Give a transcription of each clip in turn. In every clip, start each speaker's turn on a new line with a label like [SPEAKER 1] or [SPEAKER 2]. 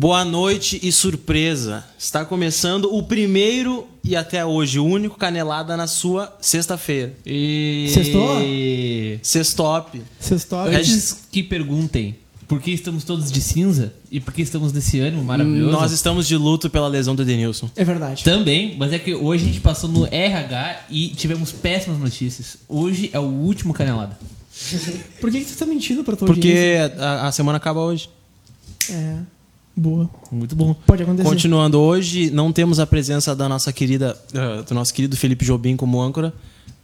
[SPEAKER 1] Boa noite e surpresa. Está começando o primeiro e até hoje o único canelada na sua sexta-feira.
[SPEAKER 2] E...
[SPEAKER 3] Sextou?
[SPEAKER 1] Sextop.
[SPEAKER 3] Sextório.
[SPEAKER 2] Antes que perguntem por que estamos todos de cinza e por que estamos nesse ânimo maravilhoso.
[SPEAKER 1] Nós estamos de luto pela lesão do Edenilson.
[SPEAKER 3] É verdade.
[SPEAKER 2] Também, mas é que hoje a gente passou no RH e tivemos péssimas notícias. Hoje é o último canelada.
[SPEAKER 3] Por que, que tu tá mentindo pra tua
[SPEAKER 1] Porque a, a semana acaba hoje.
[SPEAKER 3] audiência? É. Boa.
[SPEAKER 2] Muito bom.
[SPEAKER 3] Pode acontecer.
[SPEAKER 1] Continuando hoje, não temos a presença da nossa querida, eh, do nosso querido Felipe Jobim como âncora.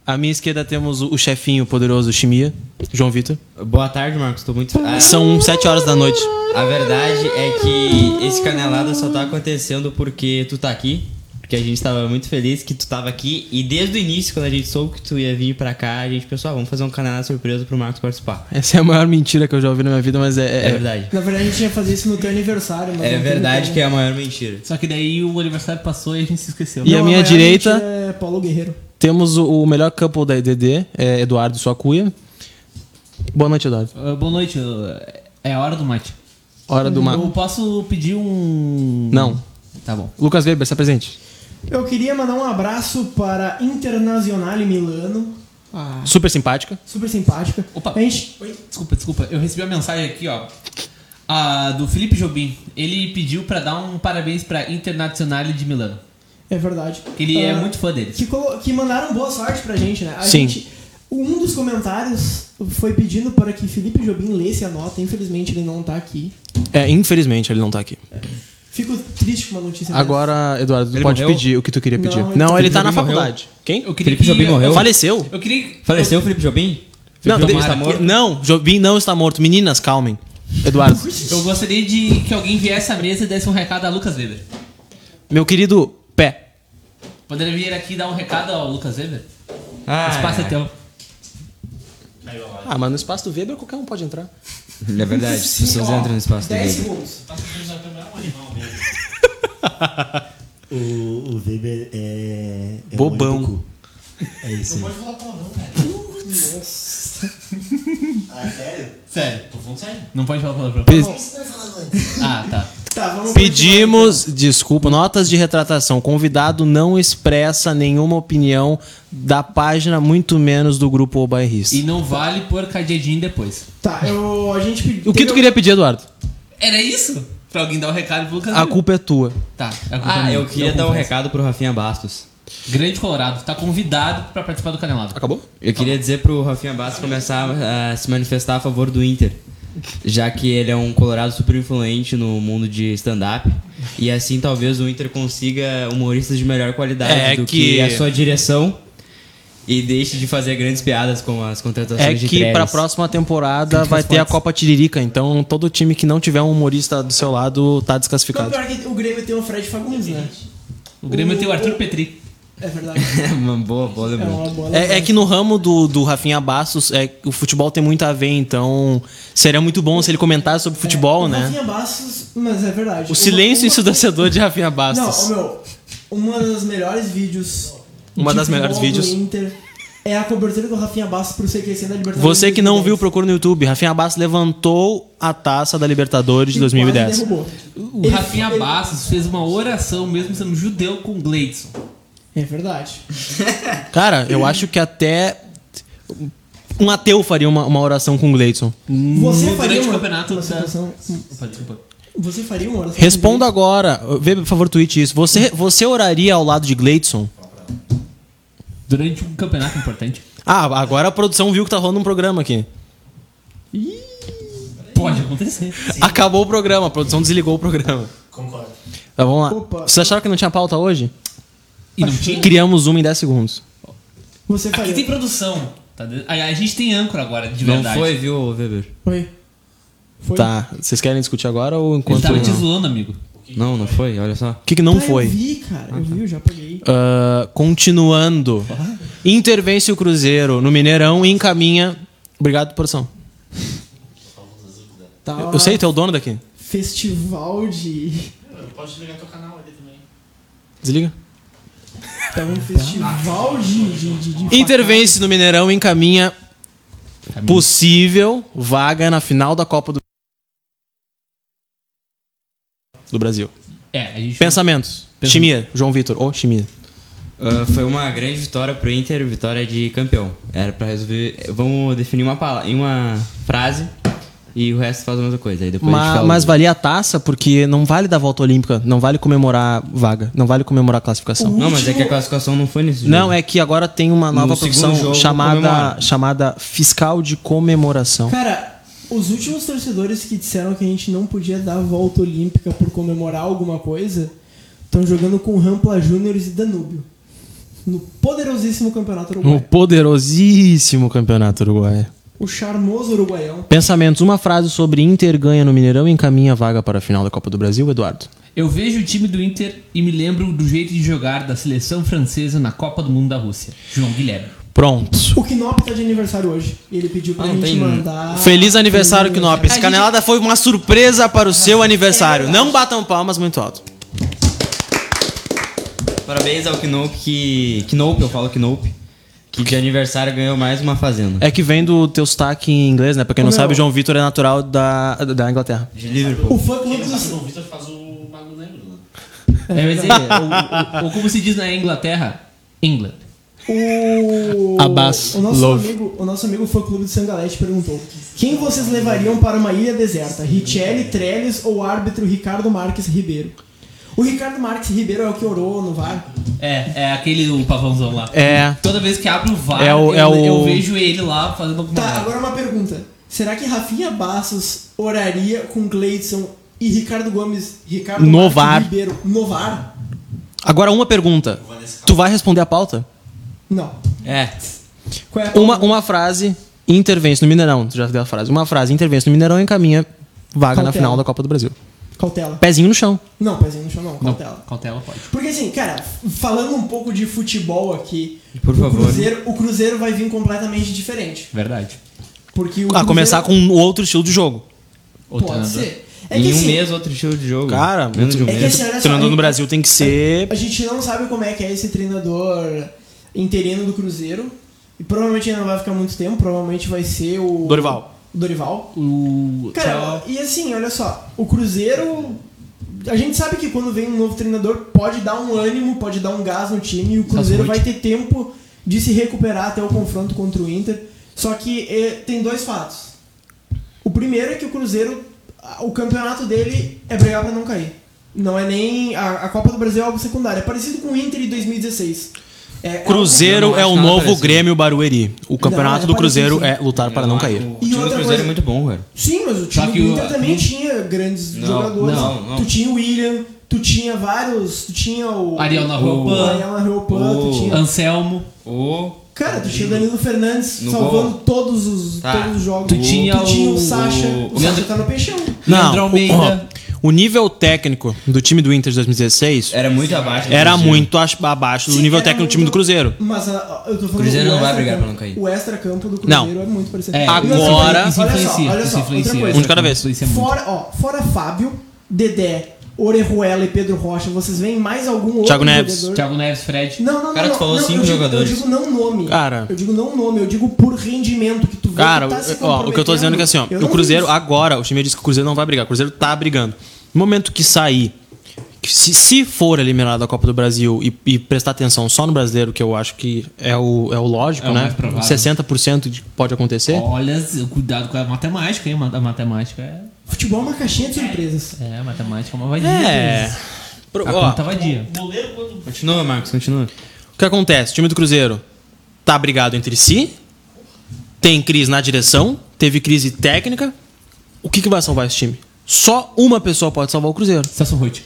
[SPEAKER 1] À minha esquerda temos o o chefinho poderoso Chimia, João Vitor.
[SPEAKER 4] Boa tarde, Marcos. Tô muito. A,
[SPEAKER 1] São 7 horas da noite.
[SPEAKER 4] a verdade é que esse canelada só tá acontecendo porque tu tá aqui. Porque a gente tava muito feliz que tu tava aqui. E desde o início, quando a gente soube que tu ia vir pra cá, a gente pensou, ah, vamos fazer um canelada surpresa pro Marcos participar.
[SPEAKER 1] Essa é a maior mentira que eu já ouvi na minha vida, mas é,
[SPEAKER 4] É
[SPEAKER 1] é,
[SPEAKER 4] verdade.
[SPEAKER 3] Na verdade, a gente ia fazer isso no teu aniversário. Mas
[SPEAKER 4] É verdade que é a maior mentira.
[SPEAKER 2] Só que daí o aniversário passou e a gente se esqueceu.
[SPEAKER 1] E a minha direita?
[SPEAKER 3] É Paulo Guerreiro.
[SPEAKER 1] Temos o, o melhor campo da EDD, é Eduardo Suacuia. Boa noite, Eduardo.
[SPEAKER 2] Ah, boa noite. ah, É a hora do mate.
[SPEAKER 1] Hora do
[SPEAKER 2] Eu
[SPEAKER 1] mapa.
[SPEAKER 2] posso pedir um...
[SPEAKER 1] Não.
[SPEAKER 2] Tá bom.
[SPEAKER 1] Lucas Weber, está presente.
[SPEAKER 3] Eu queria mandar um abraço para Internazionale Milano. Ah,
[SPEAKER 1] Super simpática.
[SPEAKER 3] super simpática.
[SPEAKER 2] Opa.
[SPEAKER 3] A gente...
[SPEAKER 2] Oi, desculpa, desculpa. Eu recebi uma mensagem aqui, ó. a do Felipe Jobim. Ele pediu pra dar um parabéns pra Internazionale de Milano.
[SPEAKER 3] É verdade.
[SPEAKER 2] Ele é
[SPEAKER 3] Ah,
[SPEAKER 2] muito fã deles.
[SPEAKER 3] que, colo- que mandaram boa sorte pra gente, né? A
[SPEAKER 1] Sim.
[SPEAKER 3] gente- um dos comentários foi pedindo para que Felipe Jobim lesse a nota. Infelizmente, ele não tá aqui.
[SPEAKER 1] É, infelizmente ele não tá aqui.
[SPEAKER 3] Fico triste com uma notícia dessa.
[SPEAKER 1] Agora, Eduardo, tu
[SPEAKER 4] Ele
[SPEAKER 1] pode
[SPEAKER 4] morreu?
[SPEAKER 1] pedir o que tu queria
[SPEAKER 3] Não,
[SPEAKER 1] pedir. Não,
[SPEAKER 3] ele-
[SPEAKER 1] ele
[SPEAKER 3] Felipe
[SPEAKER 1] tá na
[SPEAKER 4] Jobim morreu.
[SPEAKER 1] faleceu. Quem?
[SPEAKER 2] Eu
[SPEAKER 4] Felipe Jobim morreu?
[SPEAKER 2] Eu,
[SPEAKER 1] Faleceu.
[SPEAKER 2] eu queria...
[SPEAKER 4] Faleceu é o Felipe Jobim?
[SPEAKER 1] Não,
[SPEAKER 4] Jobim é
[SPEAKER 1] de-
[SPEAKER 4] está morto?
[SPEAKER 1] não, Jobim não está morto. Meninas, calmem. Eduardo,
[SPEAKER 2] Eu gostaria de que alguém viesse à mesa e desse um recado a Lucas Weber.
[SPEAKER 1] meu querido pé.
[SPEAKER 2] Poderia vir aqui dar um recado ao Lucas Weber?
[SPEAKER 4] Ah,
[SPEAKER 2] Espaço é teu.
[SPEAKER 1] Ah, mas no espaço do Weber qualquer um pode entrar.
[SPEAKER 4] É verdade. As pessoas entram no espaço
[SPEAKER 3] 10
[SPEAKER 4] dele.
[SPEAKER 3] segundos.
[SPEAKER 5] O, o Weber é. é um
[SPEAKER 1] Bobão.
[SPEAKER 5] olho do cu. É isso. Não pode falar palavrão, cara. Nossa. Ah, sério?
[SPEAKER 2] Sério. Tô falando sério. Não pode falar palavrão.
[SPEAKER 1] Pe-
[SPEAKER 2] Ah, tá.
[SPEAKER 3] Tá, vamos
[SPEAKER 1] Pedimos, desculpa, notas de retratação. Convidado não expressa nenhuma opinião da página, muito menos do grupo O Bairrista.
[SPEAKER 2] E não vale por cadeadinho depois.
[SPEAKER 3] Tá, eu, a gente pediu.
[SPEAKER 1] O que tu queria pedir, Eduardo?
[SPEAKER 2] Era isso? Pra alguém dar um recado pro Lucas
[SPEAKER 1] A
[SPEAKER 2] Weber.
[SPEAKER 1] culpa é tua.
[SPEAKER 2] Tá. a culpa é
[SPEAKER 4] Ah,
[SPEAKER 2] minha.
[SPEAKER 4] eu queria
[SPEAKER 2] Não
[SPEAKER 4] dar um
[SPEAKER 2] confesso.
[SPEAKER 4] recado pro Rafinha Bastos.
[SPEAKER 2] Grande Colorado, tá convidado pra participar do Canelado.
[SPEAKER 1] Acabou?
[SPEAKER 4] Eu queria dizer pro Rafinha Bastos começar a se manifestar a favor do Inter. Já que ele é um colorado super influente no mundo de stand-up. E assim talvez o Inter consiga humoristas de melhor qualidade
[SPEAKER 1] É
[SPEAKER 4] do
[SPEAKER 1] que-
[SPEAKER 4] que... a sua direção. E deixe de fazer grandes piadas com as contratações
[SPEAKER 1] É
[SPEAKER 4] de
[SPEAKER 1] que
[SPEAKER 4] Trellis.
[SPEAKER 1] pra próxima temporada vai ter a Copa Tiririca, então todo time que não tiver um humorista do seu lado tá
[SPEAKER 3] Não,
[SPEAKER 1] desclassificado.
[SPEAKER 3] pior que o Grêmio tem o Fred Fagundes, né?
[SPEAKER 2] O Grêmio tem o Arthur Petri.
[SPEAKER 3] É verdade.
[SPEAKER 4] Uma boa, boa
[SPEAKER 3] É
[SPEAKER 4] lembrança.
[SPEAKER 3] uma bola.
[SPEAKER 1] É, é que no ramo do, do Rafinha Bastos, é, o futebol tem muito a ver, então seria muito bom se ele comentasse sobre futebol,
[SPEAKER 3] É, O
[SPEAKER 1] né?
[SPEAKER 3] Rafinha Bastos, mas é verdade.
[SPEAKER 1] O silêncio ensudecedor de Rafinha
[SPEAKER 3] Não, ô,
[SPEAKER 1] Bastos.
[SPEAKER 3] meu, uma das melhores vídeos.
[SPEAKER 1] Uma
[SPEAKER 3] de
[SPEAKER 1] das melhores
[SPEAKER 3] futebol do
[SPEAKER 1] vídeos.
[SPEAKER 3] Inter é a cobertura do Rafinha Bastos pro CQC da Libertadores.
[SPEAKER 1] Você que não viu,
[SPEAKER 3] 2010.
[SPEAKER 1] procura no YouTube. Rafinha Bastos levantou a taça da Libertadores de
[SPEAKER 3] Quase
[SPEAKER 1] 2010.
[SPEAKER 3] derrubou.
[SPEAKER 2] O Rafinha Bastos fez uma oração, mesmo sendo judeu, com Gleidson.
[SPEAKER 3] É verdade.
[SPEAKER 1] Cara, eu acho que até um ateu faria uma, uma oração com o Gleidson.
[SPEAKER 3] Você
[SPEAKER 2] No
[SPEAKER 3] faria
[SPEAKER 2] grande
[SPEAKER 3] uma,
[SPEAKER 2] campeonato
[SPEAKER 3] uma
[SPEAKER 2] da-
[SPEAKER 3] situação-
[SPEAKER 2] Opa, desculpa.
[SPEAKER 3] Você faria uma oração?
[SPEAKER 1] Responda agora. Vê, por favor, tweet isso. Você, você oraria ao lado de Gleidson?
[SPEAKER 2] Durante um campeonato importante.
[SPEAKER 1] Ah, agora a produção viu que tá rolando um programa aqui.
[SPEAKER 2] Pode acontecer.
[SPEAKER 1] Acabou o programa, a produção desligou o programa.
[SPEAKER 5] Concordo.
[SPEAKER 1] Tá, vamos lá.
[SPEAKER 3] Opa.
[SPEAKER 1] Vocês acharam que não tinha pauta hoje?
[SPEAKER 2] E não tinha.
[SPEAKER 1] Criamos uma em 10 segundos.
[SPEAKER 3] Você
[SPEAKER 2] Aqui
[SPEAKER 3] faria.
[SPEAKER 2] tem produção. tá? A, a gente tem âncora agora, de
[SPEAKER 4] Não
[SPEAKER 2] É verdade.
[SPEAKER 4] foi, viu, Weber?
[SPEAKER 3] Oi. Foi?
[SPEAKER 1] Tá, vocês querem discutir agora ou
[SPEAKER 2] Ele
[SPEAKER 1] enquanto...
[SPEAKER 2] tava te
[SPEAKER 1] O
[SPEAKER 2] zoando, amigo.
[SPEAKER 4] Não, não foi, olha só.
[SPEAKER 1] que, que não
[SPEAKER 3] Ah, Eu
[SPEAKER 1] foi?
[SPEAKER 3] vi, cara. Eu vi, eu já peguei.
[SPEAKER 1] Ah, continuando. Inter vence o Cruzeiro no Mineirão e encaminha... Obrigado, produção.
[SPEAKER 3] Tá,
[SPEAKER 1] Eu sei, tu é o dono daqui.
[SPEAKER 3] Festival de.
[SPEAKER 1] Desliga.
[SPEAKER 3] Tá um festival de. de, de, de
[SPEAKER 1] Inter vence no Mineirão e encaminha possível vaga na final da Copa do do Brasil.
[SPEAKER 2] É, a gente.
[SPEAKER 1] Pensamentos. Chimia, João Vitor. Ô, Chimia.
[SPEAKER 4] Ah, foi uma grande vitória pro Inter, vitória de campeão. Era pra resolver. Vamos definir uma palavra, uma frase e o resto faz outra coisa. Aí depois a gente
[SPEAKER 1] Mas,
[SPEAKER 4] fala.
[SPEAKER 1] mas valia a taça porque não vale dar volta olímpica, não vale comemorar vaga, não vale comemorar classificação.
[SPEAKER 4] Não, mas é que a classificação não foi nesse
[SPEAKER 1] Não, é que agora tem uma nova
[SPEAKER 4] No segundo
[SPEAKER 1] profissão
[SPEAKER 4] jogo,
[SPEAKER 1] chamada,
[SPEAKER 4] comemora.
[SPEAKER 1] chamada fiscal de comemoração.
[SPEAKER 3] Cara, os últimos torcedores que disseram que a gente não podia dar a volta olímpica por comemorar alguma coisa estão jogando com Rampla Júniors e Danúbio. No poderosíssimo campeonato
[SPEAKER 1] Um
[SPEAKER 3] uruguaio.
[SPEAKER 1] poderosíssimo campeonato uruguaio.
[SPEAKER 3] O charmoso uruguaião.
[SPEAKER 1] Pensamentos, uma frase sobre Inter ganha no Mineirão e encaminha a vaga para a final da Copa do Brasil, Eduardo.
[SPEAKER 2] Eu vejo o time do Inter e me lembro do jeito de jogar da seleção francesa na Copa do Mundo da Rússia. João Guilherme.
[SPEAKER 1] Pronto.
[SPEAKER 3] O Knop tá de aniversário hoje. E ele pediu pra
[SPEAKER 4] Ah, não
[SPEAKER 3] gente
[SPEAKER 4] tem-
[SPEAKER 3] mandar.
[SPEAKER 1] Feliz aniversário,
[SPEAKER 3] Feliz
[SPEAKER 1] Knopes.
[SPEAKER 2] gente-
[SPEAKER 1] Canelada foi uma surpresa para o seu aniversário. Não batam palmas muito alto. é-
[SPEAKER 4] Parabéns ao Knope que. Knope, eu falo Knope. Que de aniversário ganhou mais uma fazenda.
[SPEAKER 1] É que vem do teu sotaque em inglês, né? Pra quem não
[SPEAKER 3] Ô, meu.
[SPEAKER 1] sabe, o João Vitor é natural da, da Inglaterra.
[SPEAKER 4] De Liverpool.
[SPEAKER 3] O fã clube dos.
[SPEAKER 6] João Vitor faz o Mago Negro, né?
[SPEAKER 2] É, mas é, ou, ou- ou como se diz na Inglaterra, England.
[SPEAKER 3] O...
[SPEAKER 1] Abbas,
[SPEAKER 3] o nosso
[SPEAKER 1] love.
[SPEAKER 3] amigo, o nosso amigo fã clube de Sangalete perguntou: Quem vocês levariam para uma ilha deserta? Richelli, Trellis ou o árbitro Ricardo Marques Ribeiro? O Ricardo Marques Ribeiro é o que orou no VAR.
[SPEAKER 2] É, é aquele o pavãozão lá.
[SPEAKER 1] É.
[SPEAKER 2] Toda vez que abre o VAR,
[SPEAKER 1] É o-
[SPEAKER 2] eu,
[SPEAKER 1] é o-
[SPEAKER 2] eu vejo ele lá fazendo alguma
[SPEAKER 3] Tá,
[SPEAKER 2] coisa.
[SPEAKER 3] agora uma pergunta. Será que Rafinha Bastos oraria com Gleidson e Ricardo Gomes, Ricardo
[SPEAKER 1] No
[SPEAKER 3] Marques
[SPEAKER 1] VAR.
[SPEAKER 3] Ribeiro no VAR?
[SPEAKER 1] Agora, uma pergunta. Tu vai responder a pauta?
[SPEAKER 3] Não.
[SPEAKER 4] É.
[SPEAKER 3] Qual é a
[SPEAKER 1] Uma,
[SPEAKER 3] palavra?
[SPEAKER 1] uma frase, intervence no Mineirão. Tu já deu a frase. Uma frase, intervence no Mineirão e encaminha vaga na
[SPEAKER 3] Cautela.
[SPEAKER 1] final da Copa do Brasil.
[SPEAKER 3] Cautela.
[SPEAKER 1] Pezinho no chão.
[SPEAKER 3] Não, pezinho no chão não, cautela.
[SPEAKER 2] Cautela pode.
[SPEAKER 3] Porque assim, cara, falando um pouco de futebol aqui,
[SPEAKER 4] Por
[SPEAKER 3] o,
[SPEAKER 4] favor.
[SPEAKER 3] Cruzeiro, o Cruzeiro vai vir completamente diferente.
[SPEAKER 2] Verdade.
[SPEAKER 3] Porque o
[SPEAKER 1] A
[SPEAKER 3] Cruzeiro
[SPEAKER 1] começar com um outro estilo de jogo.
[SPEAKER 2] Ou
[SPEAKER 3] Pode
[SPEAKER 2] treinador.
[SPEAKER 3] ser. É que
[SPEAKER 4] Em um
[SPEAKER 3] assim,
[SPEAKER 4] mês, outro estilo de jogo.
[SPEAKER 1] Cara,
[SPEAKER 4] menos de um
[SPEAKER 1] muito-
[SPEAKER 3] é que
[SPEAKER 4] mês.
[SPEAKER 3] assim, olha só,
[SPEAKER 1] Treinador
[SPEAKER 3] a-
[SPEAKER 1] no Brasil tem que ser.
[SPEAKER 3] A gente não sabe como é que é esse treinador interino do Cruzeiro. E provavelmente ele não vai ficar muito tempo, provavelmente vai ser o.
[SPEAKER 1] Dorival.
[SPEAKER 3] Dorival.
[SPEAKER 2] O...
[SPEAKER 3] Cara, e assim, olha só, o Cruzeiro. A gente sabe que quando vem um novo treinador pode dar um ânimo, pode dar um gás no time e o Cruzeiro vai ter tempo de se recuperar até o confronto contra o Inter. Só que eh, tem dois fatos. O primeiro é que o Cruzeiro, a- o campeonato dele é brigar pra não cair. Não é nem. A, a Copa do Brasil é algo secundário. É parecido com o Inter de 2016. É- é algo-
[SPEAKER 1] Cruzeiro
[SPEAKER 4] Eu não
[SPEAKER 1] é
[SPEAKER 4] acho
[SPEAKER 1] o
[SPEAKER 4] nada
[SPEAKER 1] novo
[SPEAKER 4] parecido.
[SPEAKER 1] Grêmio Barueri. O campeonato
[SPEAKER 3] é
[SPEAKER 1] do Cruzeiro é
[SPEAKER 3] parecido,
[SPEAKER 1] lutar para não cair.
[SPEAKER 4] O
[SPEAKER 3] E
[SPEAKER 4] time do
[SPEAKER 3] outra
[SPEAKER 4] Cruzeiro
[SPEAKER 3] coisa-
[SPEAKER 4] é muito bom, cara.
[SPEAKER 3] Sim, mas o
[SPEAKER 2] Só
[SPEAKER 3] time do
[SPEAKER 2] que o-
[SPEAKER 3] Inter também tinha grandes
[SPEAKER 4] Não,
[SPEAKER 3] jogadores.
[SPEAKER 4] não, não.
[SPEAKER 3] Tu tinha o William, tu tinha vários. Tu tinha o.
[SPEAKER 2] Ariel
[SPEAKER 3] o
[SPEAKER 2] Narropan,
[SPEAKER 3] Ariel Narropan, tu
[SPEAKER 4] O-
[SPEAKER 3] tinha.
[SPEAKER 2] Anselmo,
[SPEAKER 4] O.
[SPEAKER 3] Cara, tu tinha o Danilo Fernandes
[SPEAKER 4] No
[SPEAKER 3] salvando
[SPEAKER 4] gol.
[SPEAKER 3] todos os,
[SPEAKER 4] Tá.
[SPEAKER 3] todos os jogos.
[SPEAKER 2] Tu tinha o-
[SPEAKER 3] Sacha. O,
[SPEAKER 2] o
[SPEAKER 3] Sacha
[SPEAKER 2] Leandro-
[SPEAKER 3] tá no peixão.
[SPEAKER 2] Leandro Almeida.
[SPEAKER 1] O, o nível técnico do time do Inter de 2016
[SPEAKER 4] Era muito abaixo. do
[SPEAKER 1] era
[SPEAKER 4] Cruzeiro.
[SPEAKER 1] muito ach- abaixo do
[SPEAKER 3] Sim,
[SPEAKER 1] nível
[SPEAKER 3] era
[SPEAKER 1] técnico do time do
[SPEAKER 3] muito-
[SPEAKER 1] Cruzeiro.
[SPEAKER 3] Mas a- eu tô falando
[SPEAKER 4] Cruzeiro
[SPEAKER 3] o
[SPEAKER 4] não vai
[SPEAKER 3] extra-
[SPEAKER 4] brigar pra não cair.
[SPEAKER 3] O extra-campo do
[SPEAKER 1] Não.
[SPEAKER 3] Cruzeiro é muito parecido.
[SPEAKER 2] É,
[SPEAKER 3] E outra
[SPEAKER 1] Agora-
[SPEAKER 3] coisa,
[SPEAKER 2] isso
[SPEAKER 3] Olha só,
[SPEAKER 2] influencia,
[SPEAKER 3] olha
[SPEAKER 2] isso
[SPEAKER 3] só. Outra
[SPEAKER 2] influencia,
[SPEAKER 1] Um
[SPEAKER 3] coisa.
[SPEAKER 1] de cada vez.
[SPEAKER 2] influencia muito.
[SPEAKER 3] Fora, ó, fora Fábio, Dedé, Orejuela e Pedro Rocha, vocês veem mais algum outro
[SPEAKER 1] Thiago Neves.
[SPEAKER 3] jogador?
[SPEAKER 2] Thiago Neves, Fred.
[SPEAKER 3] Não, não,
[SPEAKER 4] Cara,
[SPEAKER 3] não.
[SPEAKER 4] tu falou
[SPEAKER 3] não,
[SPEAKER 4] cinco
[SPEAKER 3] eu digo-
[SPEAKER 4] jogadores.
[SPEAKER 3] eu digo não nome.
[SPEAKER 1] Cara.
[SPEAKER 3] Eu digo não nome, eu digo por rendimento que tu vê
[SPEAKER 1] Cara,
[SPEAKER 3] que tá se
[SPEAKER 1] ó, o que eu tô dizendo é que assim, ó,
[SPEAKER 3] comprometendo. Eu
[SPEAKER 1] o
[SPEAKER 3] não
[SPEAKER 1] Cruzeiro
[SPEAKER 3] vi isso.
[SPEAKER 1] agora, o time disse que o Cruzeiro não vai brigar, o Cruzeiro tá brigando. No momento que sair, que se, se for eliminado da Copa do Brasil e, e prestar atenção só no brasileiro, que eu acho que é o, é o lógico,
[SPEAKER 2] É o
[SPEAKER 1] né?
[SPEAKER 2] mais provável.
[SPEAKER 1] 60% de- pode acontecer.
[SPEAKER 3] é.
[SPEAKER 2] Olha, cuidado com a matemática, hein? A matemática é.
[SPEAKER 3] Futebol é uma caixinha de surpresas.
[SPEAKER 2] É, a matemática é uma vadia.
[SPEAKER 1] é.
[SPEAKER 2] às vezes.
[SPEAKER 1] Pro-
[SPEAKER 2] A
[SPEAKER 1] ó,
[SPEAKER 2] conta vadia.
[SPEAKER 6] O goleiro, quando
[SPEAKER 4] Continua, Marcos, continua.
[SPEAKER 1] O que acontece? O time do Cruzeiro tá brigado entre si, tem crise na direção, teve crise técnica. O que, que vai salvar esse time? Só uma pessoa pode salvar o Cruzeiro.
[SPEAKER 2] Celso Roth.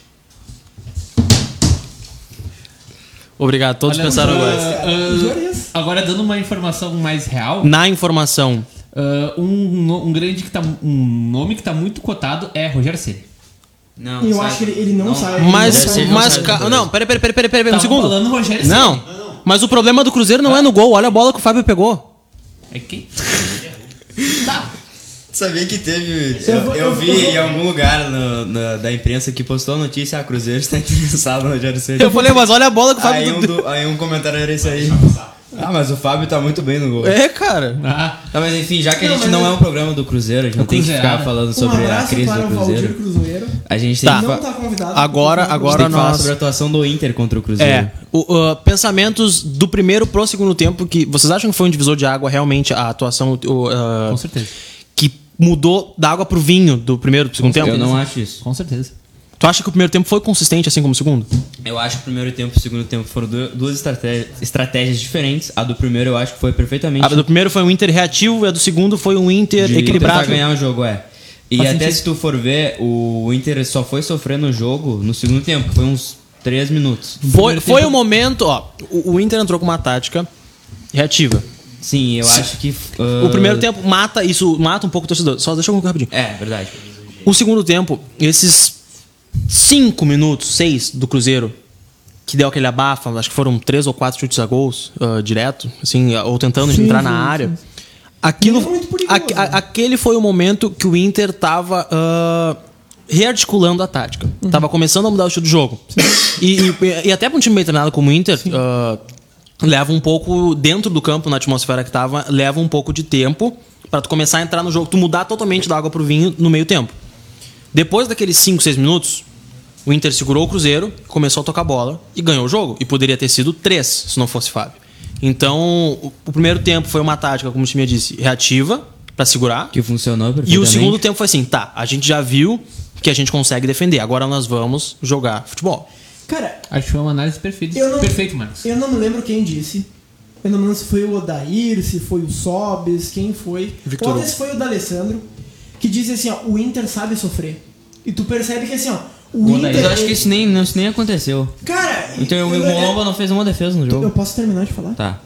[SPEAKER 1] Obrigado, todos
[SPEAKER 2] Olha,
[SPEAKER 1] pensaram
[SPEAKER 2] ah,
[SPEAKER 1] agora.
[SPEAKER 2] ah,
[SPEAKER 3] Juarez.
[SPEAKER 2] agora, dando uma informação mais real,
[SPEAKER 1] Na informação,
[SPEAKER 2] ah, um, no- um grande que tá. Um nome que tá muito cotado é Rogério Ceni.
[SPEAKER 4] Não,
[SPEAKER 3] E eu
[SPEAKER 4] sai.
[SPEAKER 3] acho que ele, ele não, sai.
[SPEAKER 1] Mas,
[SPEAKER 4] Deve ser que
[SPEAKER 1] mas,
[SPEAKER 4] não
[SPEAKER 1] ca-
[SPEAKER 4] saiu do
[SPEAKER 1] não, peraí, peraí, peraí, peraí, peraí, um
[SPEAKER 2] Tava
[SPEAKER 1] segundo.
[SPEAKER 2] falando Rogério Ceni.
[SPEAKER 1] Não,
[SPEAKER 4] assim.
[SPEAKER 1] mas o problema do Cruzeiro não é no gol, olha a bola que o Fábio pegou.
[SPEAKER 2] É quem?
[SPEAKER 4] Sabia que teve.
[SPEAKER 3] Eu
[SPEAKER 4] Eu,
[SPEAKER 3] vou-
[SPEAKER 4] eu
[SPEAKER 3] eu-
[SPEAKER 4] vi
[SPEAKER 3] eu vou-
[SPEAKER 4] em algum lugar no- na- da imprensa que postou a notícia: ah, Cruzeiro está interessado no Rogério Ceni.
[SPEAKER 1] Eu falei, mas olha a bola que o
[SPEAKER 4] Aí
[SPEAKER 1] Fábio.
[SPEAKER 4] um, do- aí um comentário era esse aí. Ah, mas o Fábio tá muito bem no gol.
[SPEAKER 1] É, cara.
[SPEAKER 2] Ah,
[SPEAKER 4] Tá, mas enfim, já que
[SPEAKER 3] Não,
[SPEAKER 4] a gente
[SPEAKER 3] mas
[SPEAKER 4] não
[SPEAKER 3] eu-
[SPEAKER 4] é um programa do Cruzeiro, a gente não tem que
[SPEAKER 2] Cruzeirada.
[SPEAKER 4] ficar falando
[SPEAKER 3] Um
[SPEAKER 4] sobre a
[SPEAKER 3] abraço
[SPEAKER 4] crise
[SPEAKER 3] para
[SPEAKER 4] do
[SPEAKER 3] o Valdir
[SPEAKER 4] Cruzeiro.
[SPEAKER 3] Cruzeiro.
[SPEAKER 4] A gente
[SPEAKER 1] Tá.
[SPEAKER 4] tem
[SPEAKER 3] Não
[SPEAKER 4] que, fa-
[SPEAKER 3] tá convidado.
[SPEAKER 1] Agora-
[SPEAKER 4] a gente
[SPEAKER 1] agora-
[SPEAKER 4] tem que falar
[SPEAKER 1] nós-
[SPEAKER 4] sobre a atuação do Inter contra o Cruzeiro.
[SPEAKER 1] É, o- o, pensamentos do primeiro pro segundo tempo que vocês acham que foi um divisor de água realmente a atuação o, ah,
[SPEAKER 2] Com certeza.
[SPEAKER 1] que mudou da água pro vinho do primeiro pro segundo tempo?
[SPEAKER 4] Eu não acho isso.
[SPEAKER 2] Com certeza.
[SPEAKER 1] Tu acha que o primeiro tempo foi consistente assim como o segundo?
[SPEAKER 4] Eu acho que o primeiro tempo e o segundo tempo foram du- duas estraté- estratégias diferentes. A do primeiro eu acho que foi perfeitamente
[SPEAKER 1] A do primeiro foi um Inter reativo e a do segundo foi um Inter
[SPEAKER 4] de
[SPEAKER 1] equilibrado.
[SPEAKER 4] tentar ganhar o jogo, é. E
[SPEAKER 2] Faz
[SPEAKER 4] até
[SPEAKER 2] sentido.
[SPEAKER 4] se tu for ver, o Inter só foi sofrendo o jogo no segundo tempo, que foi uns 3 minutos.
[SPEAKER 1] Foi,
[SPEAKER 2] Primeiro
[SPEAKER 1] foi
[SPEAKER 2] tempo-
[SPEAKER 1] o momento, ó. O, o Inter entrou com uma tática reativa.
[SPEAKER 4] Sim, eu acho que. ah,
[SPEAKER 1] O primeiro tempo mata, isso mata um pouco o torcedor. Só deixa eu colocar rapidinho.
[SPEAKER 4] É, verdade.
[SPEAKER 1] O segundo tempo, esses cinco minutos, seis do Cruzeiro, que deu aquele abafa, acho que foram três ou quatro chutes a gols ah, direto, assim, ou tentando
[SPEAKER 3] Sim,
[SPEAKER 1] entrar na
[SPEAKER 3] sim,
[SPEAKER 1] área. Aquilo,
[SPEAKER 3] Não foi muito perigoso,
[SPEAKER 1] aque- a-
[SPEAKER 3] né?
[SPEAKER 1] aquele foi o momento que o Inter tava ah, rearticulando a tática.
[SPEAKER 3] Uhum.
[SPEAKER 1] Tava começando a mudar o estilo de jogo. E, e- e até pra um time bem treinado como o Inter, ah, leva um pouco, dentro do campo, na atmosfera que tava, leva um pouco de tempo pra tu começar a entrar no jogo, tu mudar totalmente da água pro vinho no meio tempo. Depois daqueles 5, 6 minutos, o Inter segurou o Cruzeiro, começou a tocar bola e ganhou o jogo. E poderia ter sido 3 se não fosse Fábio. Então, o- o primeiro tempo foi uma tática, como o time disse, reativa pra segurar.
[SPEAKER 4] Que funcionou
[SPEAKER 1] E o
[SPEAKER 4] perfeitamente.
[SPEAKER 1] segundo tempo foi assim, tá, a gente já viu que a gente consegue defender, agora nós vamos jogar futebol.
[SPEAKER 3] Cara,
[SPEAKER 2] Acho que foi uma análise perfeita.
[SPEAKER 3] eu não.
[SPEAKER 2] Perfeito, Marcos.
[SPEAKER 3] Eu não me lembro quem disse. Eu não me lembro se foi o Odair, se foi o Sobes, quem foi.
[SPEAKER 1] Victor
[SPEAKER 3] Ou até
[SPEAKER 1] Hugo.
[SPEAKER 3] se foi o D'Alessandro, que diz assim, ó, o Inter sabe sofrer. E tu percebe que assim, ó, o,
[SPEAKER 2] O
[SPEAKER 3] Inter. é-
[SPEAKER 2] Odair,
[SPEAKER 4] Mas eu acho que isso nem, não, isso nem aconteceu.
[SPEAKER 3] Cara,
[SPEAKER 4] Então o
[SPEAKER 3] eu-
[SPEAKER 4] Muamba não fez uma defesa no
[SPEAKER 3] eu
[SPEAKER 4] jogo.
[SPEAKER 3] posso terminar de falar?
[SPEAKER 4] Tá.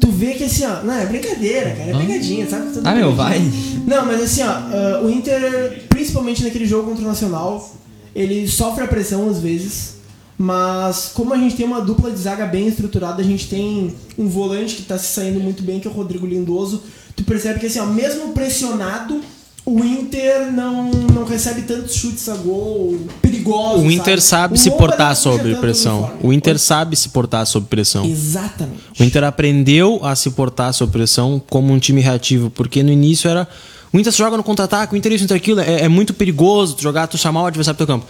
[SPEAKER 3] Tu vê que assim, ó. Não, é brincadeira, cara. É pegadinha, sabe? Tudo
[SPEAKER 4] Ah, meu, vai.
[SPEAKER 3] Não, mas assim, ó. ah, o Inter, principalmente naquele jogo contra o Nacional, ele sofre a pressão às vezes. Mas como a gente tem uma dupla de zaga bem estruturada, a gente tem um volante que tá se saindo muito bem, que é o Rodrigo Lindoso. Tu percebe que assim, ó, mesmo pressionado, o Inter não, não recebe tantos chutes a gol perigosos.
[SPEAKER 1] O Inter sabe se
[SPEAKER 3] Moura
[SPEAKER 1] portar
[SPEAKER 3] não puxa
[SPEAKER 1] sob
[SPEAKER 3] tanto
[SPEAKER 1] pressão.
[SPEAKER 3] uniforme.
[SPEAKER 1] O Inter sabe se portar sob pressão.
[SPEAKER 3] Exatamente.
[SPEAKER 1] O Inter aprendeu a se portar sob pressão como um time reativo, porque no início era. O Inter se joga no contra-ataque, o Inter isso, o Inter aquilo, é, é muito perigoso tu jogar, tu chamar o adversário pro teu campo.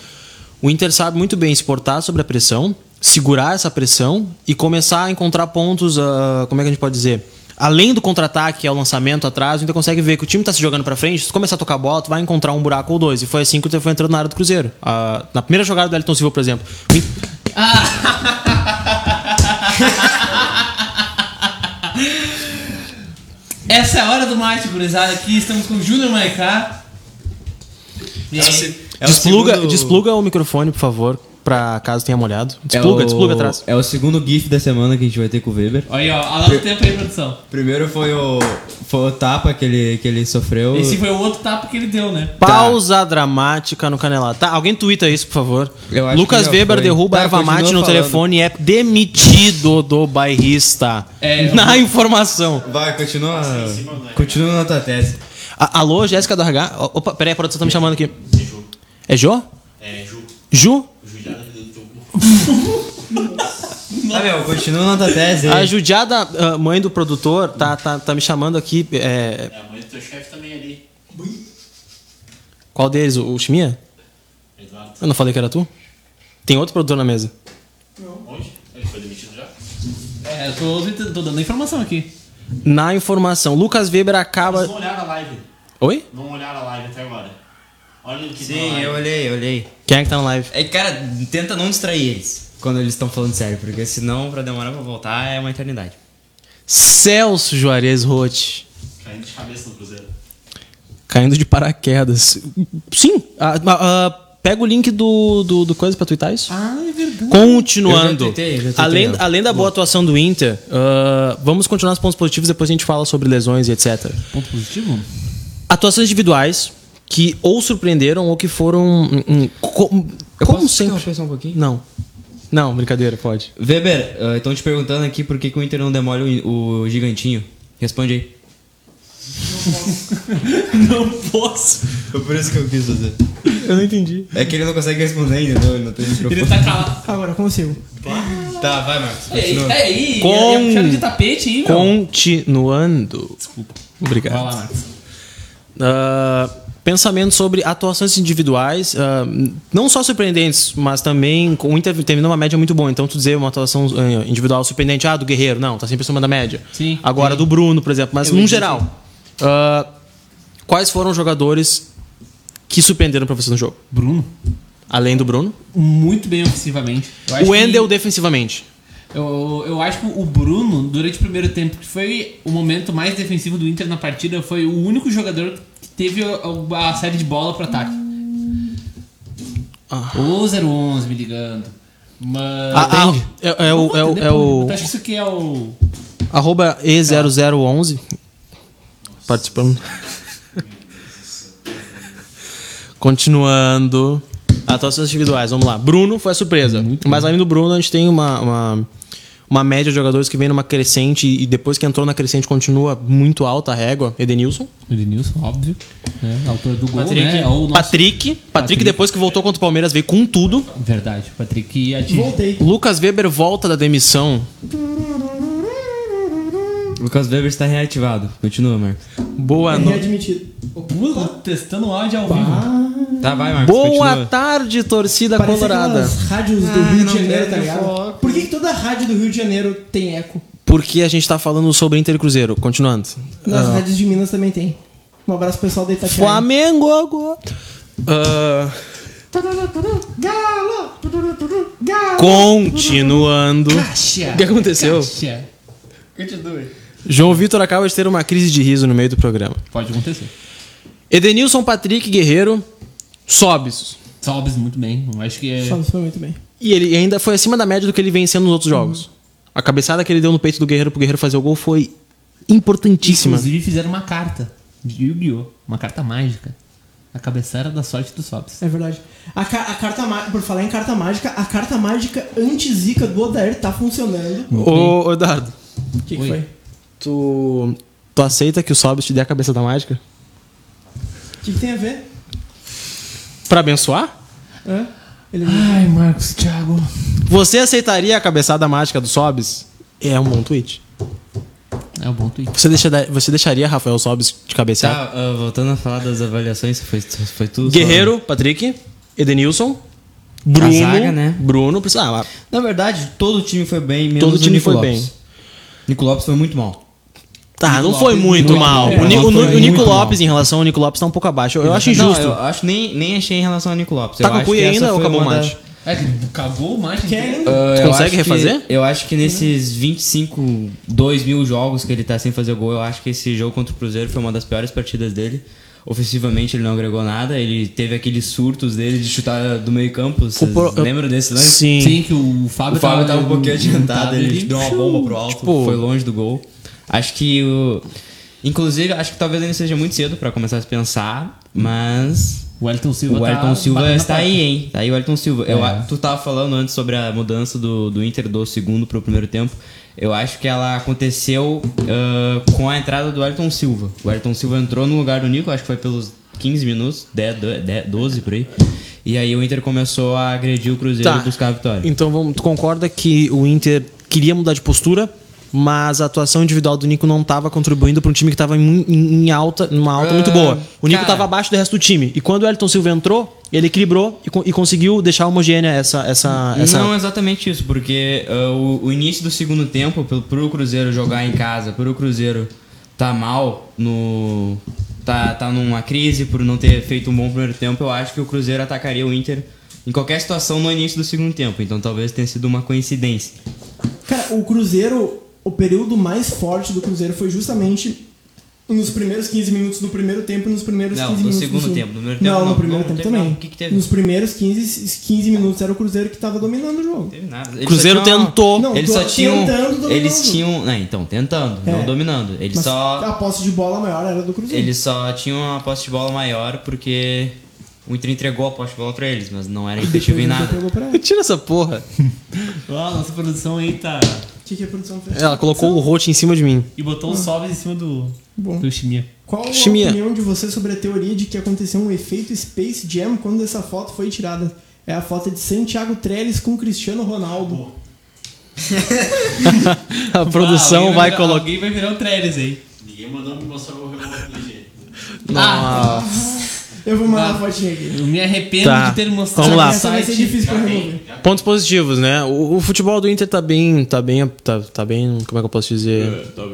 [SPEAKER 1] O Inter sabe muito bem se portar sobre a pressão, segurar essa pressão e começar a encontrar pontos, ah, como é que a gente pode dizer? Além do contra-ataque, é o lançamento atrás, o Inter consegue ver que o time tá se jogando pra frente, se tu começar a tocar a bola, tu vai encontrar um buraco ou dois. E foi assim que o Inter foi entrando na área do Cruzeiro. Ah, na primeira jogada do Elton Silva, por exemplo. O Inter-
[SPEAKER 2] Essa é a hora do mate, gurizada. Aqui estamos com o Júnior Maiká. E aí?
[SPEAKER 4] É o
[SPEAKER 1] despluga,
[SPEAKER 4] segundo-
[SPEAKER 1] despluga o microfone, por favor, pra caso tenha molhado.
[SPEAKER 4] É
[SPEAKER 1] Despluga,
[SPEAKER 4] o-
[SPEAKER 1] despluga atrás.
[SPEAKER 4] É o segundo GIF da semana que a gente vai ter com o Weber.
[SPEAKER 2] Olha aí, ó. Anota o tempo aí, produção.
[SPEAKER 4] Primeiro foi o, foi o tapa que ele, que ele sofreu.
[SPEAKER 2] Esse foi o outro tapa que ele deu, né?
[SPEAKER 4] Tá.
[SPEAKER 1] Pausa dramática no canelado. Tá, alguém twita isso, por favor.
[SPEAKER 4] Eu acho
[SPEAKER 1] Lucas
[SPEAKER 4] que já
[SPEAKER 1] Weber
[SPEAKER 4] foi.
[SPEAKER 1] derruba
[SPEAKER 4] Tá,
[SPEAKER 1] erva
[SPEAKER 4] continua
[SPEAKER 1] mate no
[SPEAKER 4] falando.
[SPEAKER 1] telefone e é demitido do bairrista.
[SPEAKER 2] É, eu-
[SPEAKER 1] Na informação.
[SPEAKER 4] Vai, continua. Continua na tua tese.
[SPEAKER 1] A- alô, Jéssica do RH? O- Opa, peraí, a produção tá me chamando aqui. É Jô?
[SPEAKER 6] É, Ju.
[SPEAKER 1] Ju?
[SPEAKER 6] Juliana do jogo.
[SPEAKER 4] Ah, meu, continua na tua tese.
[SPEAKER 1] A
[SPEAKER 4] aí.
[SPEAKER 1] judiada ah, mãe do produtor tá, tá, tá me chamando aqui. é,
[SPEAKER 6] É a mãe do teu chefe também ali.
[SPEAKER 1] qual deles? O, o Chiminha?
[SPEAKER 6] Exato.
[SPEAKER 1] Eu não falei que era tu? Tem outro produtor na mesa.
[SPEAKER 6] Hoje? Ele foi demitido já?
[SPEAKER 2] É, eu tô, tô dando informação aqui.
[SPEAKER 1] Na informação, Lucas Weber
[SPEAKER 6] Vocês
[SPEAKER 1] acaba.
[SPEAKER 6] não olharam a live.
[SPEAKER 1] Oi?
[SPEAKER 6] Não olharam a live até agora. Olha o que tá
[SPEAKER 4] Sim,
[SPEAKER 6] na live.
[SPEAKER 4] eu olhei, eu olhei.
[SPEAKER 1] Quem é que tá na live?
[SPEAKER 4] É, cara, tenta não distrair eles quando eles estão falando sério, porque senão pra demorar pra voltar é uma eternidade.
[SPEAKER 1] Celso Juarez Rotti.
[SPEAKER 6] Caindo de cabeça no Cruzeiro.
[SPEAKER 1] Caindo de paraquedas. Sim! ah, ah, ah, pega o link do, do, do coisa pra twittar isso.
[SPEAKER 2] Ah, é verdade.
[SPEAKER 1] Continuando.
[SPEAKER 4] Eu já tuitei, eu já tuitei,
[SPEAKER 1] além,
[SPEAKER 4] ó.
[SPEAKER 1] além da boa atuação do Inter, ah, vamos continuar os pontos positivos, depois a gente fala sobre lesões e etc.
[SPEAKER 2] Ponto positivo?
[SPEAKER 1] Atuações individuais que ou surpreenderam ou que foram. hum, hum, co- como sempre.
[SPEAKER 4] um pouquinho?
[SPEAKER 1] Não. Não, brincadeira, pode.
[SPEAKER 4] Weber, estão te perguntando aqui por que, que o Inter não demole o, o gigantinho. Responde aí.
[SPEAKER 2] Não posso.
[SPEAKER 4] Foi por isso que eu quis fazer.
[SPEAKER 1] Eu não entendi.
[SPEAKER 4] É que ele não consegue responder, entendeu? Ele não tem
[SPEAKER 2] Ele
[SPEAKER 4] microfone.
[SPEAKER 2] tá calado.
[SPEAKER 3] Agora consigo.
[SPEAKER 4] Tá, vai, Marcos.
[SPEAKER 2] É
[SPEAKER 4] Continua.
[SPEAKER 2] aí,
[SPEAKER 1] Com-
[SPEAKER 2] é um puxado de tapete aí, meu.
[SPEAKER 1] Continuando. Desculpa. Obrigado.
[SPEAKER 2] Vai lá, Marcos.
[SPEAKER 1] Ah, Pensamento sobre atuações individuais, ah, não só surpreendentes, mas também com o Inter terminou uma média muito boa. Então, tu dizer uma atuação eh, individual surpreendente, ah, do Guerreiro, não, tá sempre acima da média.
[SPEAKER 2] Sim.
[SPEAKER 1] Agora,
[SPEAKER 2] Sim.
[SPEAKER 1] do Bruno, por exemplo, mas
[SPEAKER 2] Eu
[SPEAKER 1] num
[SPEAKER 2] entendi.
[SPEAKER 1] geral, ah, quais foram os jogadores que surpreenderam pra você no jogo?
[SPEAKER 2] Bruno,
[SPEAKER 1] Além do Bruno?
[SPEAKER 2] muito bem ofensivamente. Eu acho
[SPEAKER 1] O Wendel
[SPEAKER 2] que-
[SPEAKER 1] defensivamente.
[SPEAKER 2] Eu, eu acho que o Bruno, durante o primeiro tempo, que foi o momento mais defensivo do Inter na partida, foi o único jogador que teve a- a, a série de bola pro ataque.
[SPEAKER 1] Ah.
[SPEAKER 2] O 011 me ligando. Mas.
[SPEAKER 1] Ah, ah, é, é o, é o, é o
[SPEAKER 2] Eu acho que isso aqui é o.
[SPEAKER 1] arroba E0011 participando. Continuando. Atuações individuais, vamos lá. Bruno foi a surpresa. Mas além do Bruno, a gente tem uma, uma, uma média de jogadores que vem numa crescente e depois que entrou na crescente continua muito alta a régua. Edenilson.
[SPEAKER 2] Edenilson, óbvio. Né? Autor do gol,
[SPEAKER 4] Patrick.
[SPEAKER 2] né? É o nosso-
[SPEAKER 1] Patrick. Patrick.
[SPEAKER 2] Patrick.
[SPEAKER 1] depois que voltou contra o Palmeiras, veio com tudo.
[SPEAKER 2] Verdade, Patrick atinge.
[SPEAKER 3] Voltei.
[SPEAKER 1] Lucas Weber volta da demissão.
[SPEAKER 4] Lucas Weber está reativado. Continua, Marcos.
[SPEAKER 1] Boa noite.
[SPEAKER 3] Readmitido.
[SPEAKER 2] Pula, testando o áudio ao vivo.
[SPEAKER 4] Tá, vai, Marcos.
[SPEAKER 1] Boa
[SPEAKER 4] continua.
[SPEAKER 1] tarde, torcida
[SPEAKER 3] Parece
[SPEAKER 1] colorada.
[SPEAKER 3] aquelas rádios do Rio de
[SPEAKER 4] não
[SPEAKER 3] Janeiro,
[SPEAKER 4] deve
[SPEAKER 3] tá ligado?
[SPEAKER 4] foco.
[SPEAKER 3] Por que, que toda rádio do Rio de Janeiro tem eco?
[SPEAKER 1] Porque a gente tá falando sobre Inter e Cruzeiro. Continuando.
[SPEAKER 3] Nas rádios de Minas também tem. Um abraço pro pessoal da Itatiaia.
[SPEAKER 1] Flamengo agora. Ah,
[SPEAKER 3] Galo! Tuduru, tuduru, Galo!
[SPEAKER 1] continuando. O que aconteceu?
[SPEAKER 2] Caixa.
[SPEAKER 1] João Vitor acaba de ter uma crise de riso no meio do programa.
[SPEAKER 2] Pode acontecer.
[SPEAKER 1] Edenilson Patrick Guerreiro sobes.
[SPEAKER 2] Sobes muito bem. Eu acho que é.
[SPEAKER 3] Fala, foi muito bem.
[SPEAKER 1] E ele ainda foi acima da média do que ele venceu nos outros jogos. A cabeçada que ele deu no peito do Guerreiro pro Guerreiro fazer o gol foi importantíssima.
[SPEAKER 2] Inclusive fizeram uma carta de Yu-Gi-Oh! Uma carta mágica. A cabeceira da sorte do Sobs.
[SPEAKER 3] É verdade. A, ca- a carta mágica, por falar em carta mágica, a carta mágica anti-zica do Odair tá funcionando.
[SPEAKER 1] Ô, ô, Dardo,
[SPEAKER 3] O que, que
[SPEAKER 2] Oi.
[SPEAKER 3] foi?
[SPEAKER 1] tu, tu aceita que o Sobes te dê a cabeça da mágica?
[SPEAKER 3] O que, que tem a ver?
[SPEAKER 1] Pra abençoar?
[SPEAKER 3] Hã? Ele
[SPEAKER 2] Ai, Marcos, Thiago.
[SPEAKER 1] Você aceitaria a cabeçada mágica do Sobes? É um bom tweet.
[SPEAKER 2] É um bom tweet.
[SPEAKER 1] Você, deixa- você deixaria Rafael Sobes de cabeçada?
[SPEAKER 4] Tá, ah, voltando a falar das avaliações, foi, foi tudo.
[SPEAKER 1] Guerreiro, Patrick, Edenilson, Bruno.
[SPEAKER 4] zaga, né?
[SPEAKER 1] Bruno, precisa- ah,
[SPEAKER 4] só- Na verdade, todo time foi bem, menos
[SPEAKER 1] Todo
[SPEAKER 4] o
[SPEAKER 1] time
[SPEAKER 4] Nico
[SPEAKER 1] foi
[SPEAKER 4] Lopes.
[SPEAKER 1] bem.
[SPEAKER 4] Nico Lopes foi muito mal.
[SPEAKER 1] tá, não foi muito, mal.
[SPEAKER 4] mal.
[SPEAKER 1] O, Ni- o Ni-
[SPEAKER 4] Foi
[SPEAKER 1] o Nico
[SPEAKER 4] muito
[SPEAKER 1] Lopes,
[SPEAKER 4] mal.
[SPEAKER 1] em relação ao Nico Lopes, tá um pouco abaixo. Eu, eu acho
[SPEAKER 4] Não,
[SPEAKER 1] injusto.
[SPEAKER 4] eu acho nem, nem achei em relação ao Nico Lopes.
[SPEAKER 1] Tá
[SPEAKER 4] Eu
[SPEAKER 1] com
[SPEAKER 4] acho
[SPEAKER 1] cuia
[SPEAKER 4] que essa
[SPEAKER 1] ainda ou
[SPEAKER 4] foi
[SPEAKER 1] acabou
[SPEAKER 4] uma
[SPEAKER 1] o
[SPEAKER 4] da-
[SPEAKER 1] match?
[SPEAKER 2] É que acabou o match.
[SPEAKER 3] Quer-
[SPEAKER 2] inteiro.
[SPEAKER 4] Ah, eu
[SPEAKER 1] consegue
[SPEAKER 4] acho que-
[SPEAKER 1] refazer?
[SPEAKER 4] eu acho que nesses 25, 2 mil jogos que ele tá sem fazer gol, eu acho que esse jogo contra o Cruzeiro foi uma das piores partidas dele. Ofensivamente ele não agregou nada, ele teve aqueles surtos dele de chutar do meio campo. Vocês
[SPEAKER 1] pro- eu-
[SPEAKER 4] lembram desse lance?
[SPEAKER 1] Sim.
[SPEAKER 2] Sim, que o Fábio,
[SPEAKER 4] O Fábio tava um pouquinho
[SPEAKER 2] adiantado,
[SPEAKER 4] adiantado, ele deu uma bomba pro alto,
[SPEAKER 1] Tipo-
[SPEAKER 4] foi longe do gol. Acho que o. Inclusive, acho que talvez ainda seja muito cedo pra começar a pensar, mas.
[SPEAKER 2] O Elton Silva
[SPEAKER 4] O
[SPEAKER 2] tá
[SPEAKER 4] Elton Silva
[SPEAKER 2] batendo na
[SPEAKER 4] está
[SPEAKER 2] porta.
[SPEAKER 4] aí, hein? Tá aí o Elton Silva. Eu,
[SPEAKER 2] É.
[SPEAKER 4] a- tu tava falando antes sobre a mudança do, do Inter do segundo pro primeiro tempo. Eu acho que ela aconteceu ah, com a entrada do Elton Silva. O Elton Silva entrou no lugar do Nico, acho que foi pelos 15 minutos, 10, do- 10, 12 por aí. E aí o Inter começou a agredir o Cruzeiro
[SPEAKER 1] Tá.
[SPEAKER 4] e buscar a vitória.
[SPEAKER 1] Então vamos, tu concorda que o Inter queria mudar de postura, mas a atuação individual do Nico não tava contribuindo pra um time que tava em, em- em alta, numa alta muito boa. O Nico
[SPEAKER 4] cara.
[SPEAKER 1] tava abaixo do resto do time. E quando o Elton Silva entrou, ele equilibrou e, co- e conseguiu deixar homogênea essa essa Ah, essa
[SPEAKER 4] Não exatamente isso, porque ah, o, o início do segundo tempo, pro, pro Cruzeiro jogar em casa, pro Cruzeiro tá mal no. Tá, tá numa crise por não ter feito um bom primeiro tempo, eu acho que o Cruzeiro atacaria o Inter em qualquer situação no início do segundo tempo. Então talvez tenha sido uma coincidência.
[SPEAKER 3] Cara, o Cruzeiro, o período mais forte do Cruzeiro foi justamente nos primeiros 15 minutos do primeiro tempo e nos primeiros
[SPEAKER 4] Não,
[SPEAKER 3] 15
[SPEAKER 4] no
[SPEAKER 3] minutos
[SPEAKER 4] segundo
[SPEAKER 3] do
[SPEAKER 4] tempo. No primeiro tempo,
[SPEAKER 3] Não,
[SPEAKER 4] não.
[SPEAKER 3] no primeiro
[SPEAKER 4] Não,
[SPEAKER 3] tempo
[SPEAKER 4] teve
[SPEAKER 3] também.
[SPEAKER 4] não. O que que teve?
[SPEAKER 3] Nos primeiros 15, 15 minutos era o Cruzeiro que tava dominando o jogo.
[SPEAKER 4] Teve nada. Ele
[SPEAKER 1] O Cruzeiro
[SPEAKER 4] só tinha uma-
[SPEAKER 1] tentou.
[SPEAKER 3] Não,
[SPEAKER 4] Eles
[SPEAKER 3] tô
[SPEAKER 4] só tinham.
[SPEAKER 3] tentando dominar o
[SPEAKER 4] Eles
[SPEAKER 3] jogo.
[SPEAKER 4] tinham. Não, então, tentando,
[SPEAKER 3] É.
[SPEAKER 4] não dominando. Eles
[SPEAKER 3] Mas tá
[SPEAKER 4] só.
[SPEAKER 3] a posse de bola maior era do Cruzeiro.
[SPEAKER 4] Eles só tinham uma posse de bola maior porque o Inter entregou a posse de bola pra eles, mas não era efetivo em
[SPEAKER 3] Depois
[SPEAKER 4] nada.
[SPEAKER 3] ele pegou pra-
[SPEAKER 1] Tira essa porra.
[SPEAKER 2] Ó, nossa produção aí tá.
[SPEAKER 3] O que, que a produção fez?
[SPEAKER 1] Ela colocou o rote em cima de mim.
[SPEAKER 2] E botou o Sobes em cima do.
[SPEAKER 3] Bom.
[SPEAKER 2] Do Chimia.
[SPEAKER 3] Qual
[SPEAKER 1] Chimia.
[SPEAKER 3] a opinião de você sobre a teoria de que aconteceu um efeito Space Jam quando essa foto foi tirada? É a foto de Santiago Trellis com Cristiano Ronaldo.
[SPEAKER 1] A produção
[SPEAKER 2] alguém
[SPEAKER 1] vai
[SPEAKER 2] virar-
[SPEAKER 1] colocar.
[SPEAKER 2] Alguém vai virar o Trellis aí.
[SPEAKER 6] Ninguém mandou me mostrar o remoto do G.
[SPEAKER 1] Nossa.
[SPEAKER 3] Eu vou mandar
[SPEAKER 2] Ah.
[SPEAKER 3] uma fotinha aqui.
[SPEAKER 2] Eu me arrependo
[SPEAKER 1] Tá,
[SPEAKER 2] de ter mostrado
[SPEAKER 1] vamos lá.
[SPEAKER 3] Essa vai ser difícil pra
[SPEAKER 6] Já tem,
[SPEAKER 3] remover.
[SPEAKER 6] já tem.
[SPEAKER 1] Pontos positivos, né? O, o futebol do Inter tá bem. Tá bem. Tá, tá bem. Como é que eu posso dizer?
[SPEAKER 2] Não,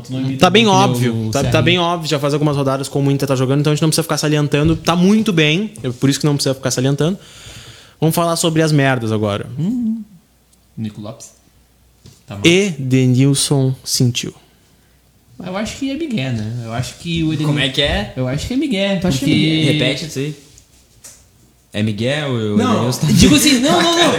[SPEAKER 2] tu não imita
[SPEAKER 1] Tá bem
[SPEAKER 2] muito, né,
[SPEAKER 1] óbvio.
[SPEAKER 2] o
[SPEAKER 1] Tá, tá
[SPEAKER 2] Ceará.
[SPEAKER 1] bem óbvio. Já faz algumas rodadas como o Inter tá jogando, então a gente não precisa ficar salientando. Tá muito bem. É por isso que não precisa ficar salientando. Vamos falar sobre as merdas agora.
[SPEAKER 4] Hum?
[SPEAKER 2] Nico Lopes. Tá mal.
[SPEAKER 1] E Denilson sentiu.
[SPEAKER 2] Eu acho que é Miguel, né? Eu acho que o Edenilson.
[SPEAKER 4] Como é que é?
[SPEAKER 2] Eu acho que é Miguel. Porque...
[SPEAKER 4] Repete isso aí. É Miguel ou
[SPEAKER 3] Não.
[SPEAKER 4] Edenilson?
[SPEAKER 2] Eu digo assim, não, não, não.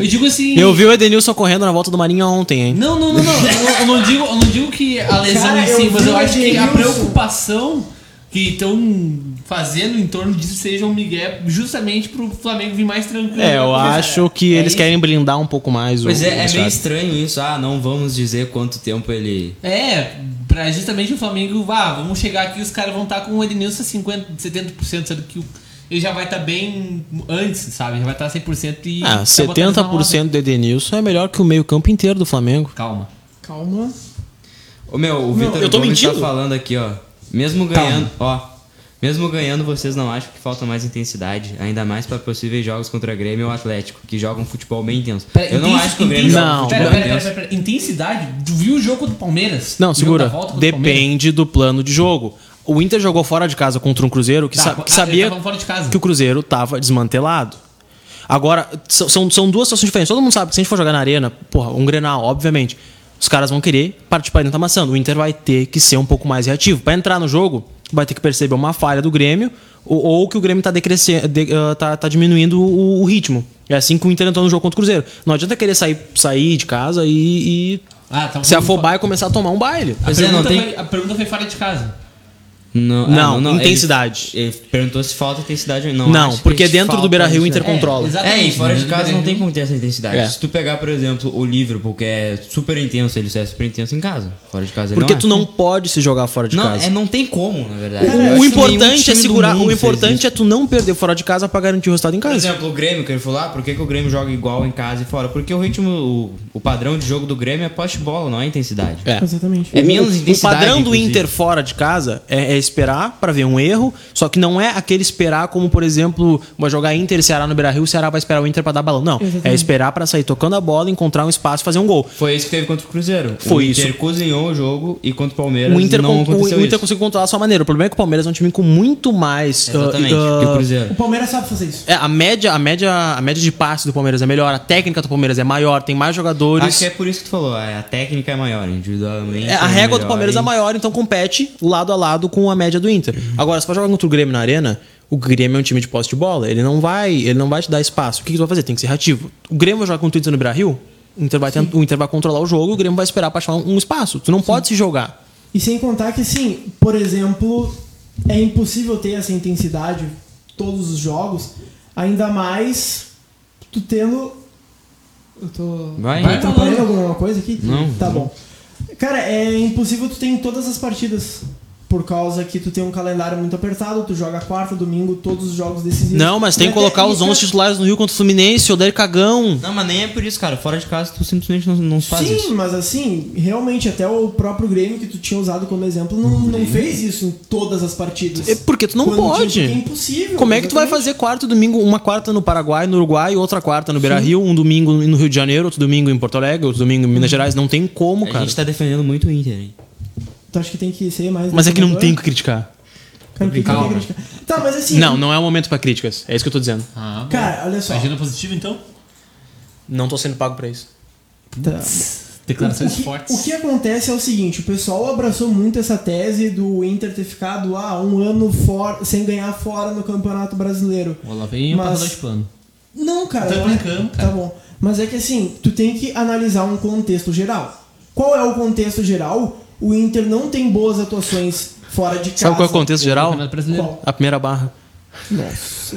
[SPEAKER 2] Eu digo assim.
[SPEAKER 1] Eu vi o Edenilson correndo na volta do Marinho ontem, hein?
[SPEAKER 2] Não, não, não, não. Eu, eu não digo, eu não digo que a lesão
[SPEAKER 3] Cara,
[SPEAKER 2] em si,
[SPEAKER 3] eu
[SPEAKER 2] mas
[SPEAKER 3] vi
[SPEAKER 2] eu
[SPEAKER 3] o
[SPEAKER 2] acho que a
[SPEAKER 3] Edenilson.
[SPEAKER 2] preocupação que estão fazendo em torno disso seja um Miguel justamente pro Flamengo vir mais tranquilo.
[SPEAKER 1] É, eu
[SPEAKER 2] Porque-
[SPEAKER 1] acho que
[SPEAKER 2] É
[SPEAKER 1] eles
[SPEAKER 2] isso.
[SPEAKER 1] querem blindar um pouco mais o.
[SPEAKER 4] Pois
[SPEAKER 1] o
[SPEAKER 4] é, é meio
[SPEAKER 1] vestiário.
[SPEAKER 4] estranho isso. Ah, não vamos dizer quanto tempo ele.
[SPEAKER 2] É, pra justamente o Flamengo, vá, vamos chegar aqui, os caras vão estar com o Edenilson 50, 70%, sendo que o- ele já vai estar bem antes, sabe? Já vai estar 100% e.
[SPEAKER 1] Ah,
[SPEAKER 2] tá botando na roda.
[SPEAKER 1] 70% do Edenilson é melhor que o meio-campo inteiro do Flamengo.
[SPEAKER 2] Calma.
[SPEAKER 3] Calma.
[SPEAKER 4] Ô meu, o Vitor
[SPEAKER 1] eu tô
[SPEAKER 4] Gomes tá
[SPEAKER 1] mentindo?
[SPEAKER 4] falando aqui, ó. Mesmo ganhando, ó. Mesmo ganhando, vocês não acham que falta mais intensidade, ainda mais pra possíveis jogos contra Grêmio ou Atlético, que jogam futebol bem intenso.
[SPEAKER 2] Pera,
[SPEAKER 4] eu não
[SPEAKER 2] intensi-
[SPEAKER 4] acho que o Grêmio
[SPEAKER 1] intensi-
[SPEAKER 4] joga
[SPEAKER 1] Não.
[SPEAKER 2] Pera,
[SPEAKER 4] futebol
[SPEAKER 2] pera, pera,
[SPEAKER 4] intenso.
[SPEAKER 2] pera, pera. Intensidade? Tu viu o jogo do Palmeiras?
[SPEAKER 1] Não,
[SPEAKER 2] O jogo
[SPEAKER 1] segura.
[SPEAKER 2] da volta contra o Palmeiras?
[SPEAKER 1] Depende do plano de jogo. O Inter jogou fora de casa contra um Cruzeiro que,
[SPEAKER 2] Tá,
[SPEAKER 1] sa-
[SPEAKER 2] ah,
[SPEAKER 1] que sabia
[SPEAKER 2] eles tavam fora de casa.
[SPEAKER 1] que o Cruzeiro estava desmantelado. Agora, são, são- são duas situações diferentes. Todo mundo sabe que se a gente for jogar na arena, porra, um Grenal, obviamente, os caras vão querer partir pra dentro amassando. O Inter vai ter que ser um pouco mais reativo. Pra entrar no jogo, vai ter que perceber uma falha do Grêmio ou, ou que o Grêmio tá, decrescendo, de- ah, tá, tá diminuindo o, o ritmo. É assim que o Inter entrou no jogo contra o Cruzeiro. Não adianta querer sair, sair de casa e, e
[SPEAKER 2] Ah, tá
[SPEAKER 1] se afobar e começar a tomar um baile.
[SPEAKER 2] A
[SPEAKER 4] Pois é,
[SPEAKER 2] pergunta,
[SPEAKER 4] não tem-
[SPEAKER 2] foi, a pergunta foi fora de casa.
[SPEAKER 4] Não, ah,
[SPEAKER 1] Não,
[SPEAKER 4] ele-
[SPEAKER 1] intensidade.
[SPEAKER 4] Ele, perguntou se falta intensidade ou não.
[SPEAKER 1] Não,
[SPEAKER 4] Acho que
[SPEAKER 1] porque
[SPEAKER 4] a gente
[SPEAKER 1] dentro do
[SPEAKER 4] falta
[SPEAKER 1] Beira-Rio o
[SPEAKER 4] isso,
[SPEAKER 1] Inter
[SPEAKER 4] né?
[SPEAKER 1] controla.
[SPEAKER 4] É, e fora de
[SPEAKER 2] né?
[SPEAKER 4] casa não tem como ter essa intensidade.
[SPEAKER 1] É.
[SPEAKER 4] Se tu pegar, por exemplo, o Liverpool, que é super intenso, ele só é super intenso em casa. Fora de casa ele
[SPEAKER 1] Porque
[SPEAKER 4] não é.
[SPEAKER 1] tu não pode se jogar fora de
[SPEAKER 4] Não,
[SPEAKER 1] casa.
[SPEAKER 4] é, não tem como, na verdade.
[SPEAKER 1] O-
[SPEAKER 4] Eu acho
[SPEAKER 1] O
[SPEAKER 4] que nenhum
[SPEAKER 1] importante
[SPEAKER 4] time
[SPEAKER 1] é
[SPEAKER 4] do
[SPEAKER 1] segurar.
[SPEAKER 4] mundo
[SPEAKER 1] O
[SPEAKER 4] fez
[SPEAKER 1] importante
[SPEAKER 4] isso.
[SPEAKER 1] é tu não perder fora de casa pra garantir o resultado em
[SPEAKER 4] Por
[SPEAKER 1] casa.
[SPEAKER 4] exemplo, o Grêmio, que ele falou, ah, por que, que o Grêmio joga igual em casa e fora? Porque o ritmo, o, o padrão de jogo do Grêmio é poste-bola, não é intensidade.
[SPEAKER 1] É.
[SPEAKER 3] Exatamente.
[SPEAKER 4] É menos
[SPEAKER 1] O
[SPEAKER 4] intensidade.
[SPEAKER 1] padrão do
[SPEAKER 4] inclusive.
[SPEAKER 1] Inter fora de casa é, é esperar pra ver um erro, só que não é aquele esperar como, por exemplo, vai jogar Inter e Ceará no Beira-Rio, o Ceará vai esperar o Inter pra dar balão. Não, é esperar pra sair tocando a bola, encontrar um espaço, e fazer um gol.
[SPEAKER 4] Foi isso que teve contra o Cruzeiro.
[SPEAKER 1] Foi
[SPEAKER 4] o Inter
[SPEAKER 1] isso.
[SPEAKER 4] cozinhou o jogo e contra o Palmeiras
[SPEAKER 1] O Inter,
[SPEAKER 4] não
[SPEAKER 1] con- o-
[SPEAKER 4] aconteceu
[SPEAKER 1] o Inter
[SPEAKER 4] isso.
[SPEAKER 1] conseguiu controlar a sua maneira. O problema é que o Palmeiras é um time com muito mais. ah,
[SPEAKER 4] Exatamente,
[SPEAKER 1] ah,
[SPEAKER 4] que o Cruzeiro.
[SPEAKER 3] O Palmeiras sabe fazer isso.
[SPEAKER 1] É, a média, a média, a média de passe do Palmeiras é melhor, a técnica do Palmeiras é maior, tem mais jogadores.
[SPEAKER 4] Acho que é por isso que tu falou, a a técnica é maior, individualmente.
[SPEAKER 1] É, a
[SPEAKER 4] é
[SPEAKER 1] régua do
[SPEAKER 4] melhor
[SPEAKER 1] Palmeiras
[SPEAKER 4] e-
[SPEAKER 1] é maior, então compete lado a lado com a média do Inter.
[SPEAKER 4] Uhum.
[SPEAKER 1] Agora, se for jogar contra o Grêmio na arena, o Grêmio é um time de posse de bola, ele não vai, ele não vai te dar espaço. O que, que tu vai fazer? Tem que ser reativo. O Grêmio vai jogar contra o Inter no Brasil, o Inter vai, tent- o Inter vai controlar o jogo e o Grêmio vai esperar pra achar um um espaço. Tu não pode se jogar.
[SPEAKER 3] E sem contar que, assim, por exemplo, é impossível ter essa intensidade todos os jogos, ainda mais tu tendo. Eu tô.
[SPEAKER 4] Vai,
[SPEAKER 3] Tá
[SPEAKER 4] vai.
[SPEAKER 3] atrapalhando alguma coisa aqui?
[SPEAKER 4] Não.
[SPEAKER 3] Tá bom. Cara, é impossível tu ter em todas as partidas. Por causa que tu tem um calendário muito apertado, tu joga quarta, domingo, todos os jogos decisivos.
[SPEAKER 1] Não, mas tem
[SPEAKER 3] E
[SPEAKER 1] que
[SPEAKER 4] é
[SPEAKER 3] até-
[SPEAKER 1] colocar os
[SPEAKER 3] e-
[SPEAKER 1] 11 titulares no Rio contra o Fluminense, o Der Cagão.
[SPEAKER 4] Não, mas nem é por isso, cara. Fora de casa, tu simplesmente não, não faz
[SPEAKER 3] Sim,
[SPEAKER 4] isso.
[SPEAKER 3] mas assim, realmente, até o próprio Grêmio que tu tinha usado como exemplo não, não fez isso em todas as partidas.
[SPEAKER 1] É porque tu não
[SPEAKER 3] Quando tinha
[SPEAKER 1] pode.
[SPEAKER 3] que- É impossível.
[SPEAKER 1] Como é que tu vai
[SPEAKER 3] exatamente.
[SPEAKER 1] fazer quarto domingo, uma quarta no Paraguai, no Uruguai, outra quarta no Beira Rio, um domingo no Rio de Janeiro, outro domingo em Porto Alegre, outro domingo em Minas Gerais? Não tem como,
[SPEAKER 4] A
[SPEAKER 1] cara.
[SPEAKER 4] gente tá defendendo muito o Inter, hein?
[SPEAKER 3] Tu acha que tem que ser mais.
[SPEAKER 1] Mas é que não
[SPEAKER 3] definidor?
[SPEAKER 1] tem que criticar.
[SPEAKER 3] Cara, o que que
[SPEAKER 2] Calma.
[SPEAKER 3] tem que criticar? Tá, mas assim.
[SPEAKER 1] Não, não é o momento pra críticas. É isso que eu tô dizendo.
[SPEAKER 2] Ah, bom.
[SPEAKER 3] Cara, olha só.
[SPEAKER 2] Agenda positiva, então?
[SPEAKER 1] Não tô sendo pago pra isso.
[SPEAKER 3] Tá. O
[SPEAKER 2] Declarações
[SPEAKER 3] que-
[SPEAKER 2] fortes.
[SPEAKER 3] O que acontece é o seguinte: o pessoal abraçou muito essa tese do Inter ter ficado ah, um ano fora, sem ganhar fora no Campeonato Brasileiro.
[SPEAKER 2] Ó, lá vem o
[SPEAKER 3] Mas-
[SPEAKER 2] passo de pano.
[SPEAKER 3] Não, cara.
[SPEAKER 2] Tô
[SPEAKER 3] não é-
[SPEAKER 2] brincando,
[SPEAKER 3] Tá bom. Mas é que assim, tu tem que analisar um contexto geral. Qual é o contexto geral? O Inter não tem boas atuações fora de casa.
[SPEAKER 1] Sabe qual é o contexto geral?
[SPEAKER 2] Campeonato Brasileiro.
[SPEAKER 3] Qual?
[SPEAKER 1] A primeira barra.
[SPEAKER 3] Nossa.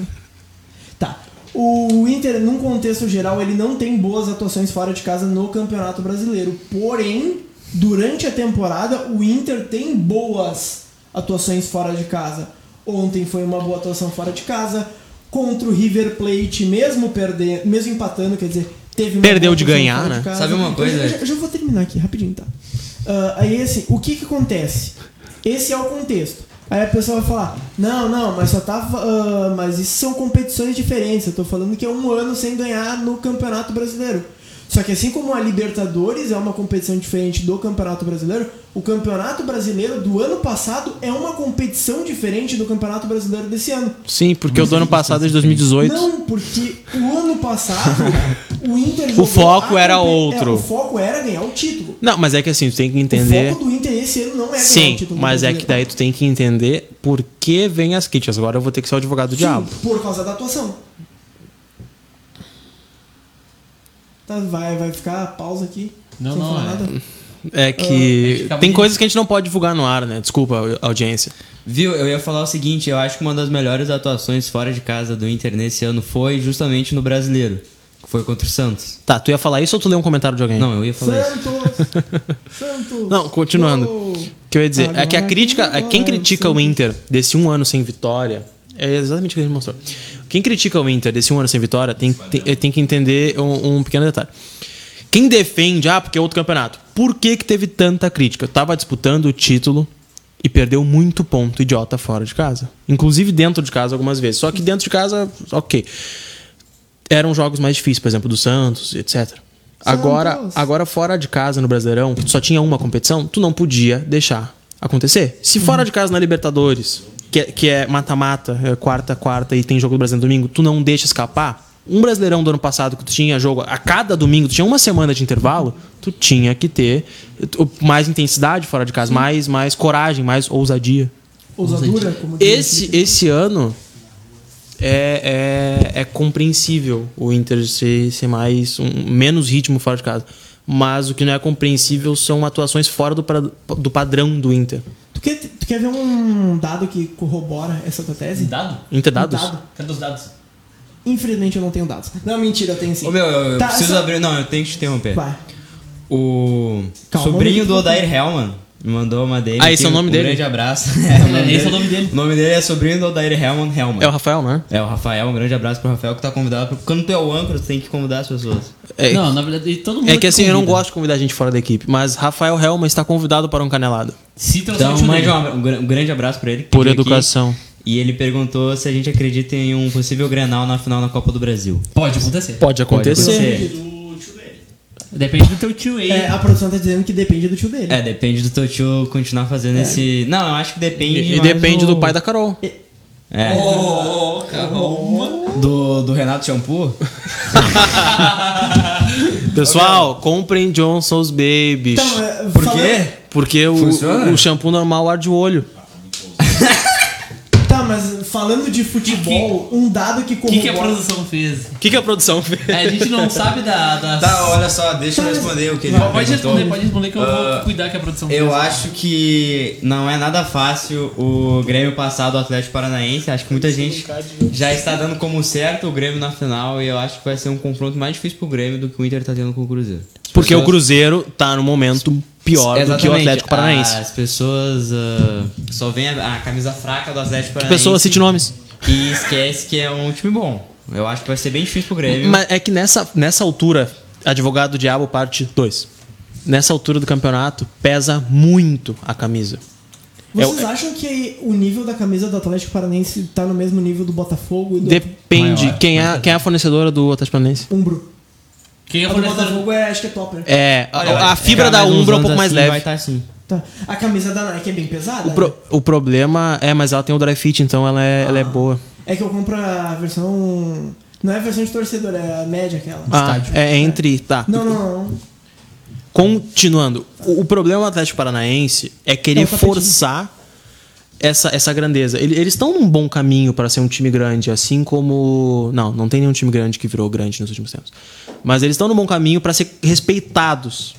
[SPEAKER 3] Tá. O Inter, num contexto geral, ele não tem boas atuações fora de casa no Campeonato Brasileiro. Porém, durante a temporada, o Inter tem boas atuações fora de casa. Ontem foi uma boa atuação fora de casa. Contra o River Plate, mesmo perdendo, mesmo empatando, quer dizer, teve uma
[SPEAKER 1] Perdeu
[SPEAKER 3] boa
[SPEAKER 1] de
[SPEAKER 3] atuação
[SPEAKER 1] ganhar,
[SPEAKER 3] fora
[SPEAKER 1] né?
[SPEAKER 3] casa.
[SPEAKER 4] Sabe uma coisa?
[SPEAKER 3] Eu já, eu já vou terminar aqui rapidinho, tá? Ah, aí assim, o que que acontece? Esse é o contexto. Aí a pessoa vai falar, não, não, mas só tá. ah, mas isso são competições diferentes. Eu tô falando que é um ano sem ganhar no Campeonato Brasileiro. Só que assim como a Libertadores é uma competição diferente do Campeonato Brasileiro, o Campeonato Brasileiro do ano passado é uma competição diferente do Campeonato Brasileiro desse ano.
[SPEAKER 1] Sim, porque o do ano passado é de 2018.
[SPEAKER 3] Não, porque o ano passado o Inter jogou
[SPEAKER 1] foco
[SPEAKER 3] a
[SPEAKER 1] era
[SPEAKER 3] compe- é,
[SPEAKER 1] outro.
[SPEAKER 3] o foco era ganhar o título.
[SPEAKER 1] Não, mas é que assim, tu tem que entender.
[SPEAKER 3] O foco do Inter esse ano não é ganhar o
[SPEAKER 1] Sim,
[SPEAKER 3] título.
[SPEAKER 1] mas é
[SPEAKER 3] brasileiro.
[SPEAKER 1] que daí tu tem que entender por que vem as críticas. Agora eu vou ter que ser o advogado tá do
[SPEAKER 3] Sim,
[SPEAKER 1] diabo.
[SPEAKER 3] Por causa da atuação. Tá, vai, vai ficar a pausa aqui.
[SPEAKER 2] Não,
[SPEAKER 3] sem
[SPEAKER 2] não,
[SPEAKER 3] falar
[SPEAKER 2] é.
[SPEAKER 3] nada.
[SPEAKER 1] É que
[SPEAKER 2] acabou
[SPEAKER 1] tem
[SPEAKER 2] de-
[SPEAKER 1] coisas que a gente não pode divulgar no ar, né? Desculpa, au- audiência.
[SPEAKER 4] Viu, eu ia falar o seguinte, eu acho que uma das melhores atuações fora de casa do Inter nesse ano foi justamente no Brasileiro, que foi contra o Santos.
[SPEAKER 1] Tá, tu ia falar isso ou tu leu um comentário de alguém?
[SPEAKER 4] Não, eu ia falar isso.
[SPEAKER 3] Santos! Santos!
[SPEAKER 1] Não, continuando.
[SPEAKER 3] Gol!
[SPEAKER 1] O que eu ia dizer é que a
[SPEAKER 3] Agora
[SPEAKER 1] crítica, é quem
[SPEAKER 3] agora,
[SPEAKER 1] critica o Inter desse um ano sem vitória, é exatamente o que a gente mostrou. Quem critica o Inter desse um ano sem vitória tem, tem, tem que entender um, um pequeno detalhe. Quem defende, ah, porque é outro campeonato. Por que, que teve tanta crítica? Eu tava disputando o título e perdeu muito ponto idiota fora de casa. Inclusive dentro de casa algumas vezes. Só que dentro de casa, ok. Eram jogos mais difíceis, por exemplo, do Santos, etc. Agora,
[SPEAKER 3] Santos.
[SPEAKER 1] agora fora de casa no Brasileirão, que tu só tinha uma competição, tu não podia deixar acontecer. Se fora de casa na Libertadores, que é- que é mata-mata, é quarta, quarta e tem jogo do Brasileiro no domingo, tu não deixa escapar. Um Brasileirão do ano passado que tu tinha jogo a cada domingo, tu tinha uma semana de intervalo, tu tinha que ter tu- mais intensidade fora de casa, mais, mais coragem, mais ousadia.
[SPEAKER 3] Ousadura, como diz.
[SPEAKER 1] Esse, esse ano é, é, é compreensível o Inter ser, ser mais um, menos ritmo fora de casa. Mas o que não é compreensível são atuações fora do, pra- do padrão do Inter.
[SPEAKER 3] Tu quer, tu quer ver um dado que corrobora essa tua tese?
[SPEAKER 2] Dado?
[SPEAKER 1] Inter dados?
[SPEAKER 3] Um dado?
[SPEAKER 2] Cadê os dados?
[SPEAKER 3] Infelizmente eu não tenho dados. Não, mentira, eu tenho sim.
[SPEAKER 4] Ô meu, eu, eu
[SPEAKER 3] Tá,
[SPEAKER 4] preciso
[SPEAKER 3] só-
[SPEAKER 4] abrir. Não, eu tenho que te interromper.
[SPEAKER 3] Vai.
[SPEAKER 4] O
[SPEAKER 3] Calma,
[SPEAKER 4] sobrinho
[SPEAKER 3] muito
[SPEAKER 4] do Odair Hellman me mandou uma dele.
[SPEAKER 1] Ah, esse é o nome
[SPEAKER 4] um
[SPEAKER 1] dele?
[SPEAKER 4] grande abraço. É, o
[SPEAKER 2] Esse é o nome dele.
[SPEAKER 4] O nome dele é sobrinho do Odair Hellman Hellman.
[SPEAKER 1] É o Rafael, né?
[SPEAKER 4] É, o Rafael, um grande abraço pro Rafael que tá convidado. pro- Quando tu é o âncora, tu tem que convidar as pessoas.
[SPEAKER 1] É,
[SPEAKER 2] Não, na verdade, todo mundo
[SPEAKER 1] é que assim, eu não
[SPEAKER 2] convida.
[SPEAKER 1] gosto de convidar gente fora da equipe, mas Rafael Helman está convidado para um canelado.
[SPEAKER 2] Cita
[SPEAKER 4] Então,
[SPEAKER 2] o seu
[SPEAKER 4] mande um,
[SPEAKER 2] tio
[SPEAKER 4] abra- um gran- um grande abraço pra ele. que
[SPEAKER 1] Por
[SPEAKER 4] veio aqui.
[SPEAKER 1] educação.
[SPEAKER 4] E ele perguntou se a gente acredita em um possível Grenal na final na Copa do Brasil.
[SPEAKER 2] Pode acontecer.
[SPEAKER 1] Pode acontecer.
[SPEAKER 4] acontecer.
[SPEAKER 6] Do tio dele.
[SPEAKER 2] Depende do teu tio aí.
[SPEAKER 3] É, a produção tá dizendo que depende do tio dele.
[SPEAKER 4] É, depende do teu tio continuar fazendo esse... Não, eu acho que depende...
[SPEAKER 1] É. E, e
[SPEAKER 4] mais
[SPEAKER 1] depende do pai da Carol.
[SPEAKER 4] É. Do, do Renato Shampoo?
[SPEAKER 1] Pessoal, comprem Johnson's Babies.
[SPEAKER 3] Então, é,
[SPEAKER 4] Por
[SPEAKER 3] falando-
[SPEAKER 4] quê?
[SPEAKER 1] Porque o,
[SPEAKER 4] Funciona?
[SPEAKER 1] o shampoo normal arde o olho.
[SPEAKER 3] Tá, mas falando de futebol, um dado que
[SPEAKER 2] O que, que a
[SPEAKER 3] corrobora.
[SPEAKER 2] produção fez? É,
[SPEAKER 1] O que, que a produção fez?
[SPEAKER 4] É.
[SPEAKER 2] A gente não sabe da. das-
[SPEAKER 4] Tá, olha só, deixa eu responder o que ele
[SPEAKER 2] Não, pode
[SPEAKER 4] perguntou.
[SPEAKER 2] responder, pode responder que eu
[SPEAKER 4] Ah,
[SPEAKER 2] vou cuidar que a produção
[SPEAKER 4] Eu
[SPEAKER 2] fez.
[SPEAKER 4] acho que não é nada fácil o Grêmio passar do Atlético Paranaense. Acho que muita gente já está dando como certo o Grêmio na final e eu acho que vai ser um confronto mais difícil pro Grêmio do que o Inter tá tendo com o Cruzeiro. As
[SPEAKER 1] Porque
[SPEAKER 4] pessoas-
[SPEAKER 1] o Cruzeiro tá num momento pior do que o
[SPEAKER 4] Exatamente,
[SPEAKER 1] Atlético Paranaense.
[SPEAKER 4] As pessoas ah, só veem a, a camisa fraca do Atlético Paranaense
[SPEAKER 1] Pessoa, cite nomes.
[SPEAKER 4] e esquece que é um time bom. Eu acho que vai ser bem difícil pro Grêmio.
[SPEAKER 1] Mas é que nessa, nessa altura, Advogado do Diabo, parte 2. Nessa altura do campeonato, pesa muito a camisa.
[SPEAKER 3] Vocês
[SPEAKER 1] É o-
[SPEAKER 3] acham que o nível da camisa do Atlético Paranaense tá no mesmo nível do Botafogo e do
[SPEAKER 1] Depende.
[SPEAKER 2] Maior.
[SPEAKER 1] quem, é, quem é a fornecedora do Atlético Paranaense?
[SPEAKER 3] Umbro?
[SPEAKER 2] Quem
[SPEAKER 3] A
[SPEAKER 2] é
[SPEAKER 3] do
[SPEAKER 2] fornecedor?
[SPEAKER 3] Botafogo é, acho que é topper.
[SPEAKER 1] É,
[SPEAKER 4] Olha, eu
[SPEAKER 1] a, a
[SPEAKER 4] acho que
[SPEAKER 1] fibra da
[SPEAKER 4] mais uns
[SPEAKER 1] Umbra é um
[SPEAKER 4] anos
[SPEAKER 1] pouco mais
[SPEAKER 4] assim
[SPEAKER 1] leve.
[SPEAKER 4] Vai estar assim.
[SPEAKER 3] Tá. A camisa da Nike é bem pesada.
[SPEAKER 1] O, pro- o problema é, mas ela tem o dry fit, então ela é,
[SPEAKER 4] Ah,
[SPEAKER 1] ela é
[SPEAKER 4] um
[SPEAKER 1] boa.
[SPEAKER 3] né? É que eu compro a versão. Não é a versão de torcedor, é a média aquela.
[SPEAKER 1] Ah, é entre. Tá.
[SPEAKER 3] Não, não, não.
[SPEAKER 1] Continuando, o, o problema do Atlético Paranaense é querer
[SPEAKER 3] É o tapetinho.
[SPEAKER 1] forçar essa, essa grandeza. Ele- Eles estão num bom caminho para ser um time grande, assim como. Não, não tem nenhum time grande que virou grande nos últimos tempos. Mas eles estão num bom caminho para ser respeitados.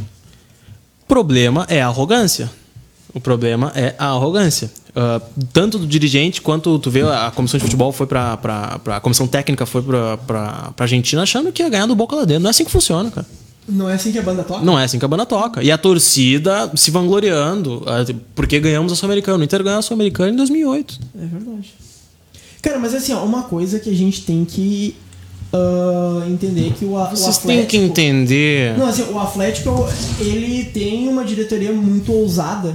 [SPEAKER 1] O problema é a arrogância. O problema é a arrogância. Ah, tanto do dirigente quanto tu vê a comissão de futebol foi pra. pra, pra a comissão técnica foi pra, pra, pra Argentina achando que ia ganhar do Boca lá dentro. Não é assim que funciona, cara.
[SPEAKER 3] Não é assim que a banda toca?
[SPEAKER 1] Não é assim que a banda toca. E a torcida se vangloriando, ah, porque ganhamos a Sul-Americana. O Inter ganhou a Sul-Americana em 2008.
[SPEAKER 3] É verdade. Cara, mas assim, ó, uma coisa que a gente tem que ah, entender que o, a- o
[SPEAKER 1] Vocês
[SPEAKER 3] Atlético...
[SPEAKER 1] têm que entender.
[SPEAKER 3] Não, assim, o Atlético, ele tem uma diretoria muito ousada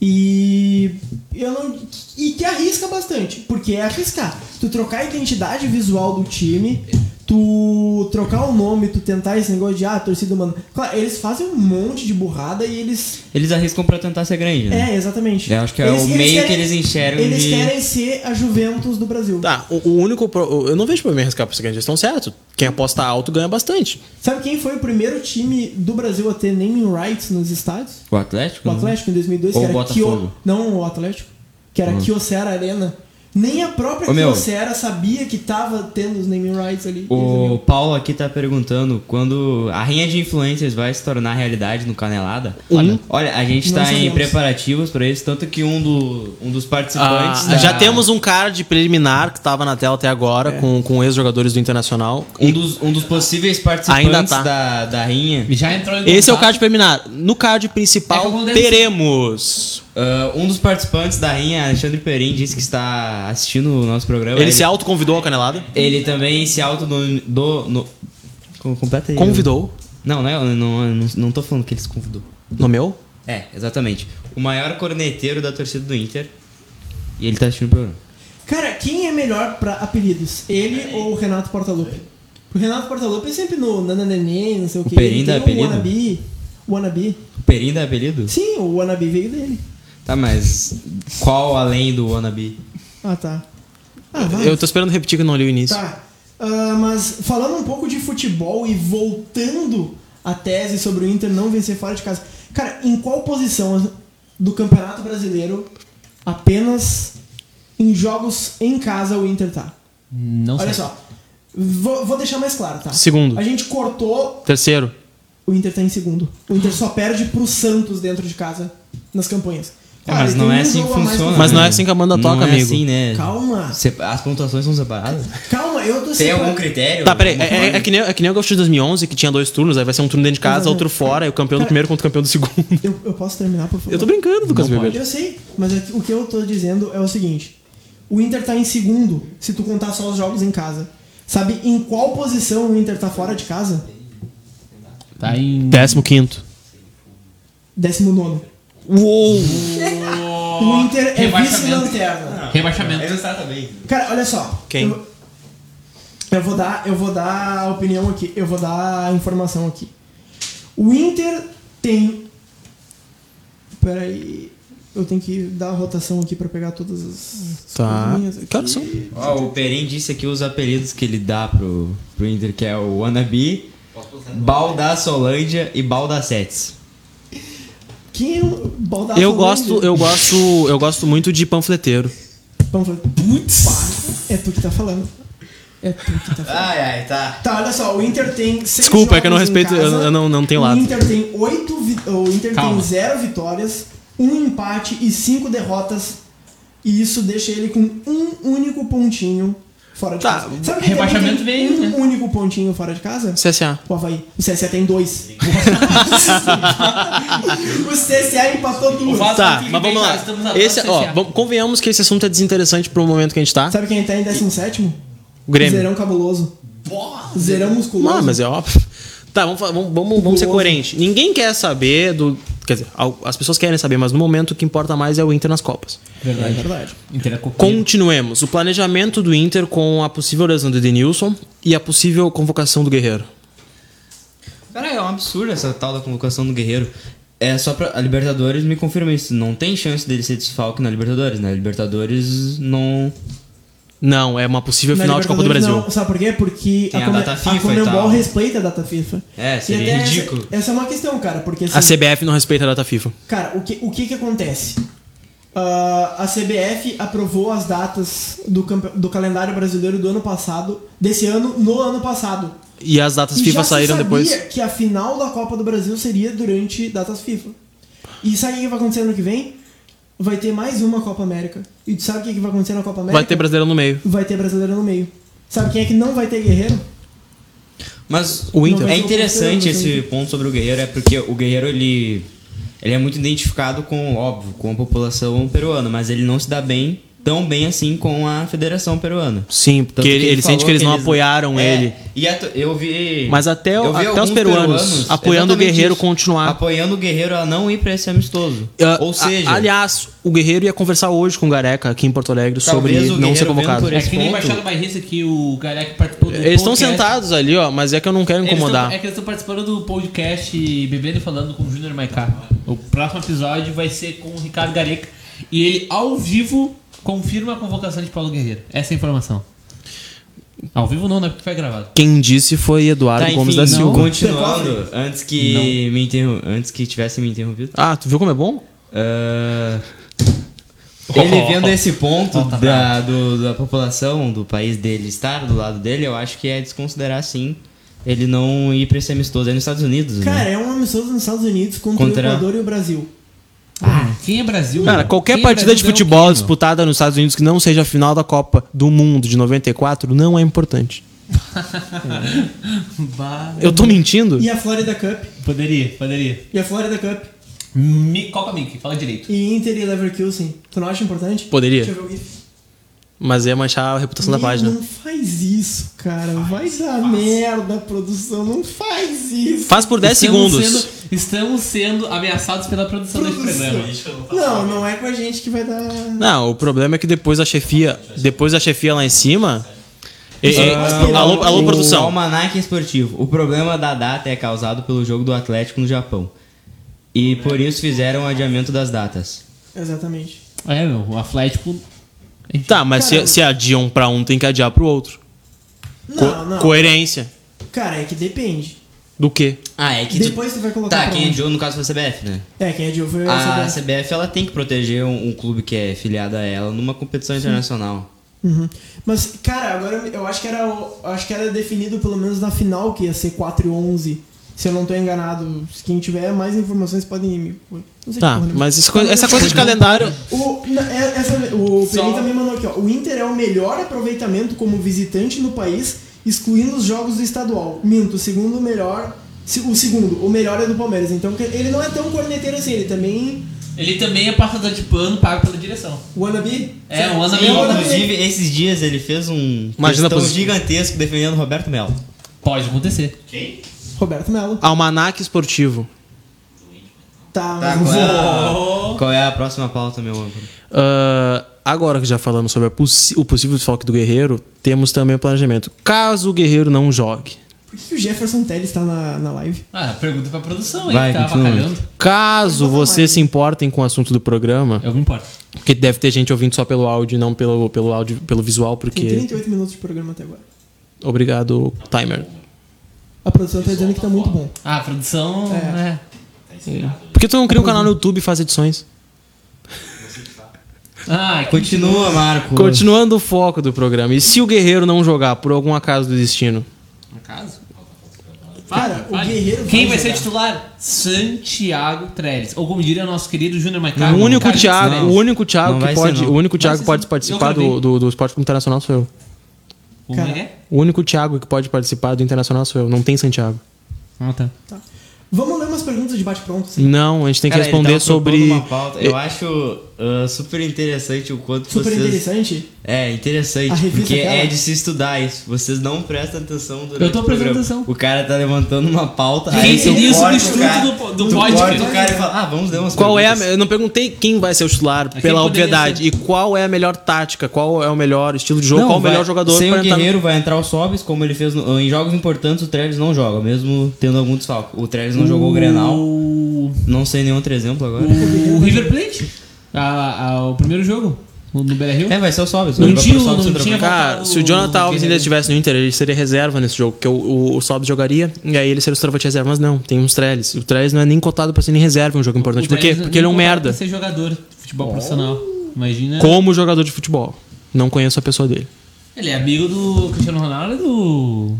[SPEAKER 3] E eu não e que arrisca bastante, porque é arriscar. Tu trocar a identidade visual do time, tu trocar o nome, tu tentar esse negócio de ah, torcida humana. Claro, eles fazem um monte de burrada e eles
[SPEAKER 4] Eles arriscam pra tentar ser grande, né?
[SPEAKER 3] é, exatamente.
[SPEAKER 4] Eu acho que é o meio que eles enxergam
[SPEAKER 3] Eles
[SPEAKER 4] de-
[SPEAKER 3] querem ser a Juventus do Brasil.
[SPEAKER 1] Tá, o, o único. pro- Eu não vejo problema em arriscar pra esse grande, eles estão certo. Quem aposta alto ganha bastante.
[SPEAKER 3] Sabe quem foi o primeiro time do Brasil a ter naming rights nos estádios?
[SPEAKER 4] O Atlético?
[SPEAKER 3] O Atlético em 2002,
[SPEAKER 4] Uhum. Ou
[SPEAKER 3] que era
[SPEAKER 4] Botafogo. Uhum.
[SPEAKER 3] Kio... Não, o Atlético. Que era Kyocera Arena. Nem a própria
[SPEAKER 4] Ô, meu.
[SPEAKER 3] Kyocera sabia que tava tendo os naming rights ali.
[SPEAKER 4] O Paulo aqui tá perguntando quando a rinha de influencers vai se tornar realidade no Canelada.
[SPEAKER 1] Um.
[SPEAKER 4] Olha, a gente
[SPEAKER 3] Não
[SPEAKER 4] tá em
[SPEAKER 3] sabemos.
[SPEAKER 4] preparativos pra isso, tanto que um, do, um dos participantes.
[SPEAKER 1] Ah,
[SPEAKER 4] da-
[SPEAKER 1] Já temos um cara de preliminar que tava na tela até agora com, com ex-jogadores do Internacional.
[SPEAKER 4] Um dos, um dos possíveis participantes
[SPEAKER 1] Ainda tá.
[SPEAKER 4] da, da rinha.
[SPEAKER 2] Já entrou em
[SPEAKER 1] Esse é o
[SPEAKER 2] contato.
[SPEAKER 1] card preliminar. No card
[SPEAKER 2] É que
[SPEAKER 1] principal,
[SPEAKER 2] algum deles-
[SPEAKER 1] teremos.
[SPEAKER 4] Ah, um dos participantes da rinha, Alexandre Perim, disse que está assistindo o nosso programa.
[SPEAKER 1] Ele se autoconvidou a canelada?
[SPEAKER 4] ele também se auto do, do, no- Com- completa aí.
[SPEAKER 1] Convidou.
[SPEAKER 4] Não, não, é- não, não, não tô falando que ele se convidou.
[SPEAKER 1] Nomeou?
[SPEAKER 4] É, exatamente. O maior corneteiro da torcida do Inter. E ele tá assistindo o programa.
[SPEAKER 3] Cara, quem é melhor pra apelidos? Ele ou o Renato Portaluppi? O Renato Portaluppi é sempre no nananenê, não sei o,
[SPEAKER 4] O
[SPEAKER 3] quê.
[SPEAKER 4] Perim dá
[SPEAKER 3] Tem
[SPEAKER 4] apelido?
[SPEAKER 3] O Wannabe. O Wannabe.
[SPEAKER 4] O Perim dá apelido?
[SPEAKER 3] Sim, o Wannabe veio dele.
[SPEAKER 4] Tá, mas qual além do Wannabe?
[SPEAKER 3] Ah, tá. Ah, vai.
[SPEAKER 1] Eu tô esperando repetir que eu não li o início.
[SPEAKER 3] Tá. Ah, mas falando um pouco de futebol e voltando à tese sobre o Inter não vencer fora de casa. Cara, em qual posição do Campeonato Brasileiro apenas em jogos em casa o Inter tá?
[SPEAKER 2] Não sei.
[SPEAKER 3] Olha só. Vou, vou deixar mais claro, tá?
[SPEAKER 1] Segundo.
[SPEAKER 3] A gente cortou,
[SPEAKER 1] Terceiro.
[SPEAKER 3] o Inter tá em segundo. O Inter só perde pro Santos dentro de casa nas campanhes.
[SPEAKER 4] É, mas
[SPEAKER 3] ele
[SPEAKER 4] não
[SPEAKER 3] tem
[SPEAKER 4] é
[SPEAKER 3] um
[SPEAKER 4] assim que
[SPEAKER 3] jogo a mais
[SPEAKER 4] funciona.
[SPEAKER 1] Mas não é
[SPEAKER 4] né?
[SPEAKER 1] assim que a banda
[SPEAKER 4] Não
[SPEAKER 1] toca,
[SPEAKER 4] é
[SPEAKER 1] amigo.
[SPEAKER 4] assim, né?
[SPEAKER 3] Calma.
[SPEAKER 4] Sepa- As pontuação são separadas?
[SPEAKER 3] Calma, eu tô
[SPEAKER 4] Tem
[SPEAKER 3] separando.
[SPEAKER 4] algum critério?
[SPEAKER 1] Tá, peraí.
[SPEAKER 4] Alguma
[SPEAKER 1] É, é- é que nem, é que nem o Golf de 2011, que tinha dois turnos, aí vai ser um turno dentro de casa, outro fora, e o campeão do primeiro contra o campeão do segundo.
[SPEAKER 3] Eu, eu posso terminar, por favor?
[SPEAKER 1] Eu tô brincando, Lucas
[SPEAKER 2] Não
[SPEAKER 1] Weber.
[SPEAKER 3] Eu sei, mas é que- o que eu tô dizendo é o seguinte: o Inter tá em segundo se tu contar só os jogos em casa. Sabe em qual posição o Inter tá fora de casa?
[SPEAKER 2] Tá em.
[SPEAKER 1] Décimo quinto.
[SPEAKER 3] Décimo nono.
[SPEAKER 1] Uou!
[SPEAKER 3] O Inter é
[SPEAKER 2] rebaixamento.
[SPEAKER 3] vice-lanterna.
[SPEAKER 2] Rebaixamento.
[SPEAKER 4] Ele não está tá também.
[SPEAKER 3] Cara, olha só.
[SPEAKER 1] Quem?
[SPEAKER 3] Eu, eu vou dar, eu vou dar a opinião aqui, eu vou dar a informação aqui. O Inter tem Peraí, eu tenho que dar a rotação aqui pra pegar todas as
[SPEAKER 1] Tá.
[SPEAKER 3] as linhas aqui.
[SPEAKER 1] Cara, são.
[SPEAKER 4] Ó, o Perim disse aqui os apelidos que ele dá pro, pro Inter, que é o Wannabe, Baldassolândia e Baldacetes.
[SPEAKER 3] Quem é o Baldasso
[SPEAKER 1] Eu
[SPEAKER 3] Lange?
[SPEAKER 1] gosto, eu gosto, eu gosto muito de panfleteiro.
[SPEAKER 3] Vamos falar. Putz! É tu que tá falando. É tu que tá falando.
[SPEAKER 4] Ai, ai, tá.
[SPEAKER 3] Tá, olha só, o Inter tem seis
[SPEAKER 1] Desculpa, é que eu não
[SPEAKER 3] jogos em
[SPEAKER 1] respeito-
[SPEAKER 3] casa.
[SPEAKER 1] eu- eu não- não tenho
[SPEAKER 3] O
[SPEAKER 1] lado.
[SPEAKER 3] Inter tem oito, vi- o Inter
[SPEAKER 2] Calma.
[SPEAKER 3] tem zero vitórias, um empate e cinco derrotas. E isso deixa ele com um único pontinho fora de
[SPEAKER 1] Tá,
[SPEAKER 3] casa. Sabe quem também
[SPEAKER 2] rebaixamento
[SPEAKER 3] tem
[SPEAKER 2] veio,
[SPEAKER 3] um
[SPEAKER 2] né?
[SPEAKER 3] único pontinho fora de casa?
[SPEAKER 1] CSA.
[SPEAKER 3] O Havaí. O CSA tem dois. o CSA empatou duas.
[SPEAKER 2] Vasco
[SPEAKER 1] Tá,
[SPEAKER 2] Fique
[SPEAKER 1] mas
[SPEAKER 2] bem
[SPEAKER 1] vamos
[SPEAKER 2] claro, estamos
[SPEAKER 1] lá.
[SPEAKER 2] atrás
[SPEAKER 1] Esse,
[SPEAKER 2] do
[SPEAKER 1] ó,
[SPEAKER 2] CSA.
[SPEAKER 1] vamos- convenhamos que esse assunto é desinteressante pro momento que a gente tá.
[SPEAKER 3] Sabe quem tá em 17
[SPEAKER 1] O Grêmio.
[SPEAKER 3] Zerão cabuloso. Zerão musculoso.
[SPEAKER 1] Ah, mas é óbvio. Tá, vamos, fa- vamos, vamos, vamos ser
[SPEAKER 3] Guloso.
[SPEAKER 1] coerentes. Ninguém quer saber do. Quer dizer, al- as pessoas querem saber, mas no momento o que importa mais é o Inter nas Copas.
[SPEAKER 2] Verdade.
[SPEAKER 3] verdade.
[SPEAKER 2] Inter é copeiro.
[SPEAKER 1] Continuemos. O planejamento do Inter com a possível lesão do Denilson e a possível convocação do Guerreiro.
[SPEAKER 4] Cara, é um absurdo essa tal da convocação do Guerreiro. É só pra. A Libertadores me confirma isso. Não tem chance dele ser desfalque na Libertadores, né? Libertadores não.
[SPEAKER 1] Não, é uma possível
[SPEAKER 3] Na
[SPEAKER 1] final de Copa do
[SPEAKER 3] Libertadores,
[SPEAKER 1] Brasil.
[SPEAKER 3] Não, sabe por quê? Porque
[SPEAKER 4] Tem a
[SPEAKER 3] Come-
[SPEAKER 4] data FIFA e
[SPEAKER 3] Comembol
[SPEAKER 4] tal.
[SPEAKER 3] respeita a data FIFA.
[SPEAKER 4] É, seria
[SPEAKER 3] E até essa-
[SPEAKER 4] ridículo.
[SPEAKER 3] Essa, é uma questão, cara, porque
[SPEAKER 1] A
[SPEAKER 3] assim,
[SPEAKER 1] CBF não respeita a data FIFA.
[SPEAKER 3] cara, o que o que, que acontece? Ah, a CBF aprovou as datas do, campe- do calendário brasileiro do ano passado, desse ano no ano passado.
[SPEAKER 1] E as datas
[SPEAKER 3] E
[SPEAKER 1] FIFA
[SPEAKER 3] já se
[SPEAKER 1] saíram
[SPEAKER 3] sabia
[SPEAKER 1] depois.
[SPEAKER 3] que a final da Copa do Brasil seria durante datas FIFA. E sabe o que vai acontecer ano que vem? Vai ter mais uma Copa América. E tu sabe o que que vai acontecer na Copa América?
[SPEAKER 1] Vai ter brasileiro no meio.
[SPEAKER 3] vai ter brasileiro no meio. Sabe quem é que não vai ter guerreiro?
[SPEAKER 4] Mas
[SPEAKER 1] O Inter.
[SPEAKER 4] É interessante esse ponto sobre o Guerreiro, é porque o Guerreiro ele. Ele é muito identificado com, óbvio, com a população peruana, mas ele não se dá bem tão bem assim com a Federação Peruana.
[SPEAKER 1] Sim, porque
[SPEAKER 4] Tanto
[SPEAKER 1] ele, ele
[SPEAKER 4] falou
[SPEAKER 1] sente que eles não apoiaram
[SPEAKER 4] é,
[SPEAKER 1] ele.
[SPEAKER 4] E atu- eu vi.
[SPEAKER 1] Mas até o-
[SPEAKER 4] eu vi
[SPEAKER 1] até os
[SPEAKER 4] alguns
[SPEAKER 1] peruanos apoiando o
[SPEAKER 4] exatamente
[SPEAKER 1] Guerreiro continuar.
[SPEAKER 4] Apoiando o Guerreiro a não ir pra esse amistoso.
[SPEAKER 1] Ah,
[SPEAKER 4] Ou seja,
[SPEAKER 1] a- aliás, o Guerreiro ia conversar hoje com o Gareca aqui em Porto Alegre sobre
[SPEAKER 4] Talvez o
[SPEAKER 1] não ser
[SPEAKER 4] Guerreiro
[SPEAKER 1] convocado.
[SPEAKER 4] vendo por
[SPEAKER 2] É que nem
[SPEAKER 4] ponto-
[SPEAKER 2] Baixada Bairrista que o galera que participou do
[SPEAKER 1] um Eles estão
[SPEAKER 2] podcast-
[SPEAKER 1] sentados ali, ó, mas é que eu não quero
[SPEAKER 2] Eles
[SPEAKER 1] incomodar.
[SPEAKER 2] tão- é que eles estão participando do podcast e Bebendo e Falando com o Júnior Maiká. O próximo episódio vai ser com o Ricardo Gareca. E ele, ao vivo, confirma a convocação de Paulo Guerreiro. Essa é a informação. Ao vivo não, né? Porque foi gravado.
[SPEAKER 1] Quem disse foi Eduardo
[SPEAKER 4] Tá, enfim,
[SPEAKER 1] Gomes da
[SPEAKER 4] não,
[SPEAKER 1] Silva.
[SPEAKER 4] Continuando, antes que, me interrom- antes que tivessem me interrompido.
[SPEAKER 1] Ah, tu viu como é bom?
[SPEAKER 4] Ah, ele vendo esse ponto
[SPEAKER 2] Oh, tá
[SPEAKER 4] da, do- da população do país dele estar do lado dele, eu acho que é desconsiderar sim ele não ir pra esse amistoso. É nos Estados Unidos,
[SPEAKER 3] Cara,
[SPEAKER 4] né?
[SPEAKER 3] é um amistoso nos Estados Unidos contra,
[SPEAKER 4] Contra-
[SPEAKER 3] o Equador e o Brasil.
[SPEAKER 2] Quem é Brasil?
[SPEAKER 1] Cara,
[SPEAKER 2] mano?
[SPEAKER 1] qualquer
[SPEAKER 2] Quem é
[SPEAKER 1] partida de
[SPEAKER 2] Brasil ganha o
[SPEAKER 1] futebol
[SPEAKER 2] quê, mano?
[SPEAKER 1] disputada nos Estados Unidos que não seja a final da Copa do Mundo de 94 não é importante.
[SPEAKER 2] Bah,
[SPEAKER 1] Eu tô mentindo?
[SPEAKER 3] E a Florida Cup.
[SPEAKER 2] Poderia, poderia.
[SPEAKER 3] E a Florida Cup.
[SPEAKER 2] Mi, Copa Mickey, fala direito.
[SPEAKER 3] E Inter e Leverkusen. Tu não acha importante? Deixa eu
[SPEAKER 1] Poderia,
[SPEAKER 3] ver o GIF.
[SPEAKER 1] mas ia manchar a reputação da
[SPEAKER 3] Meu,
[SPEAKER 1] página.
[SPEAKER 3] Não faz isso, cara. Vai dar merda, produção. Não faz isso.
[SPEAKER 1] Faz por 10
[SPEAKER 2] Estamos
[SPEAKER 1] segundos.
[SPEAKER 2] sendo- estamos sendo ameaçados pela produção desse
[SPEAKER 3] Produção.
[SPEAKER 2] programa.
[SPEAKER 3] Não, não é com a gente que vai dar.
[SPEAKER 1] Não, o problema é que depois da chefia, depois da chefia lá em cima, e- e-
[SPEAKER 3] Ah,
[SPEAKER 1] alô, alô
[SPEAKER 4] o
[SPEAKER 1] produção.
[SPEAKER 4] Almanac esportivo. O problema da data é causado pelo jogo do Atlético no Japão. E por isso fizeram o adiamento das datas.
[SPEAKER 3] Exatamente.
[SPEAKER 2] É, meu, o Atlético.
[SPEAKER 1] Tá, mas se,
[SPEAKER 3] Caramba.
[SPEAKER 1] se adiam pra um, tem que adiar pro outro. Co-
[SPEAKER 3] Não, não.
[SPEAKER 1] Coerência.
[SPEAKER 3] Cara, é que depende.
[SPEAKER 1] Do quê?
[SPEAKER 4] Ah, é que tu-
[SPEAKER 3] Depois tu vai colocar.
[SPEAKER 4] Tá,
[SPEAKER 3] pra
[SPEAKER 4] quem
[SPEAKER 3] onde?
[SPEAKER 4] adiou no caso foi a CBF, né?
[SPEAKER 3] É, quem é de foi
[SPEAKER 4] A
[SPEAKER 3] ah,
[SPEAKER 4] CBF ela tem que proteger um, um clube que é filiado a ela numa competição internacional.
[SPEAKER 3] uhum. Mas, cara, agora eu acho que era. o- Acho que era definido pelo menos na final, que ia ser 4 e 11. Se eu não tô enganado. Se quem tiver mais informações podem me. Não sei
[SPEAKER 1] Tá,
[SPEAKER 3] porra, né?
[SPEAKER 1] mas isso co- essa coisa de calendário.
[SPEAKER 3] O, na- é- essa, o
[SPEAKER 2] Só-
[SPEAKER 3] Peninta me mandou aqui, ó. O Inter é o melhor aproveitamento como visitante no país, excluindo os jogos do estadual. Minto, o segundo melhor. se- O segundo, o melhor é do Palmeiras. Então que- ele não é tão corneteiro assim, ele também.
[SPEAKER 2] Ele também é passador de pano pago pela direção.
[SPEAKER 3] Wannabe?
[SPEAKER 2] É, o Ana
[SPEAKER 3] Sim,
[SPEAKER 2] Mel,
[SPEAKER 3] Ana
[SPEAKER 2] inclusive.
[SPEAKER 4] Inclusive, esses dias ele fez um
[SPEAKER 1] Imagina a
[SPEAKER 4] textão
[SPEAKER 1] posi-
[SPEAKER 4] gigantesco defendendo Roberto Melo.
[SPEAKER 2] Pode acontecer.
[SPEAKER 6] Quem?
[SPEAKER 3] Roberto Melo.
[SPEAKER 1] Almanac esportivo.
[SPEAKER 3] Tá,
[SPEAKER 4] Tá,
[SPEAKER 3] mas
[SPEAKER 4] qual, é
[SPEAKER 3] vamos-
[SPEAKER 4] a, qual é a próxima pauta, meu amigo?
[SPEAKER 1] Ah, agora que já falamos sobre a possi- o possível desfalque do Guerreiro, temos também o planejamento. Caso o Guerreiro não jogue,
[SPEAKER 3] Por que que o Jefferson Telles tá na, na live?
[SPEAKER 2] Ah, pergunta pra produção aí,
[SPEAKER 4] Vai,
[SPEAKER 2] que tá
[SPEAKER 4] continua.
[SPEAKER 2] avacalhando.
[SPEAKER 1] caso vocês se importem com o assunto do programa,
[SPEAKER 2] Eu me importo.
[SPEAKER 1] porque deve ter gente ouvindo só pelo áudio, não pelo, pelo áudio, pelo visual,
[SPEAKER 3] Tem
[SPEAKER 1] porque
[SPEAKER 3] 38 minutos de programa até agora.
[SPEAKER 1] obrigado timer.
[SPEAKER 3] A produção tá dizendo que tá muito bom.
[SPEAKER 2] Ah, a produção.
[SPEAKER 3] É.
[SPEAKER 2] É.
[SPEAKER 1] Por que tu não cria um canal no YouTube e faz edições?
[SPEAKER 2] Ah,
[SPEAKER 4] Continua, Marco.
[SPEAKER 1] Continuando o foco do programa. E se o Guerreiro não jogar por algum acaso do destino?
[SPEAKER 2] No caso.
[SPEAKER 3] Cara, o Guerreiro
[SPEAKER 2] Quem vai
[SPEAKER 3] vai
[SPEAKER 2] ser
[SPEAKER 3] jogar.
[SPEAKER 2] titular? Santiago Trellis. Ou como diria nosso querido Júnior
[SPEAKER 4] Ah,
[SPEAKER 2] né? Maicá.
[SPEAKER 1] O único
[SPEAKER 2] Carlinhos
[SPEAKER 1] Thiago,
[SPEAKER 2] Neves.
[SPEAKER 1] o único Thiago
[SPEAKER 4] Não
[SPEAKER 1] que
[SPEAKER 4] vai ser,
[SPEAKER 1] pode,
[SPEAKER 4] não.
[SPEAKER 1] o único Thiago
[SPEAKER 2] ser,
[SPEAKER 1] que pode
[SPEAKER 2] sim.
[SPEAKER 1] participar
[SPEAKER 2] Eu gravei.
[SPEAKER 1] do, do, do Esporte Clube Internacional sou eu.
[SPEAKER 2] Como
[SPEAKER 3] Cara.
[SPEAKER 2] é?
[SPEAKER 1] O único Thiago que pode participar do Internacional sou eu. Não tem Santiago.
[SPEAKER 2] Ah, tá.
[SPEAKER 3] Vamos ler umas perguntas de bate-pronto. assim.
[SPEAKER 1] Não, a gente tem que
[SPEAKER 4] Cara, ele
[SPEAKER 1] responder
[SPEAKER 4] tava propondo
[SPEAKER 1] sobre.
[SPEAKER 4] uma pauta. Eu acho ah, super interessante o quanto
[SPEAKER 3] Super
[SPEAKER 4] vocês.
[SPEAKER 3] interessante.
[SPEAKER 4] É,
[SPEAKER 3] A
[SPEAKER 4] interessante,
[SPEAKER 3] revista
[SPEAKER 4] porque
[SPEAKER 3] aquela?
[SPEAKER 4] é de se estudar isso. Vocês não prestam atenção durante
[SPEAKER 2] Eu tô
[SPEAKER 4] o programa.
[SPEAKER 2] prestando atenção.
[SPEAKER 4] O cara tá levantando uma pauta.
[SPEAKER 2] Quem
[SPEAKER 4] aí tu
[SPEAKER 2] seria o
[SPEAKER 4] corta
[SPEAKER 2] substituto
[SPEAKER 4] cara-
[SPEAKER 2] do- do
[SPEAKER 4] tu
[SPEAKER 2] podcast?
[SPEAKER 4] corta o cara e fala, ah, vamos ler umas
[SPEAKER 1] Qual é a,
[SPEAKER 4] perguntas.
[SPEAKER 1] eu não perguntei quem vai ser o titular,
[SPEAKER 2] quem
[SPEAKER 1] pela
[SPEAKER 2] poderia
[SPEAKER 1] obviedade.
[SPEAKER 2] ser?
[SPEAKER 1] E qual é a melhor tática, qual é o melhor estilo de jogo,
[SPEAKER 4] Não,
[SPEAKER 1] qual o
[SPEAKER 4] vai-
[SPEAKER 1] melhor jogador
[SPEAKER 4] Sem
[SPEAKER 1] pra
[SPEAKER 4] o
[SPEAKER 1] entrar no-
[SPEAKER 4] Guerreiro vai entrar o Sobis, como ele fez no- em jogos importantes, o Trellis não joga, mesmo tendo algum desfalque. O Trellis não jogou o Grenal,
[SPEAKER 2] O,
[SPEAKER 4] não sei nenhum outro exemplo agora.
[SPEAKER 2] o River Plate. Ah, ah, o primeiro jogo. No no Beira Rio.
[SPEAKER 4] É, vai ser o Sobis.
[SPEAKER 2] Não
[SPEAKER 4] ele vai
[SPEAKER 2] tinha
[SPEAKER 4] pro
[SPEAKER 2] o-
[SPEAKER 4] Sobis
[SPEAKER 2] não
[SPEAKER 4] centroavante.
[SPEAKER 2] tinha
[SPEAKER 1] Cara,
[SPEAKER 2] botar
[SPEAKER 1] se
[SPEAKER 2] o
[SPEAKER 1] o Jonathan Alves ainda
[SPEAKER 2] Guerreiro.
[SPEAKER 1] estivesse no Inter, ele seria reserva nesse jogo, porque o, o, o Sobs jogaria, e aí ele seria o centroavante reserva, mas não, tem uns Trellis. O Trellis não é nem cotado pra ser nem reserva em um jogo importante.
[SPEAKER 2] O
[SPEAKER 1] Por quê?
[SPEAKER 2] Trellis
[SPEAKER 1] Porque ele é um
[SPEAKER 2] nem colocado pra
[SPEAKER 1] merda.
[SPEAKER 2] ser jogador de futebol
[SPEAKER 4] Oh.
[SPEAKER 2] profissional. Imagina.
[SPEAKER 1] Como jogador de futebol. Não conheço a pessoa dele.
[SPEAKER 2] Ele é amigo do Cristiano Ronaldo e do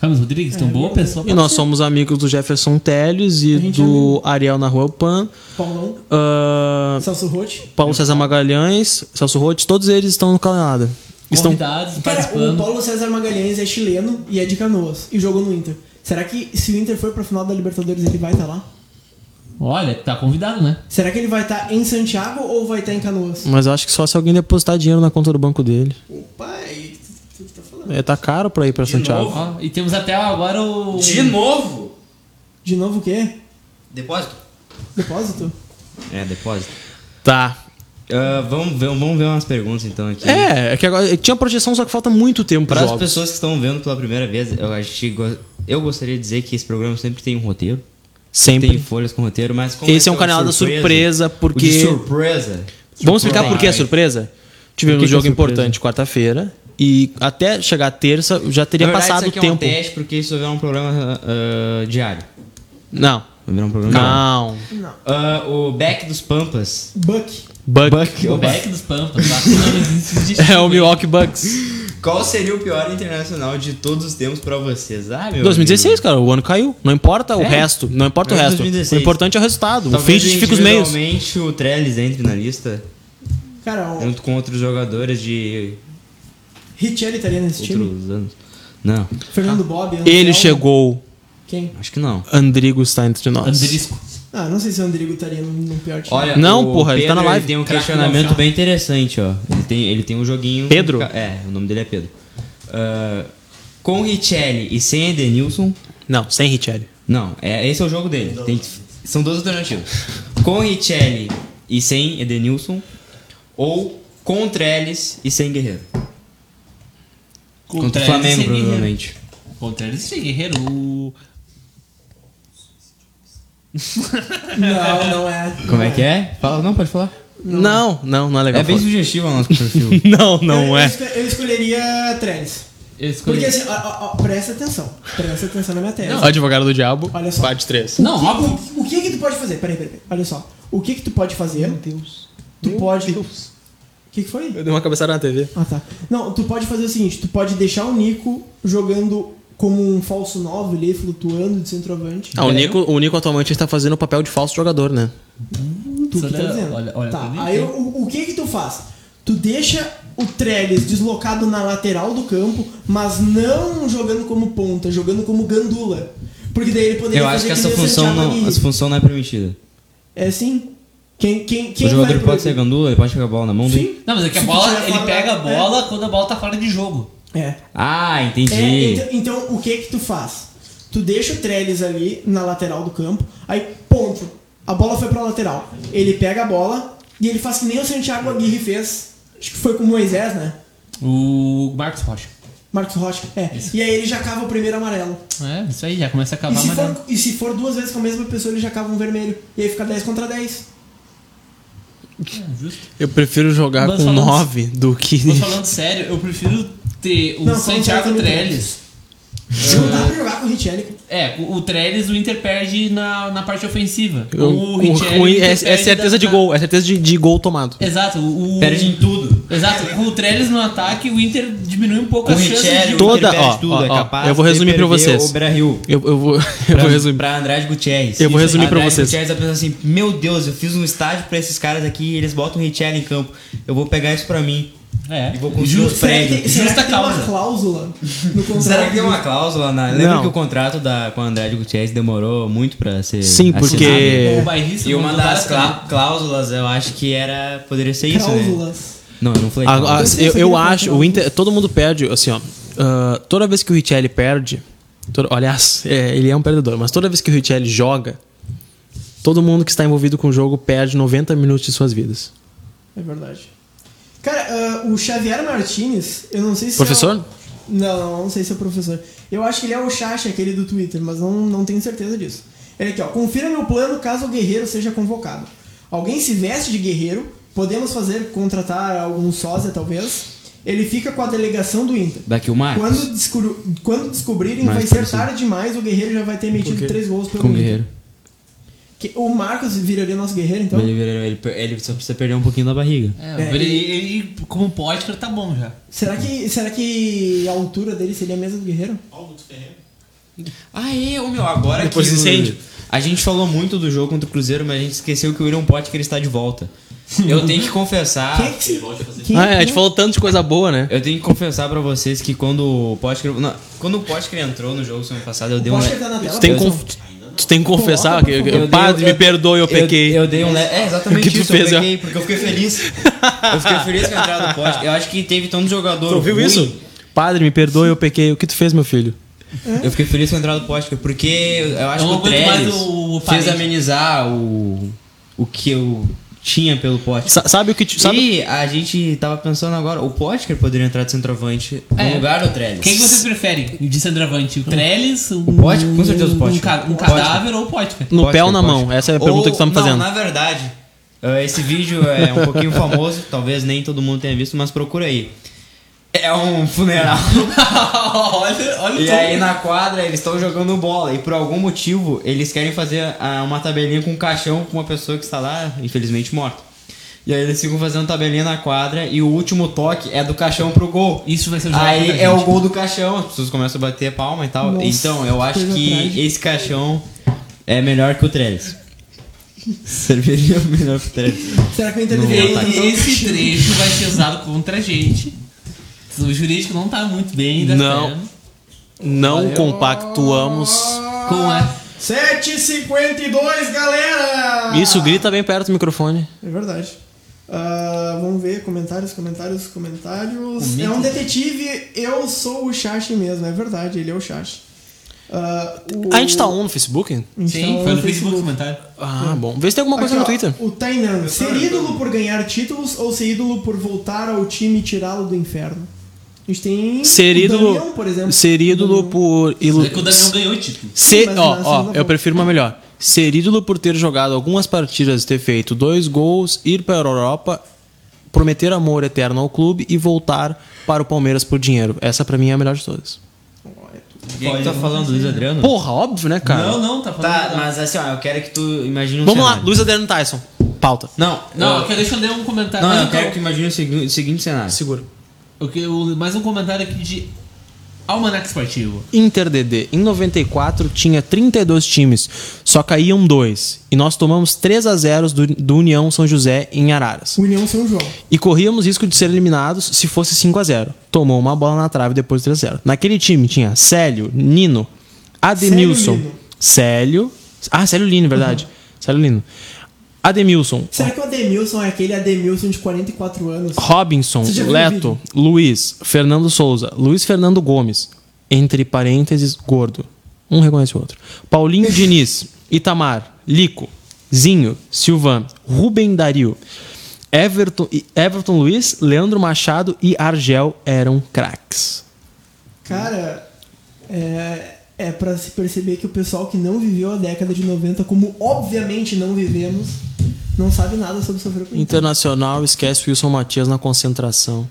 [SPEAKER 2] Ramos Rodrigues,
[SPEAKER 4] É,
[SPEAKER 2] tão boa pessoa.
[SPEAKER 1] E nós somos amigos do Jefferson Telles e
[SPEAKER 4] é
[SPEAKER 3] gente
[SPEAKER 1] do Ariel na Rua Pan.
[SPEAKER 3] Paulão,
[SPEAKER 1] ah,
[SPEAKER 3] Celso Rotti.
[SPEAKER 1] Paulo César Magalhães, Celso Rotti, todos eles estão no Calendário. Estão
[SPEAKER 2] Convidados,
[SPEAKER 3] Cara, o
[SPEAKER 2] Tá participando.
[SPEAKER 3] Paulo César Magalhães é chileno e é de Canoas e jogou no Inter. Será que se o Inter for pra final da Libertadores ele vai estar tá lá?
[SPEAKER 2] Olha, tá convidado, né?
[SPEAKER 3] Será que ele vai estar em Santiago ou vai estar em Canoas?
[SPEAKER 1] Mas eu acho que só se alguém depositar dinheiro na conta do banco dele.
[SPEAKER 3] Opa, aí tu, tu tá falando.
[SPEAKER 1] É, tá caro pra ir pra Santiago.
[SPEAKER 2] Ó, e temos até agora o.
[SPEAKER 7] De novo?
[SPEAKER 3] De novo o quê?
[SPEAKER 7] Depósito?
[SPEAKER 3] Depósito?
[SPEAKER 4] É, depósito.
[SPEAKER 1] Tá.
[SPEAKER 4] Ah, vamos, ver, vamos ver umas perguntas então aqui.
[SPEAKER 1] É, é que agora tinha projeção, só que falta muito tempo pros
[SPEAKER 4] Para as
[SPEAKER 1] jogos.
[SPEAKER 4] pessoas que estão vendo pela primeira vez, eu, a gente go- eu gostaria de dizer que esse programa sempre tem um roteiro. Tem
[SPEAKER 1] Sempre.
[SPEAKER 4] folhas com roteiro, mas como
[SPEAKER 1] Esse é um
[SPEAKER 4] que
[SPEAKER 1] canal da surpresa, porque-
[SPEAKER 4] O de surpresa.
[SPEAKER 1] Vamos explicar por que é
[SPEAKER 4] Surpresa.
[SPEAKER 1] surpresa? Tivemos
[SPEAKER 4] Por
[SPEAKER 1] um
[SPEAKER 4] que que é
[SPEAKER 1] jogo
[SPEAKER 4] surpresa?
[SPEAKER 1] importante quarta-feira. E até chegar terça, já teria
[SPEAKER 4] Na verdade,
[SPEAKER 1] passado o
[SPEAKER 4] isso aqui é um
[SPEAKER 1] tempo.
[SPEAKER 4] teste, porque isso vai virar um programa ah, ah, diário.
[SPEAKER 1] Não.
[SPEAKER 4] Vai virar um programa diário.
[SPEAKER 1] Não.
[SPEAKER 4] Ah, o Back dos Pampas.
[SPEAKER 3] Buck.
[SPEAKER 1] Buck.
[SPEAKER 2] O back dos Pampas. lá, não existe de
[SPEAKER 1] É o Milwaukee Bucks.
[SPEAKER 4] Qual seria o pior internacional de todos os tempos pra vocês? Ah, meu
[SPEAKER 1] 2016, cara, o ano caiu. Não importa o
[SPEAKER 4] É.
[SPEAKER 1] resto. Não importa o
[SPEAKER 4] É
[SPEAKER 1] resto.
[SPEAKER 4] 2016.
[SPEAKER 1] O importante é o resultado.
[SPEAKER 4] amigo.
[SPEAKER 1] o fim justifica os meios.
[SPEAKER 4] Talvez o Trellis entre na lista,
[SPEAKER 3] Cara, o
[SPEAKER 4] junto com outros jogadores de
[SPEAKER 3] Richelli estaria nesse time.
[SPEAKER 4] outros anos. Não,
[SPEAKER 3] Fernando Bob. Anselmo.
[SPEAKER 1] Ele chegou.
[SPEAKER 3] Quem?
[SPEAKER 4] acho que não.
[SPEAKER 1] Andrigo está entre nós.
[SPEAKER 2] Andrisco.
[SPEAKER 3] Ah, não sei se o Andrigo estaria no, no pior time.
[SPEAKER 4] Olha,
[SPEAKER 1] Não,
[SPEAKER 4] o
[SPEAKER 1] porra, ele
[SPEAKER 4] Pedro,
[SPEAKER 1] tá na live.
[SPEAKER 4] tem um
[SPEAKER 2] Craque
[SPEAKER 4] questionamento
[SPEAKER 2] Balchão.
[SPEAKER 4] bem interessante, ó. Ele tem, ele tem um joguinho.
[SPEAKER 1] Pedro?
[SPEAKER 4] É, o nome dele é Pedro. Ah, com Richelli e sem Edenilson.
[SPEAKER 1] Não, sem Richelli.
[SPEAKER 4] Não, é, esse é o jogo dele. Tem que- são duas alternativas. Com Richelli e sem Edenilson. Ou com Trellis e sem Guerreiro. Contra o
[SPEAKER 2] Trellis
[SPEAKER 4] Flamengo,
[SPEAKER 2] e Guerreiro.
[SPEAKER 4] provavelmente.
[SPEAKER 2] Contra eles e Guerreiro. O-
[SPEAKER 3] Não, não é.
[SPEAKER 4] Como é que é? Fala, não, pode falar.
[SPEAKER 1] Não, não, não é legal.
[SPEAKER 4] É bem
[SPEAKER 1] falar.
[SPEAKER 4] sugestivo o nosso perfil.
[SPEAKER 1] Não,
[SPEAKER 3] eu,
[SPEAKER 1] não
[SPEAKER 3] eu
[SPEAKER 1] é.
[SPEAKER 3] esco- Eu escolheria Trellis.
[SPEAKER 2] Eu escolhi-
[SPEAKER 3] Porque assim, ó, ó, ó, presta atenção. Presta atenção na minha tese.
[SPEAKER 1] Advogado do Diabo,
[SPEAKER 3] Olha só.
[SPEAKER 1] parte 3.
[SPEAKER 2] Não,
[SPEAKER 3] O-
[SPEAKER 2] óbvio.
[SPEAKER 3] O, que que assim, tu pode fazer? Peraí, peraí, peraí. Olha só. O que que tu pode fazer? Meu Deus. Tu pode... O que que foi?
[SPEAKER 1] Eu dei uma cabeçada na TV.
[SPEAKER 3] Ah, tá. Não, tu pode fazer o seguinte, tu pode deixar o Nico jogando como um falso 9 ali, flutuando de centroavante.
[SPEAKER 1] Ah, o Nico, o Nico atualmente está fazendo o papel de falso jogador, né?
[SPEAKER 3] tu que
[SPEAKER 2] Isso
[SPEAKER 3] tá
[SPEAKER 2] daí,
[SPEAKER 3] dizendo.
[SPEAKER 2] olha- olha,
[SPEAKER 3] tá,
[SPEAKER 2] eu nem
[SPEAKER 3] aí
[SPEAKER 2] sei.
[SPEAKER 3] o, o que que tu faz? Tu deixa o Trellis deslocado na lateral do campo, mas não jogando como ponta, jogando como gandula. Porque daí ele poderia
[SPEAKER 4] Eu acho
[SPEAKER 3] fazer
[SPEAKER 4] que
[SPEAKER 3] que
[SPEAKER 4] essa
[SPEAKER 3] nem o
[SPEAKER 4] função,
[SPEAKER 3] Santiago
[SPEAKER 4] não,
[SPEAKER 3] Aguirre.
[SPEAKER 4] essa função não é permitida.
[SPEAKER 3] É sim. Quem, quem, quem
[SPEAKER 4] o jogador
[SPEAKER 3] vai
[SPEAKER 4] pode ser
[SPEAKER 3] proibir?
[SPEAKER 4] gandula, ele pode pegar a bola na mão dele.
[SPEAKER 3] Sim.
[SPEAKER 2] Não, mas é que a
[SPEAKER 3] Se tu
[SPEAKER 2] bola,
[SPEAKER 3] tiver é.
[SPEAKER 2] ele
[SPEAKER 3] fora da-
[SPEAKER 2] pega a bola quando a bola tá fora de jogo.
[SPEAKER 3] É. é.
[SPEAKER 4] Ah,
[SPEAKER 3] É,
[SPEAKER 4] entendi.
[SPEAKER 3] então, então, o que que tu faz? Tu deixa o Trellis ali na lateral do campo, aí ponto. A bola foi pra lateral. Ele pega a bola e ele faz que nem o Santiago Aguirre fez. Acho que foi com o Moisés, né?
[SPEAKER 2] O Marcos Rocha.
[SPEAKER 3] Marcos Rocha. É. E aí ele já cava o primeiro amarelo.
[SPEAKER 2] É, isso aí, já começa a
[SPEAKER 3] E
[SPEAKER 2] acabar
[SPEAKER 3] se,
[SPEAKER 2] amarelo.
[SPEAKER 3] for, e se for duas vezes com a mesma pessoa, ele já cava um vermelho. E aí fica 10 contra 10.
[SPEAKER 2] é Justo.
[SPEAKER 1] Eu prefiro jogar
[SPEAKER 2] Mas
[SPEAKER 1] com
[SPEAKER 2] falando-
[SPEAKER 1] 9 do que.
[SPEAKER 2] Mas falando sério, eu prefiro ter o
[SPEAKER 3] Não, falando
[SPEAKER 2] Santiago
[SPEAKER 3] sério, eu também
[SPEAKER 2] Trellis.
[SPEAKER 3] Não dá pra jogar com o Richelli.
[SPEAKER 2] É, o o Trellis o Inter perde na, na parte ofensiva.
[SPEAKER 1] Eu-
[SPEAKER 2] o
[SPEAKER 1] o-
[SPEAKER 2] Richelli,
[SPEAKER 1] o-
[SPEAKER 2] o tá-
[SPEAKER 1] é,
[SPEAKER 2] Inter
[SPEAKER 1] é
[SPEAKER 2] perde
[SPEAKER 1] certeza
[SPEAKER 2] da-
[SPEAKER 1] de gol, é certeza de, de gol tomado.
[SPEAKER 2] Exato, o. o-
[SPEAKER 4] Perde em tudo.
[SPEAKER 2] Exato, com o Trellis no ataque, o Inter diminui um pouco
[SPEAKER 4] O
[SPEAKER 2] as chances
[SPEAKER 4] Richelli,
[SPEAKER 2] de
[SPEAKER 4] o
[SPEAKER 1] Todo- Toda-
[SPEAKER 4] Inter perde
[SPEAKER 1] ó,
[SPEAKER 4] tudo,
[SPEAKER 1] ó,
[SPEAKER 4] é
[SPEAKER 1] ó,
[SPEAKER 4] capaz
[SPEAKER 1] eu vou
[SPEAKER 4] de
[SPEAKER 1] resumir pra
[SPEAKER 4] perder
[SPEAKER 1] vocês.
[SPEAKER 4] O Brasil.
[SPEAKER 1] Eu, eu vou, eu
[SPEAKER 4] Pra,
[SPEAKER 1] vou resumir.
[SPEAKER 4] pra Andrade Gutierrez.
[SPEAKER 1] Eu vou resumir pra
[SPEAKER 4] Andrade
[SPEAKER 1] vocês.
[SPEAKER 4] Gutierrez tá pensando assim: Meu Deus, eu fiz um estágio pra esses caras aqui e eles botam o Richelli em campo. Eu vou pegar isso pra mim.
[SPEAKER 2] É.
[SPEAKER 4] E vou construir os
[SPEAKER 3] Será que,
[SPEAKER 4] prédios.
[SPEAKER 3] será
[SPEAKER 2] Justa
[SPEAKER 3] que tem uma
[SPEAKER 2] causa.
[SPEAKER 3] cláusula no contrato?
[SPEAKER 4] Será que tem uma cláusula na. Lembra
[SPEAKER 1] Não.
[SPEAKER 4] que o contrato da, com o Andrade Gutierrez demorou muito pra ser.
[SPEAKER 1] Sim,
[SPEAKER 4] assinado?
[SPEAKER 1] porque.
[SPEAKER 2] O bairrista
[SPEAKER 4] E uma
[SPEAKER 2] mandou
[SPEAKER 4] das
[SPEAKER 2] várias-
[SPEAKER 4] clá- cláusulas eu acho que era. Poderia ser isso, né?
[SPEAKER 3] Cláusulas.
[SPEAKER 4] Não, eu é não falei.
[SPEAKER 1] A-
[SPEAKER 4] cláusula.
[SPEAKER 1] a-
[SPEAKER 3] sei
[SPEAKER 1] eu
[SPEAKER 3] se
[SPEAKER 1] eu
[SPEAKER 3] ele
[SPEAKER 1] acho,
[SPEAKER 3] vai
[SPEAKER 1] o Inter, todo mundo perde, assim, ó. ah, toda vez que o Richelli perde. todo- aliás, é, ele é um perdedor, mas toda vez que o Richelli joga, todo mundo que está envolvido com o jogo perde 90 minutos de suas vidas.
[SPEAKER 3] É verdade. Cara, ah, o Xavier Martinez, eu não sei se. É
[SPEAKER 1] Professor?
[SPEAKER 3] o... Não, não, não sei se é professor. Eu acho que ele é o Chacha, aquele do Twitter, mas não, não tenho certeza disso. Ele aqui, ó. Confira meu plano caso o guerreiro seja convocado. Alguém se veste de guerreiro, podemos fazer contratar algum sósia, talvez. Ele fica com a delegação do Inter.
[SPEAKER 4] Daqui o Marcos.
[SPEAKER 3] Quando, descobri- quando descobrirem,
[SPEAKER 4] Mas
[SPEAKER 3] vai ser
[SPEAKER 4] parecido.
[SPEAKER 3] tarde demais, o guerreiro já vai ter metido três gols pelo
[SPEAKER 4] Com o
[SPEAKER 3] Inter.
[SPEAKER 4] Guerreiro.
[SPEAKER 3] Que- o Marcos viraria nosso guerreiro, então?
[SPEAKER 4] Ele, ele- ele só precisa perder um pouquinho da barriga.
[SPEAKER 2] É,
[SPEAKER 3] É,
[SPEAKER 2] ele, ele, como pode, tá bom já.
[SPEAKER 3] Será que, será que a altura dele seria a mesma do Guerreiro?
[SPEAKER 4] Aê, Ah, é, ô meu, agora
[SPEAKER 1] Depois
[SPEAKER 4] que
[SPEAKER 1] do
[SPEAKER 4] o-
[SPEAKER 1] incêndio.
[SPEAKER 4] A gente falou muito do jogo contra o Cruzeiro, mas a gente esqueceu que o William Potker está de volta. Eu tenho que confessar.
[SPEAKER 3] Quem é que se... Quem,
[SPEAKER 1] Ah, é, a gente
[SPEAKER 3] quem-
[SPEAKER 1] falou tanto de coisa boa, né?
[SPEAKER 4] Eu tenho que confessar pra vocês
[SPEAKER 1] né?
[SPEAKER 4] que quando o Potker. não, Quando o Potker entrou no jogo semana passada, eu dei um.
[SPEAKER 3] Potker tá na tela?
[SPEAKER 1] Tem
[SPEAKER 4] Eu-
[SPEAKER 1] conf- Tu tem que confessar que, que-
[SPEAKER 4] Eu
[SPEAKER 1] padre,
[SPEAKER 4] dei- um eu-
[SPEAKER 1] me perdoe, eu pequei.
[SPEAKER 4] Eu, dei um le... É,
[SPEAKER 1] O
[SPEAKER 4] exatamente
[SPEAKER 1] que tu
[SPEAKER 4] isso.
[SPEAKER 1] fez,
[SPEAKER 4] eu
[SPEAKER 1] ó.
[SPEAKER 4] pequei, porque eu fiquei feliz. eu fiquei feliz com a entrada do poste. Eu acho que teve tanto jogador.
[SPEAKER 1] Tu ouviu
[SPEAKER 4] ruim.
[SPEAKER 1] isso? Padre, me perdoe, eu pequei. O que tu fez, meu filho?
[SPEAKER 4] Eu fiquei feliz com a entrada do poste, porque eu acho
[SPEAKER 2] Eu não
[SPEAKER 4] que o
[SPEAKER 2] aguento mais
[SPEAKER 4] Trellis
[SPEAKER 2] o- o
[SPEAKER 4] fez
[SPEAKER 2] parede.
[SPEAKER 4] amenizar o, o que eu tinha pelo poste.
[SPEAKER 1] Sa- sabe o que tu. Sabe...
[SPEAKER 4] E a gente tava pensando agora, o Potker poderia entrar de centroavante no
[SPEAKER 2] É.
[SPEAKER 4] lugar do Trellis.
[SPEAKER 2] Quem que vocês preferem de centroavante? O Trellis? O
[SPEAKER 4] Potker? Com certeza o Potker.
[SPEAKER 2] Um, ca- um
[SPEAKER 4] Potker.
[SPEAKER 2] cadáver ou o Potker?
[SPEAKER 1] No
[SPEAKER 4] Pode
[SPEAKER 1] pé
[SPEAKER 4] ser,
[SPEAKER 1] ou na
[SPEAKER 4] pode
[SPEAKER 1] mão?
[SPEAKER 4] ser.
[SPEAKER 1] Essa é a pergunta que tu tá me
[SPEAKER 4] Ou-
[SPEAKER 1] fazendo.
[SPEAKER 4] Não, na verdade, eh, esse vídeo é um pouquinho famoso, talvez nem todo mundo tenha visto, mas procura aí. É um funeral.
[SPEAKER 2] olha, olha
[SPEAKER 4] E
[SPEAKER 2] o tom.
[SPEAKER 4] aí na quadra eles estão jogando bola e por algum motivo eles querem fazer ah, uma tabelinha com um caixão com uma pessoa que está lá, infelizmente, morta. E aí eles ficam fazendo tabelinha na quadra e o último toque é do caixão pro gol.
[SPEAKER 2] Isso vai ser o jogo da
[SPEAKER 4] Aí
[SPEAKER 2] gente.
[SPEAKER 4] é o gol do caixão, as pessoas começam a bater palma e tal.
[SPEAKER 3] Nossa,
[SPEAKER 4] então eu acho
[SPEAKER 3] coisa
[SPEAKER 4] que
[SPEAKER 3] trágica.
[SPEAKER 4] esse caixão é melhor que o Trellis. Serviria melhor pro Trellis.
[SPEAKER 3] Será que o Inter
[SPEAKER 4] Não tá
[SPEAKER 3] deveria
[SPEAKER 4] vou
[SPEAKER 2] E
[SPEAKER 3] tentar um
[SPEAKER 2] esse
[SPEAKER 3] time?
[SPEAKER 2] trecho vai ser usado contra a gente. O jurídico não tá muito bem ainda.
[SPEAKER 1] Não.
[SPEAKER 2] né?
[SPEAKER 1] Não compactuamos.
[SPEAKER 2] Com a...
[SPEAKER 3] 7,52, galera!
[SPEAKER 1] Isso, grita bem perto do microfone.
[SPEAKER 3] É verdade. Ah, vamos ver, comentários, comentários, comentários.
[SPEAKER 2] O
[SPEAKER 3] é um
[SPEAKER 2] mito.
[SPEAKER 3] detetive, eu sou o Chachi mesmo, é verdade, ele é o Chachi. Ah, o-
[SPEAKER 1] A gente tá on no Facebook?
[SPEAKER 3] a
[SPEAKER 4] Então,
[SPEAKER 3] gente tá
[SPEAKER 2] Sim,
[SPEAKER 3] on
[SPEAKER 2] foi
[SPEAKER 3] no
[SPEAKER 2] no Facebook o comentário.
[SPEAKER 1] Ah, bom. Vê se tem alguma coisa
[SPEAKER 3] Aqui,
[SPEAKER 1] no
[SPEAKER 3] ó,
[SPEAKER 1] Twitter.
[SPEAKER 3] O Tainan, ser ídolo por ganhar títulos ou ser ídolo por voltar ao time e tirá-lo do inferno? A gente tem
[SPEAKER 1] Ser
[SPEAKER 3] o
[SPEAKER 1] ídolo-
[SPEAKER 3] Damião, por exemplo.
[SPEAKER 1] Ser ídolo por. ilu-
[SPEAKER 2] É que o Damião ganhou o título.
[SPEAKER 1] Ser,
[SPEAKER 3] Mas
[SPEAKER 1] ó,
[SPEAKER 3] na
[SPEAKER 1] ó,
[SPEAKER 3] segunda
[SPEAKER 1] eu
[SPEAKER 3] volta.
[SPEAKER 1] prefiro uma melhor. Ser ídolo por ter jogado algumas partidas, ter feito dois gols, ir para a Europa, prometer amor eterno ao clube e voltar para o Palmeiras por dinheiro. Essa pra mim é a melhor de todas.
[SPEAKER 4] Quem que tá falando, Luiz Adriano?
[SPEAKER 1] Porra, óbvio, né, cara?
[SPEAKER 2] Não, não, tá falando.
[SPEAKER 4] Tá,
[SPEAKER 2] nada.
[SPEAKER 4] mas assim, ó, eu quero que tu imagine um
[SPEAKER 1] Vamos lá,
[SPEAKER 4] cenário.
[SPEAKER 1] Luiz Adriano Tyson. Pauta.
[SPEAKER 4] Não,
[SPEAKER 2] Não,
[SPEAKER 4] eu-
[SPEAKER 2] eu quero, deixa eu ler um comentário.
[SPEAKER 4] Não,
[SPEAKER 2] mais
[SPEAKER 4] eu
[SPEAKER 2] um
[SPEAKER 4] quero
[SPEAKER 2] com-
[SPEAKER 4] que tu imagine o, segui- o seguinte cenário.
[SPEAKER 1] Segura.
[SPEAKER 2] eu quero- mais um comentário aqui de Almanac Esportivo.
[SPEAKER 1] Inter DD. Em 94 tinha 32 times, só caíam dois. E nós tomamos 3 a 0 do, do União São José em Araras.
[SPEAKER 3] União São João.
[SPEAKER 1] E corríamos risco de ser eliminados se fosse 5 a 0 Tomou uma bola na trave depois do 3x0. Naquele time tinha Célio, Nino, Ademilson.
[SPEAKER 3] Célio, Nino.
[SPEAKER 1] Célio. Ah, Célio Lino, verdade. Célio Lino. Ademilson,
[SPEAKER 3] Será que o Ademilson é aquele Ademilson de 44 anos?
[SPEAKER 1] Robinson,
[SPEAKER 3] Você já viu o
[SPEAKER 1] Leto, Luiz, Fernando Souza, Luiz Fernando Gomes, entre parênteses, gordo. Um reconhece o outro. Paulinho Diniz, Itamar, Lico, Zinho, Silvan, Rubem Dario, Everton, e- Everton Luiz, Leandro Machado e Argel eram craques.
[SPEAKER 3] Cara, é, é para se perceber que o pessoal que não viveu a década de 90, como obviamente não vivemos, não sabe nada sobre sofrer com Inter.
[SPEAKER 1] Internacional esquece Wilson Matias na concentração. Hum.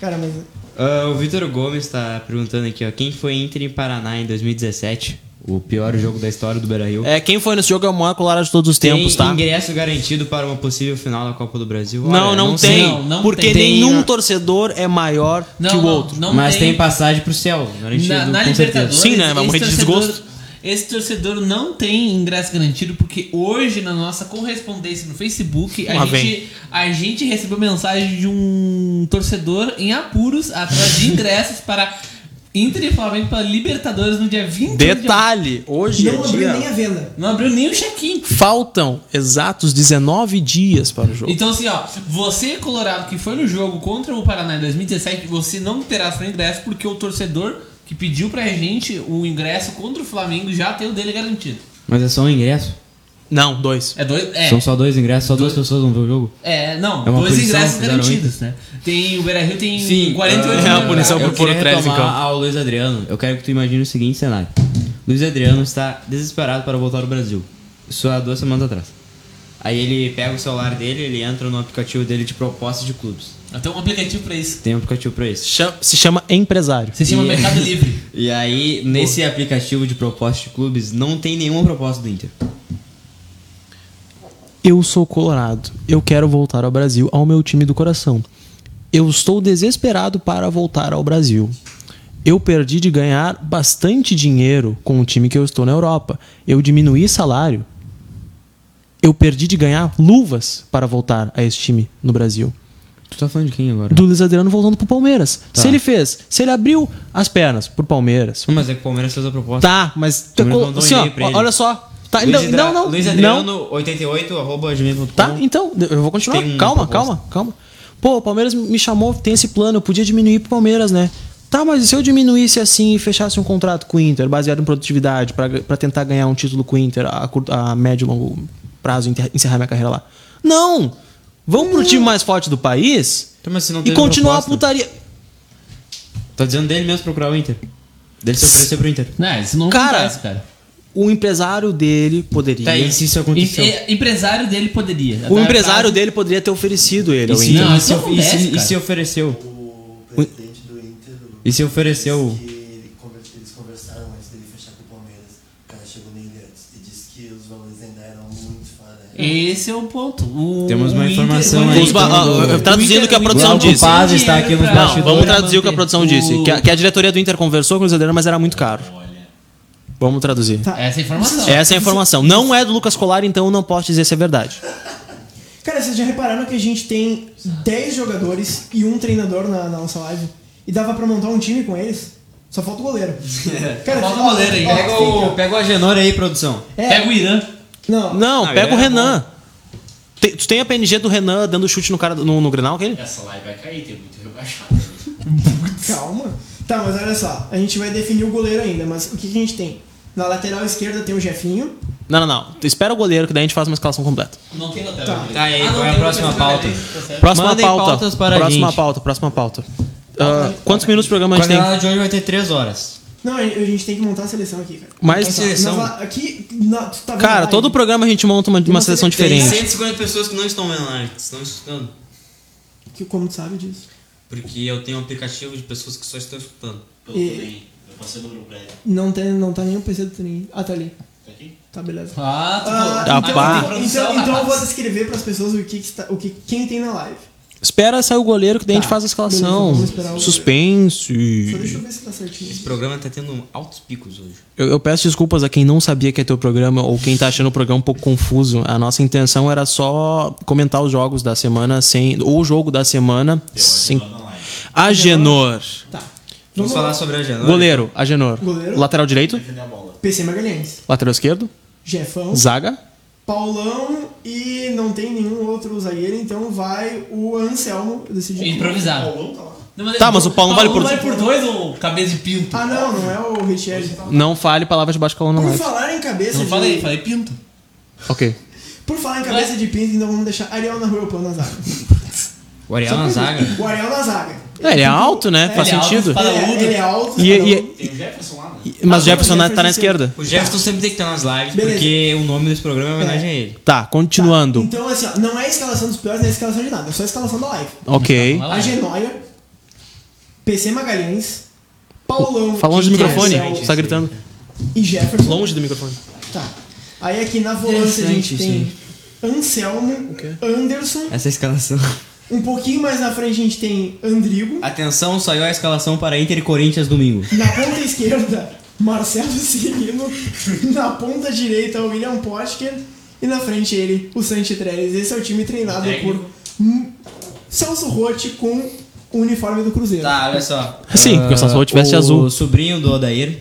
[SPEAKER 3] Cara, mas
[SPEAKER 4] Ah, o Vitor Gomes tá perguntando aqui, ó. Quem foi entre Paraná em 2017? O pior jogo da história do Beira-Rio.
[SPEAKER 1] É, quem foi nesse jogo é o maior colar de todos os
[SPEAKER 4] Tem
[SPEAKER 1] tempos, tá?
[SPEAKER 4] ingresso garantido para uma possível final da Copa do Brasil?
[SPEAKER 1] Não,
[SPEAKER 4] Olha,
[SPEAKER 1] não,
[SPEAKER 4] sei.
[SPEAKER 1] tem.
[SPEAKER 2] Não, não
[SPEAKER 1] porque
[SPEAKER 4] tem.
[SPEAKER 1] nenhum
[SPEAKER 4] Tem, ó.
[SPEAKER 1] torcedor é maior
[SPEAKER 2] Não,
[SPEAKER 1] que o
[SPEAKER 2] não,
[SPEAKER 1] outro.
[SPEAKER 2] não
[SPEAKER 4] Mas
[SPEAKER 2] tem.
[SPEAKER 4] tem passagem pro céu. garantido,
[SPEAKER 2] Na, na
[SPEAKER 4] com
[SPEAKER 2] Libertadores.
[SPEAKER 4] certeza.
[SPEAKER 1] Sim, né? Vai
[SPEAKER 2] esse
[SPEAKER 1] morrer de
[SPEAKER 2] torcedor-
[SPEAKER 1] desgosto.
[SPEAKER 2] Esse torcedor não tem ingresso garantido, porque hoje, na nossa correspondência no Facebook,
[SPEAKER 1] Lá
[SPEAKER 2] a,
[SPEAKER 1] vem.
[SPEAKER 2] gente, a gente recebeu mensagem de um torcedor em apuros atrás de ingressos para Inter e Flamengo para Libertadores no dia 20
[SPEAKER 1] Detalhe, hoje
[SPEAKER 3] não
[SPEAKER 1] é
[SPEAKER 3] abriu
[SPEAKER 1] dia...
[SPEAKER 3] nem a venda.
[SPEAKER 2] Não abriu nem o check-in.
[SPEAKER 1] Faltam exatos 19 dias para o jogo.
[SPEAKER 2] Então, assim, ó, você, Colorado, que foi no jogo contra o Paraná em 2017, você não terá seu ingresso porque o torcedor que pediu pra gente o ingresso contra o Flamengo já tem o dele garantido.
[SPEAKER 4] Mas é só um ingresso?
[SPEAKER 1] Não, dois.
[SPEAKER 2] É dois. É,
[SPEAKER 4] São só dois ingressos, só duas pessoas vão ver o jogo?
[SPEAKER 2] é não,
[SPEAKER 4] É uma
[SPEAKER 2] dois
[SPEAKER 4] punição,
[SPEAKER 2] ingressos
[SPEAKER 4] fizeram
[SPEAKER 2] garantidos, né? Tem o Beira Rio tem 48
[SPEAKER 1] é
[SPEAKER 2] mil
[SPEAKER 4] Ah,
[SPEAKER 1] uma punição
[SPEAKER 2] ingressos.
[SPEAKER 1] por pôr o Trellis em campo.
[SPEAKER 4] ao Luiz Adriano. Eu quero que tu imagine o seguinte cenário. Luiz Adriano está desesperado para voltar ao Brasil. Isso há duas semanas atrás. Aí ele pega o celular dele, ele entra no aplicativo dele de proposta de clubes.
[SPEAKER 2] Eu tenho um aplicativo pra isso.
[SPEAKER 4] Tem um aplicativo pra isso.
[SPEAKER 1] Cha- se chama empresário.
[SPEAKER 2] Se chama
[SPEAKER 4] E-
[SPEAKER 2] Mercado Livre.
[SPEAKER 4] E aí, nesse aplicativo de proposta de clubes, não tem nenhuma proposta do Inter.
[SPEAKER 1] Eu sou colorado. Eu quero voltar ao Brasil, ao meu time do coração. Eu estou desesperado para voltar ao Brasil. Eu perdi de ganhar bastante dinheiro com o time que eu estou na Europa. Eu diminuí salário. Eu perdi de ganhar luvas para voltar a esse time no Brasil.
[SPEAKER 4] Tu tá falando de quem agora?
[SPEAKER 1] do Luiz Adriano voltando pro Palmeiras.
[SPEAKER 4] Tá.
[SPEAKER 1] Se ele fez, se ele abriu as pernas pro Palmeiras.
[SPEAKER 4] Mas é que o Palmeiras fez a proposta.
[SPEAKER 1] Tá, mas tu
[SPEAKER 4] Palmeiras
[SPEAKER 1] colo-
[SPEAKER 4] mandou um
[SPEAKER 1] assim, ó,
[SPEAKER 4] e-mail pra ele.
[SPEAKER 1] olha só. Tá,
[SPEAKER 4] Luiz
[SPEAKER 1] não,
[SPEAKER 4] Adra-
[SPEAKER 1] não, não,
[SPEAKER 4] Luiz
[SPEAKER 1] não.
[SPEAKER 4] Adriano, 88, arroba gmail.com.
[SPEAKER 1] Tá, então, eu vou continuar.
[SPEAKER 4] Tem um uma
[SPEAKER 1] Calma,
[SPEAKER 4] proposta.
[SPEAKER 1] calma, calma. Pô, o Palmeiras me chamou, tem esse plano, eu podia diminuir pro Palmeiras, né? Tá, mas e se eu diminuísse assim e fechasse um contrato com o Inter, baseado em produtividade, pra pra tentar ganhar um título com o Inter a, curto- a médio e longo prazo, enter- encerrar minha carreira lá? Não! Vamos pro time mais forte do país
[SPEAKER 4] Tá, mas se não
[SPEAKER 1] e
[SPEAKER 4] teve
[SPEAKER 1] continuar a
[SPEAKER 4] proposta,
[SPEAKER 1] putaria.
[SPEAKER 4] Tá dizendo dele mesmo procurar o Inter. Dele se oferecer pro Inter.
[SPEAKER 2] Não, isso não
[SPEAKER 1] Cara,
[SPEAKER 2] acontece, cara.
[SPEAKER 1] O um empresário dele poderia.
[SPEAKER 4] Tá, e se isso
[SPEAKER 2] Em-
[SPEAKER 4] aconteceu?
[SPEAKER 2] em- empresário dele poderia.
[SPEAKER 1] O empresário dele poderia ter oferecido ele ao
[SPEAKER 4] se-
[SPEAKER 1] Inter.
[SPEAKER 2] Não,
[SPEAKER 4] É e
[SPEAKER 2] isso
[SPEAKER 4] se-
[SPEAKER 2] não
[SPEAKER 4] e se-
[SPEAKER 2] acontece,
[SPEAKER 4] E
[SPEAKER 2] cara.
[SPEAKER 4] se ofereceu?
[SPEAKER 5] O presidente do Inter. o-
[SPEAKER 4] E se ofereceu?
[SPEAKER 5] Disse que ele conver- eles conversaram antes dele fechar com o Palmeiras. O cara chegou nele antes e disse que os valores ainda eram muito fora da real.
[SPEAKER 2] Esse é o ponto. O-
[SPEAKER 4] Temos uma
[SPEAKER 2] o Inter-
[SPEAKER 4] informação
[SPEAKER 2] o
[SPEAKER 4] aí,
[SPEAKER 2] Inter-
[SPEAKER 1] Os ba-
[SPEAKER 4] então,
[SPEAKER 1] ah,
[SPEAKER 4] do-
[SPEAKER 1] ah, traduzindo o que a
[SPEAKER 2] Inter-
[SPEAKER 1] produção
[SPEAKER 2] Glauco
[SPEAKER 1] disse.
[SPEAKER 2] Paz
[SPEAKER 4] está aqui nos
[SPEAKER 2] Não,
[SPEAKER 1] Não,
[SPEAKER 4] bastidores.
[SPEAKER 1] vamos traduzir o que a produção disse. Que a, que
[SPEAKER 2] é
[SPEAKER 1] a diretoria do Inter conversou com o Zadeira, mas era muito caro. Vamos traduzir.
[SPEAKER 3] Tá.
[SPEAKER 2] Essa é a informação.
[SPEAKER 1] Essa é a informação. Não é do Lucas Colar, então eu não posso dizer se é verdade.
[SPEAKER 3] Cara, vocês já repararam que a gente tem 10 jogadores e um treinador na, na nossa live? E dava pra montar um time com eles? Só falta o goleiro. Cara,
[SPEAKER 2] É, Falta
[SPEAKER 3] tem-
[SPEAKER 2] o goleiro aí.
[SPEAKER 3] ó,
[SPEAKER 4] Pega o, pega o Agenor aí, produção.
[SPEAKER 3] É,
[SPEAKER 2] Pega o Irã.
[SPEAKER 3] Não,
[SPEAKER 1] Não,
[SPEAKER 4] Ah,
[SPEAKER 1] pega o
[SPEAKER 4] é
[SPEAKER 1] Renan. Te- tu tem a PNG do Renan dando chute no cara no, no Grenal, aquele?
[SPEAKER 6] Essa live vai cair, tem muito rebaixado.
[SPEAKER 3] calma. Tá, mas olha só. A gente vai definir o goleiro ainda, mas o que, que a gente tem? Na lateral esquerda tem o Jefinho.
[SPEAKER 1] Não, não, não. Tu Espera o goleiro que daí a gente faz uma escalação completa.
[SPEAKER 2] Não tem Tá hotel.
[SPEAKER 3] Tá.
[SPEAKER 4] Tá, e aí, qual é a próxima pauta?
[SPEAKER 1] Próxima
[SPEAKER 4] Mandem
[SPEAKER 1] pauta.
[SPEAKER 4] pautas para a
[SPEAKER 1] próxima
[SPEAKER 4] gente.
[SPEAKER 1] pauta, próxima pauta. Ah, quantos minutos de programa a gente tem?
[SPEAKER 4] Canelada de hoje vai ter 3 horas.
[SPEAKER 3] Não, a a gente tem que montar a seleção aqui, cara.
[SPEAKER 1] Mais
[SPEAKER 3] Mas, ó,
[SPEAKER 4] seleção?
[SPEAKER 3] nós lá- aqui, na, tu tá vendo a
[SPEAKER 1] Cara,
[SPEAKER 3] live?
[SPEAKER 1] todo programa a gente monta uma, uma seleção diferente.
[SPEAKER 4] 150 pessoas que não estão vendo lá, estão escutando.
[SPEAKER 3] Que, como tu sabe disso?
[SPEAKER 4] Porque eu tenho um aplicativo de pessoas que só estão escutando.
[SPEAKER 6] Pelo
[SPEAKER 3] E-
[SPEAKER 6] bem, eu passei no grupo pra ele.
[SPEAKER 3] Não, tem, não tá nem o PC do Trin. Ah, tá ali.
[SPEAKER 6] Tá aqui?
[SPEAKER 3] Tá, beleza.
[SPEAKER 2] Ah, tu
[SPEAKER 3] Ah,
[SPEAKER 1] Tá,
[SPEAKER 3] então,
[SPEAKER 1] pá.
[SPEAKER 3] então- então, então eu vou descrever pras pessoas o que, que está, o que quem tem na live.
[SPEAKER 1] Espera sair o goleiro que daí a gente
[SPEAKER 3] Tá.
[SPEAKER 1] faz a
[SPEAKER 3] Beleza,
[SPEAKER 1] escalação.
[SPEAKER 3] vamos esperar o- Só deixa eu
[SPEAKER 1] Suspense.
[SPEAKER 3] ver se tá
[SPEAKER 4] Esse
[SPEAKER 3] certinho.
[SPEAKER 4] programa tá tendo altos picos hoje.
[SPEAKER 1] Eu, eu peço desculpas a quem não sabia que é teu programa ou quem tá achando o programa um pouco confuso. A nossa intenção era só comentar os jogos da semana sem. Ou o jogo da semana sem. Agenor.
[SPEAKER 3] Tá.
[SPEAKER 4] Vamos,
[SPEAKER 3] Vamos
[SPEAKER 4] falar
[SPEAKER 3] lá.
[SPEAKER 4] sobre a Agenor.
[SPEAKER 1] Goleiro, Agenor.
[SPEAKER 3] Goleiro.
[SPEAKER 1] Lateral direito,
[SPEAKER 3] PC Magalhães,
[SPEAKER 1] lateral esquerdo,
[SPEAKER 3] Jefão,
[SPEAKER 1] zaga.
[SPEAKER 3] Paulão e não tem nenhum outro zagueiro, então vai o Anselmo. Eu decidi.
[SPEAKER 2] Improvisado. Não,
[SPEAKER 1] Tá, mas o Paulo vale por-
[SPEAKER 2] vale por dois ou cabeça de pinto?
[SPEAKER 3] Ah, não, não é o Richelli.
[SPEAKER 1] Não é. fale palavras de baixo calão na
[SPEAKER 3] Por
[SPEAKER 1] live.
[SPEAKER 3] falar em cabeça
[SPEAKER 2] não
[SPEAKER 3] de.
[SPEAKER 2] falei, falei pinto.
[SPEAKER 1] Ok.
[SPEAKER 3] Por falar em cabeça de pinto, então vamos deixar Ariel na rua e o Pão na zaga.
[SPEAKER 4] O Ariel na zaga.
[SPEAKER 3] O Ariel na zaga.
[SPEAKER 1] É, ele é alto, né? Faz
[SPEAKER 2] ele é alto,
[SPEAKER 1] sentido.
[SPEAKER 2] fala-
[SPEAKER 3] Ele é, ele é alto.
[SPEAKER 1] E-
[SPEAKER 3] fala-
[SPEAKER 1] e-
[SPEAKER 6] Tem o Jefferson lá, né?
[SPEAKER 1] Mas o
[SPEAKER 3] Ah,
[SPEAKER 1] Jefferson tá na
[SPEAKER 3] não, Jefferson
[SPEAKER 1] esquerda.
[SPEAKER 4] O Jefferson sempre tem que estar nas lives,
[SPEAKER 3] Beleza.
[SPEAKER 4] porque o nome desse programa é homenagem a ele.
[SPEAKER 1] Tá, continuando.
[SPEAKER 3] Então, assim, ó, não é a escalação dos piores, não é a escalação de nada, é só a escalação da live.
[SPEAKER 1] Ok.
[SPEAKER 4] Ah, é?
[SPEAKER 2] Vai lá.
[SPEAKER 3] A Genóia, PC Magalhães, Paulão.
[SPEAKER 1] Fala longe do
[SPEAKER 3] que é
[SPEAKER 1] microfone,
[SPEAKER 3] Marcel
[SPEAKER 1] você tá gritando.
[SPEAKER 3] E Jefferson.
[SPEAKER 1] Longe do microfone.
[SPEAKER 3] Tá. Aí aqui na volância a gente tem Anselmo, Anderson.
[SPEAKER 4] Essa é a escalação.
[SPEAKER 3] Um pouquinho mais na frente a gente tem Andrigo.
[SPEAKER 4] Atenção, saiu a escalação para Inter e Corinthians domingo.
[SPEAKER 3] Na ponta esquerda, Marcelo Cirino. Na ponta direita, o William Potker. E na frente ele, o Santi Trellis. Esse é o time treinado por hum, Celso Rotti com o uniforme do Cruzeiro.
[SPEAKER 4] Tá, olha só.
[SPEAKER 1] Sim, porque o Sassuolo tivesse
[SPEAKER 4] o
[SPEAKER 1] azul.
[SPEAKER 4] O sobrinho do Odair,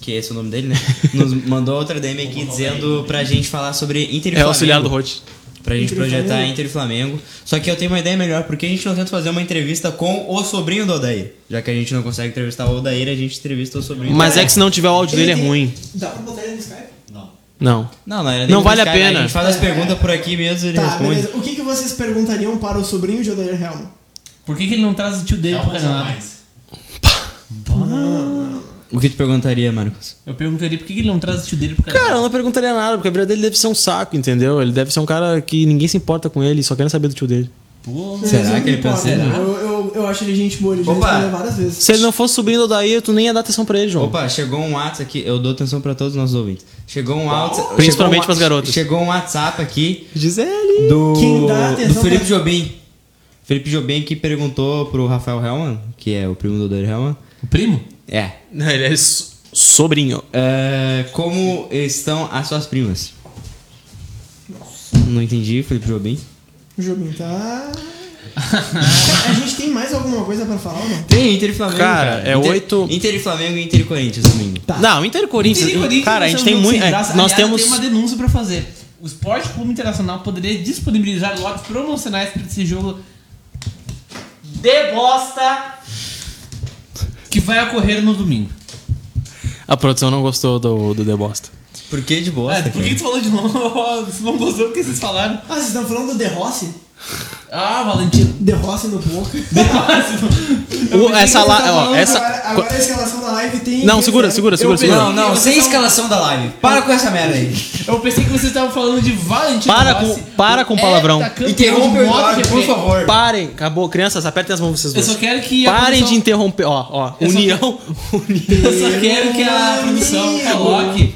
[SPEAKER 4] que esse é o nome dele, né? Nos mandou outra DM aqui dizendo pra gente falar sobre Inter e
[SPEAKER 1] É
[SPEAKER 4] Flamengo.
[SPEAKER 1] auxiliar do Rote.
[SPEAKER 4] Pra gente
[SPEAKER 3] Inter e
[SPEAKER 4] projetar
[SPEAKER 3] Flamengo.
[SPEAKER 4] Inter e Flamengo. Só que eu tenho uma ideia melhor, porque a gente não tenta fazer uma entrevista com o sobrinho do Odair. Já que a gente não consegue entrevistar o Odair, a gente entrevista o sobrinho do
[SPEAKER 1] Mas é
[SPEAKER 4] Odair.
[SPEAKER 1] que se não tiver o áudio dele é
[SPEAKER 3] tem-
[SPEAKER 1] ruim.
[SPEAKER 3] Dá pra botar ele no Skype?
[SPEAKER 6] Não.
[SPEAKER 1] Não.
[SPEAKER 4] Não, não, era
[SPEAKER 1] Não
[SPEAKER 4] nem
[SPEAKER 1] vale a
[SPEAKER 4] buscar, né?
[SPEAKER 1] pena.
[SPEAKER 4] A gente faz as perguntas por aqui mesmo e ele
[SPEAKER 3] É. Tá,
[SPEAKER 4] responde.
[SPEAKER 3] beleza. O que, que vocês perguntariam para o sobrinho de Odair Helmo?
[SPEAKER 2] Por que, que ele não traz o tio dele pro
[SPEAKER 6] Calma,
[SPEAKER 2] canal?
[SPEAKER 6] é mais.
[SPEAKER 4] O que tu perguntaria, Marcos?
[SPEAKER 2] Eu perguntaria por que, que ele não traz o tio dele pro canal.
[SPEAKER 1] Cara, eu não perguntaria nada, porque a vida dele deve ser um saco, entendeu? Ele deve ser um cara que ninguém se importa com ele, só querem saber do tio dele.
[SPEAKER 4] Será que ele
[SPEAKER 3] Não importa,
[SPEAKER 4] pensa?
[SPEAKER 3] né? Eu, eu, eu acho ele gente boa, ele já
[SPEAKER 4] Opa.
[SPEAKER 3] respondeu várias vezes.
[SPEAKER 1] Se ele não fosse subindo daí, tu nem ia dar atenção pra ele, João.
[SPEAKER 4] Opa, chegou um WhatsApp aqui. Eu dou atenção pra todos os nossos ouvintes. Chegou
[SPEAKER 3] Tá.
[SPEAKER 4] um WhatsApp.
[SPEAKER 1] Principalmente
[SPEAKER 4] chegou um-
[SPEAKER 1] pras garotas.
[SPEAKER 4] Chegou um WhatsApp aqui
[SPEAKER 1] Diz ele.
[SPEAKER 4] do,
[SPEAKER 3] Quem dá
[SPEAKER 4] do
[SPEAKER 3] atenção
[SPEAKER 4] Felipe
[SPEAKER 3] pra-
[SPEAKER 4] Jobim. Felipe Jobim que perguntou pro Rafael Hellman, que é o primo do Dor Hellman.
[SPEAKER 2] O primo?
[SPEAKER 4] É.
[SPEAKER 1] Ele é so- sobrinho.
[SPEAKER 4] é, como estão as suas primas? Não entendi, Felipe Jobim.
[SPEAKER 3] O joguinho tá. A gente tem mais alguma coisa pra falar ou não?
[SPEAKER 4] Tem Inter e Flamengo.
[SPEAKER 1] Cara, é
[SPEAKER 4] Inter,
[SPEAKER 1] oito-
[SPEAKER 4] Inter e Flamengo e Inter e Corinthians domingo.
[SPEAKER 3] Tá.
[SPEAKER 1] Não, Inter e Corinthians. cara, a gente tem muito. é, nós temos.
[SPEAKER 2] Tem uma denúncia pra fazer. O Esporte Clube Internacional poderia disponibilizar lotes promocionais pra esse jogo de bosta que vai ocorrer no domingo.
[SPEAKER 1] A produção não gostou do, do The Bosta.
[SPEAKER 4] Por que de bosta?
[SPEAKER 2] Ah,
[SPEAKER 7] É,
[SPEAKER 2] por que
[SPEAKER 4] cara?
[SPEAKER 2] tu falou de novo? Você não gostou do que vocês falaram?
[SPEAKER 3] Ah, vocês estão falando do De Rossi?
[SPEAKER 2] Ah, Valentino.
[SPEAKER 3] De Rossi no Boca.
[SPEAKER 1] O- essa
[SPEAKER 3] Vocês
[SPEAKER 1] lá, Ah,
[SPEAKER 3] estão
[SPEAKER 1] ó,
[SPEAKER 3] tá falando
[SPEAKER 1] essa.
[SPEAKER 3] Agora, agora a escalação da live tem...
[SPEAKER 1] Não, segura, segura, segura, segura.
[SPEAKER 7] Não, não, sem escalação da live. Para com essa merda aí.
[SPEAKER 2] Eu pensei que vocês estavam falando de Valentino.
[SPEAKER 1] Para com-
[SPEAKER 2] Rossi,
[SPEAKER 1] para com
[SPEAKER 2] o
[SPEAKER 1] palavrão.
[SPEAKER 2] heptacampeão
[SPEAKER 7] Interrompe
[SPEAKER 2] de
[SPEAKER 7] o Eduardo,
[SPEAKER 2] MotoGP.
[SPEAKER 7] por favor.
[SPEAKER 1] Parem, acabou. Crianças, apertem as mãos vocês
[SPEAKER 2] Eu
[SPEAKER 1] dois.
[SPEAKER 2] só quero que. a
[SPEAKER 1] Parem
[SPEAKER 2] produção-
[SPEAKER 1] de interromper. Ó, ó.
[SPEAKER 2] Eu só
[SPEAKER 1] União.
[SPEAKER 2] Eu só quero que a produção coloque.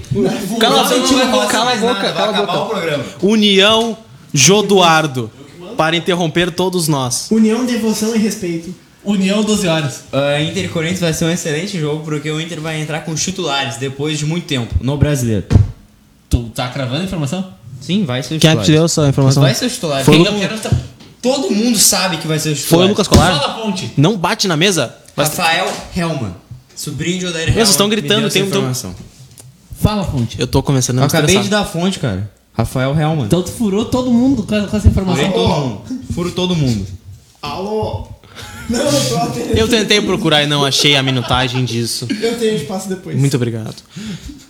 [SPEAKER 1] Cala a boca,
[SPEAKER 7] Rossi,
[SPEAKER 1] cala a
[SPEAKER 7] mas nada,
[SPEAKER 1] boca,
[SPEAKER 7] vai
[SPEAKER 1] cala a
[SPEAKER 7] acabar o
[SPEAKER 1] boca.
[SPEAKER 7] programa.
[SPEAKER 1] União Joduardo. Para interromper todos nós.
[SPEAKER 3] União, devoção e respeito.
[SPEAKER 2] União 12 horas.
[SPEAKER 4] Ah, Inter e Corinthians vai ser um excelente jogo porque o Inter vai entrar com titulares depois de muito tempo no Brasileiro.
[SPEAKER 2] Tu tá cravando a informação?
[SPEAKER 4] Sim, vai ser os
[SPEAKER 1] Quem é que
[SPEAKER 4] titulares.
[SPEAKER 1] te deu essa informação?
[SPEAKER 4] Vai ser os titulares.
[SPEAKER 1] Foi o
[SPEAKER 4] Quem-
[SPEAKER 1] Lu-
[SPEAKER 2] Eu quero essa-
[SPEAKER 4] Todo mundo sabe que vai ser os
[SPEAKER 1] Foi o
[SPEAKER 4] titulares.
[SPEAKER 1] Lucas Colar?
[SPEAKER 2] Fala, Ponte.
[SPEAKER 1] Não bate na mesa? Mas-
[SPEAKER 4] Rafael Helman, sobrinho de Odair Helman.
[SPEAKER 1] vocês estão gritando, tem um-
[SPEAKER 4] informação.
[SPEAKER 2] Fala, Ponte.
[SPEAKER 1] Eu tô começando a
[SPEAKER 4] Eu
[SPEAKER 1] me
[SPEAKER 4] acabei de
[SPEAKER 1] estressar.
[SPEAKER 4] dar a fonte, cara. Rafael Helman.
[SPEAKER 2] Então tu furou todo mundo com com essa
[SPEAKER 4] Furei
[SPEAKER 2] informação.
[SPEAKER 4] todo mundo. Furo todo mundo.
[SPEAKER 3] Alô? Não, eu tô atendendo.
[SPEAKER 1] Eu tentei procurar e não achei a minutagem disso.
[SPEAKER 3] Eu tenho espaço depois.
[SPEAKER 1] Muito obrigado.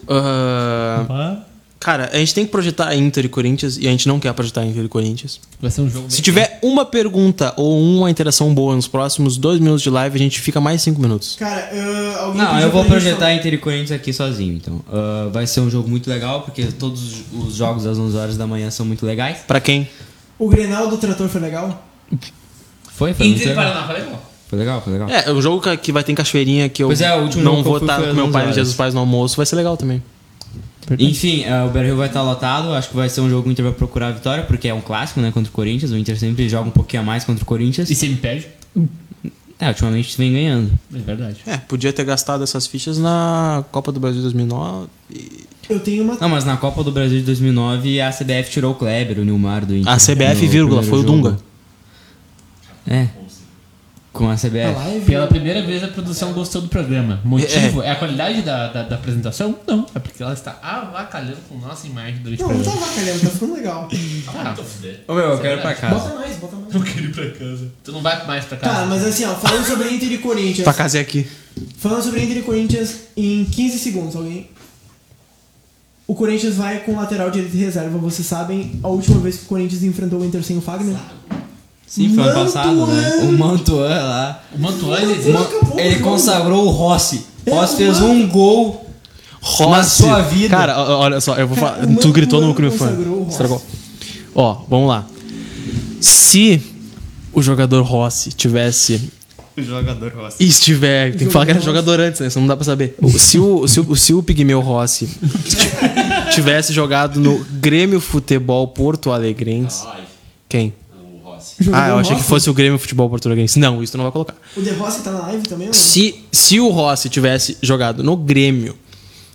[SPEAKER 1] Ah,
[SPEAKER 2] Ah,
[SPEAKER 1] cara, a gente tem que projetar Inter e Corinthians e a gente não quer projetar Inter e Corinthians.
[SPEAKER 2] Vai ser um jogo.
[SPEAKER 1] Se tiver uma pergunta ou uma interação boa nos próximos dois minutos de live, a gente fica mais cinco minutos.
[SPEAKER 3] Cara, ah, alguém
[SPEAKER 4] Não,
[SPEAKER 3] pediu
[SPEAKER 4] eu vou
[SPEAKER 3] pra gente
[SPEAKER 4] projetar Inter e Corinthians aqui sozinho, então. Ah, vai ser um jogo muito legal, porque todos os jogos às 11 horas da manhã são muito legais.
[SPEAKER 1] Pra quem?
[SPEAKER 3] falar. O Grenal do Trator foi legal?
[SPEAKER 4] Foi, foi muito
[SPEAKER 2] Inter e
[SPEAKER 4] legal.
[SPEAKER 2] Paraná, falei, pô.
[SPEAKER 4] Foi legal, foi legal.
[SPEAKER 1] É, o jogo que- que vai ter em Cachoeirinha que eu
[SPEAKER 4] Pois é, o último
[SPEAKER 1] não
[SPEAKER 4] jogo que
[SPEAKER 1] vou
[SPEAKER 4] eu fui
[SPEAKER 1] estar
[SPEAKER 4] foi
[SPEAKER 1] com meu
[SPEAKER 4] às
[SPEAKER 1] pai
[SPEAKER 4] 11
[SPEAKER 1] no dia dos
[SPEAKER 4] horas.
[SPEAKER 1] pais no almoço, vai ser legal também.
[SPEAKER 4] Enfim, ah, o Beira Rio vai estar lotado. Acho que vai ser um jogo que o Inter vai procurar a vitória, porque é um clássico, né? Contra o Corinthians. O Inter sempre joga um pouquinho a mais contra o Corinthians.
[SPEAKER 2] E se me perde?
[SPEAKER 4] É, ultimamente vem ganhando.
[SPEAKER 2] É verdade.
[SPEAKER 1] É, podia ter gastado essas fichas na Copa do Brasil 2009.
[SPEAKER 3] Eu tenho uma...
[SPEAKER 4] Não, mas na Copa do Brasil de 2009 a CBF tirou o Kleber, o Nilmar do Inter.
[SPEAKER 1] A CBF,
[SPEAKER 4] no
[SPEAKER 1] vírgula, foi o
[SPEAKER 4] primeiro
[SPEAKER 1] Dunga.
[SPEAKER 4] jogo. É. Com a
[SPEAKER 3] A
[SPEAKER 4] CBF.
[SPEAKER 3] live...
[SPEAKER 2] Pela primeira vez a produção gostou do programa. Motivo? É, a qualidade da, da, da apresentação? Não. É porque ela está avacalhando com nossa imagem durante
[SPEAKER 3] Não,
[SPEAKER 2] o
[SPEAKER 3] não tá
[SPEAKER 2] programa.
[SPEAKER 3] avacalhando, tá ficando legal.
[SPEAKER 2] Ah,
[SPEAKER 4] Ô meu, eu quero ir pra casa.
[SPEAKER 2] é.
[SPEAKER 3] Bota mais, bota mais.
[SPEAKER 2] não quero ir pra casa. Tu não vai mais pra casa.
[SPEAKER 3] Tá, mas assim, ó, falando sobre Inter e Corinthians.
[SPEAKER 1] Pra casa é aqui.
[SPEAKER 3] Falando sobre Inter e Corinthians em 15 segundos, alguém? O Corinthians vai com o lateral direito de reserva. Vocês sabem a última vez que o Corinthians enfrentou o Inter sem o Fagner?
[SPEAKER 4] Sim, foi
[SPEAKER 3] Mantuan.
[SPEAKER 4] ano passado, né? O Mantuan lá.
[SPEAKER 2] O Mantuan existe.
[SPEAKER 3] Mantuan. Então, Acabou o
[SPEAKER 4] Ele
[SPEAKER 3] jogo.
[SPEAKER 4] consagrou o Rossi.
[SPEAKER 3] É,
[SPEAKER 4] Rossi
[SPEAKER 3] o
[SPEAKER 4] fez
[SPEAKER 3] Mantuan.
[SPEAKER 4] um gol.
[SPEAKER 1] Rossi.
[SPEAKER 4] Na sua vida.
[SPEAKER 1] Cara, o- olha só, eu vou
[SPEAKER 3] Cara,
[SPEAKER 1] falar.
[SPEAKER 3] o
[SPEAKER 1] Tu
[SPEAKER 3] Mano-
[SPEAKER 1] gritou
[SPEAKER 3] o
[SPEAKER 1] no
[SPEAKER 3] Mano consagrou o
[SPEAKER 1] microfone.
[SPEAKER 3] Rossi.
[SPEAKER 1] Estragou. Ó, vamos lá. Se o jogador Rossi tivesse.
[SPEAKER 4] O jogador Rossi.
[SPEAKER 1] Estiver. Tem que falar que era jogador antes, né? Senão não dá pra saber. O- Se o, se o, se o Pigmeu Rossi tivesse jogado no Grêmio Futebol Porto Alegrense. Quem?
[SPEAKER 6] O Rossi.
[SPEAKER 1] Ah,
[SPEAKER 3] Jogador
[SPEAKER 1] eu achei que
[SPEAKER 3] Rossi?
[SPEAKER 1] fosse o Grêmio Futebol Porto Alegrense. Não, isso tu não vai colocar.
[SPEAKER 3] O De Rossi tá na live também, ou não?
[SPEAKER 1] Se, se o Rossi tivesse jogado no Grêmio,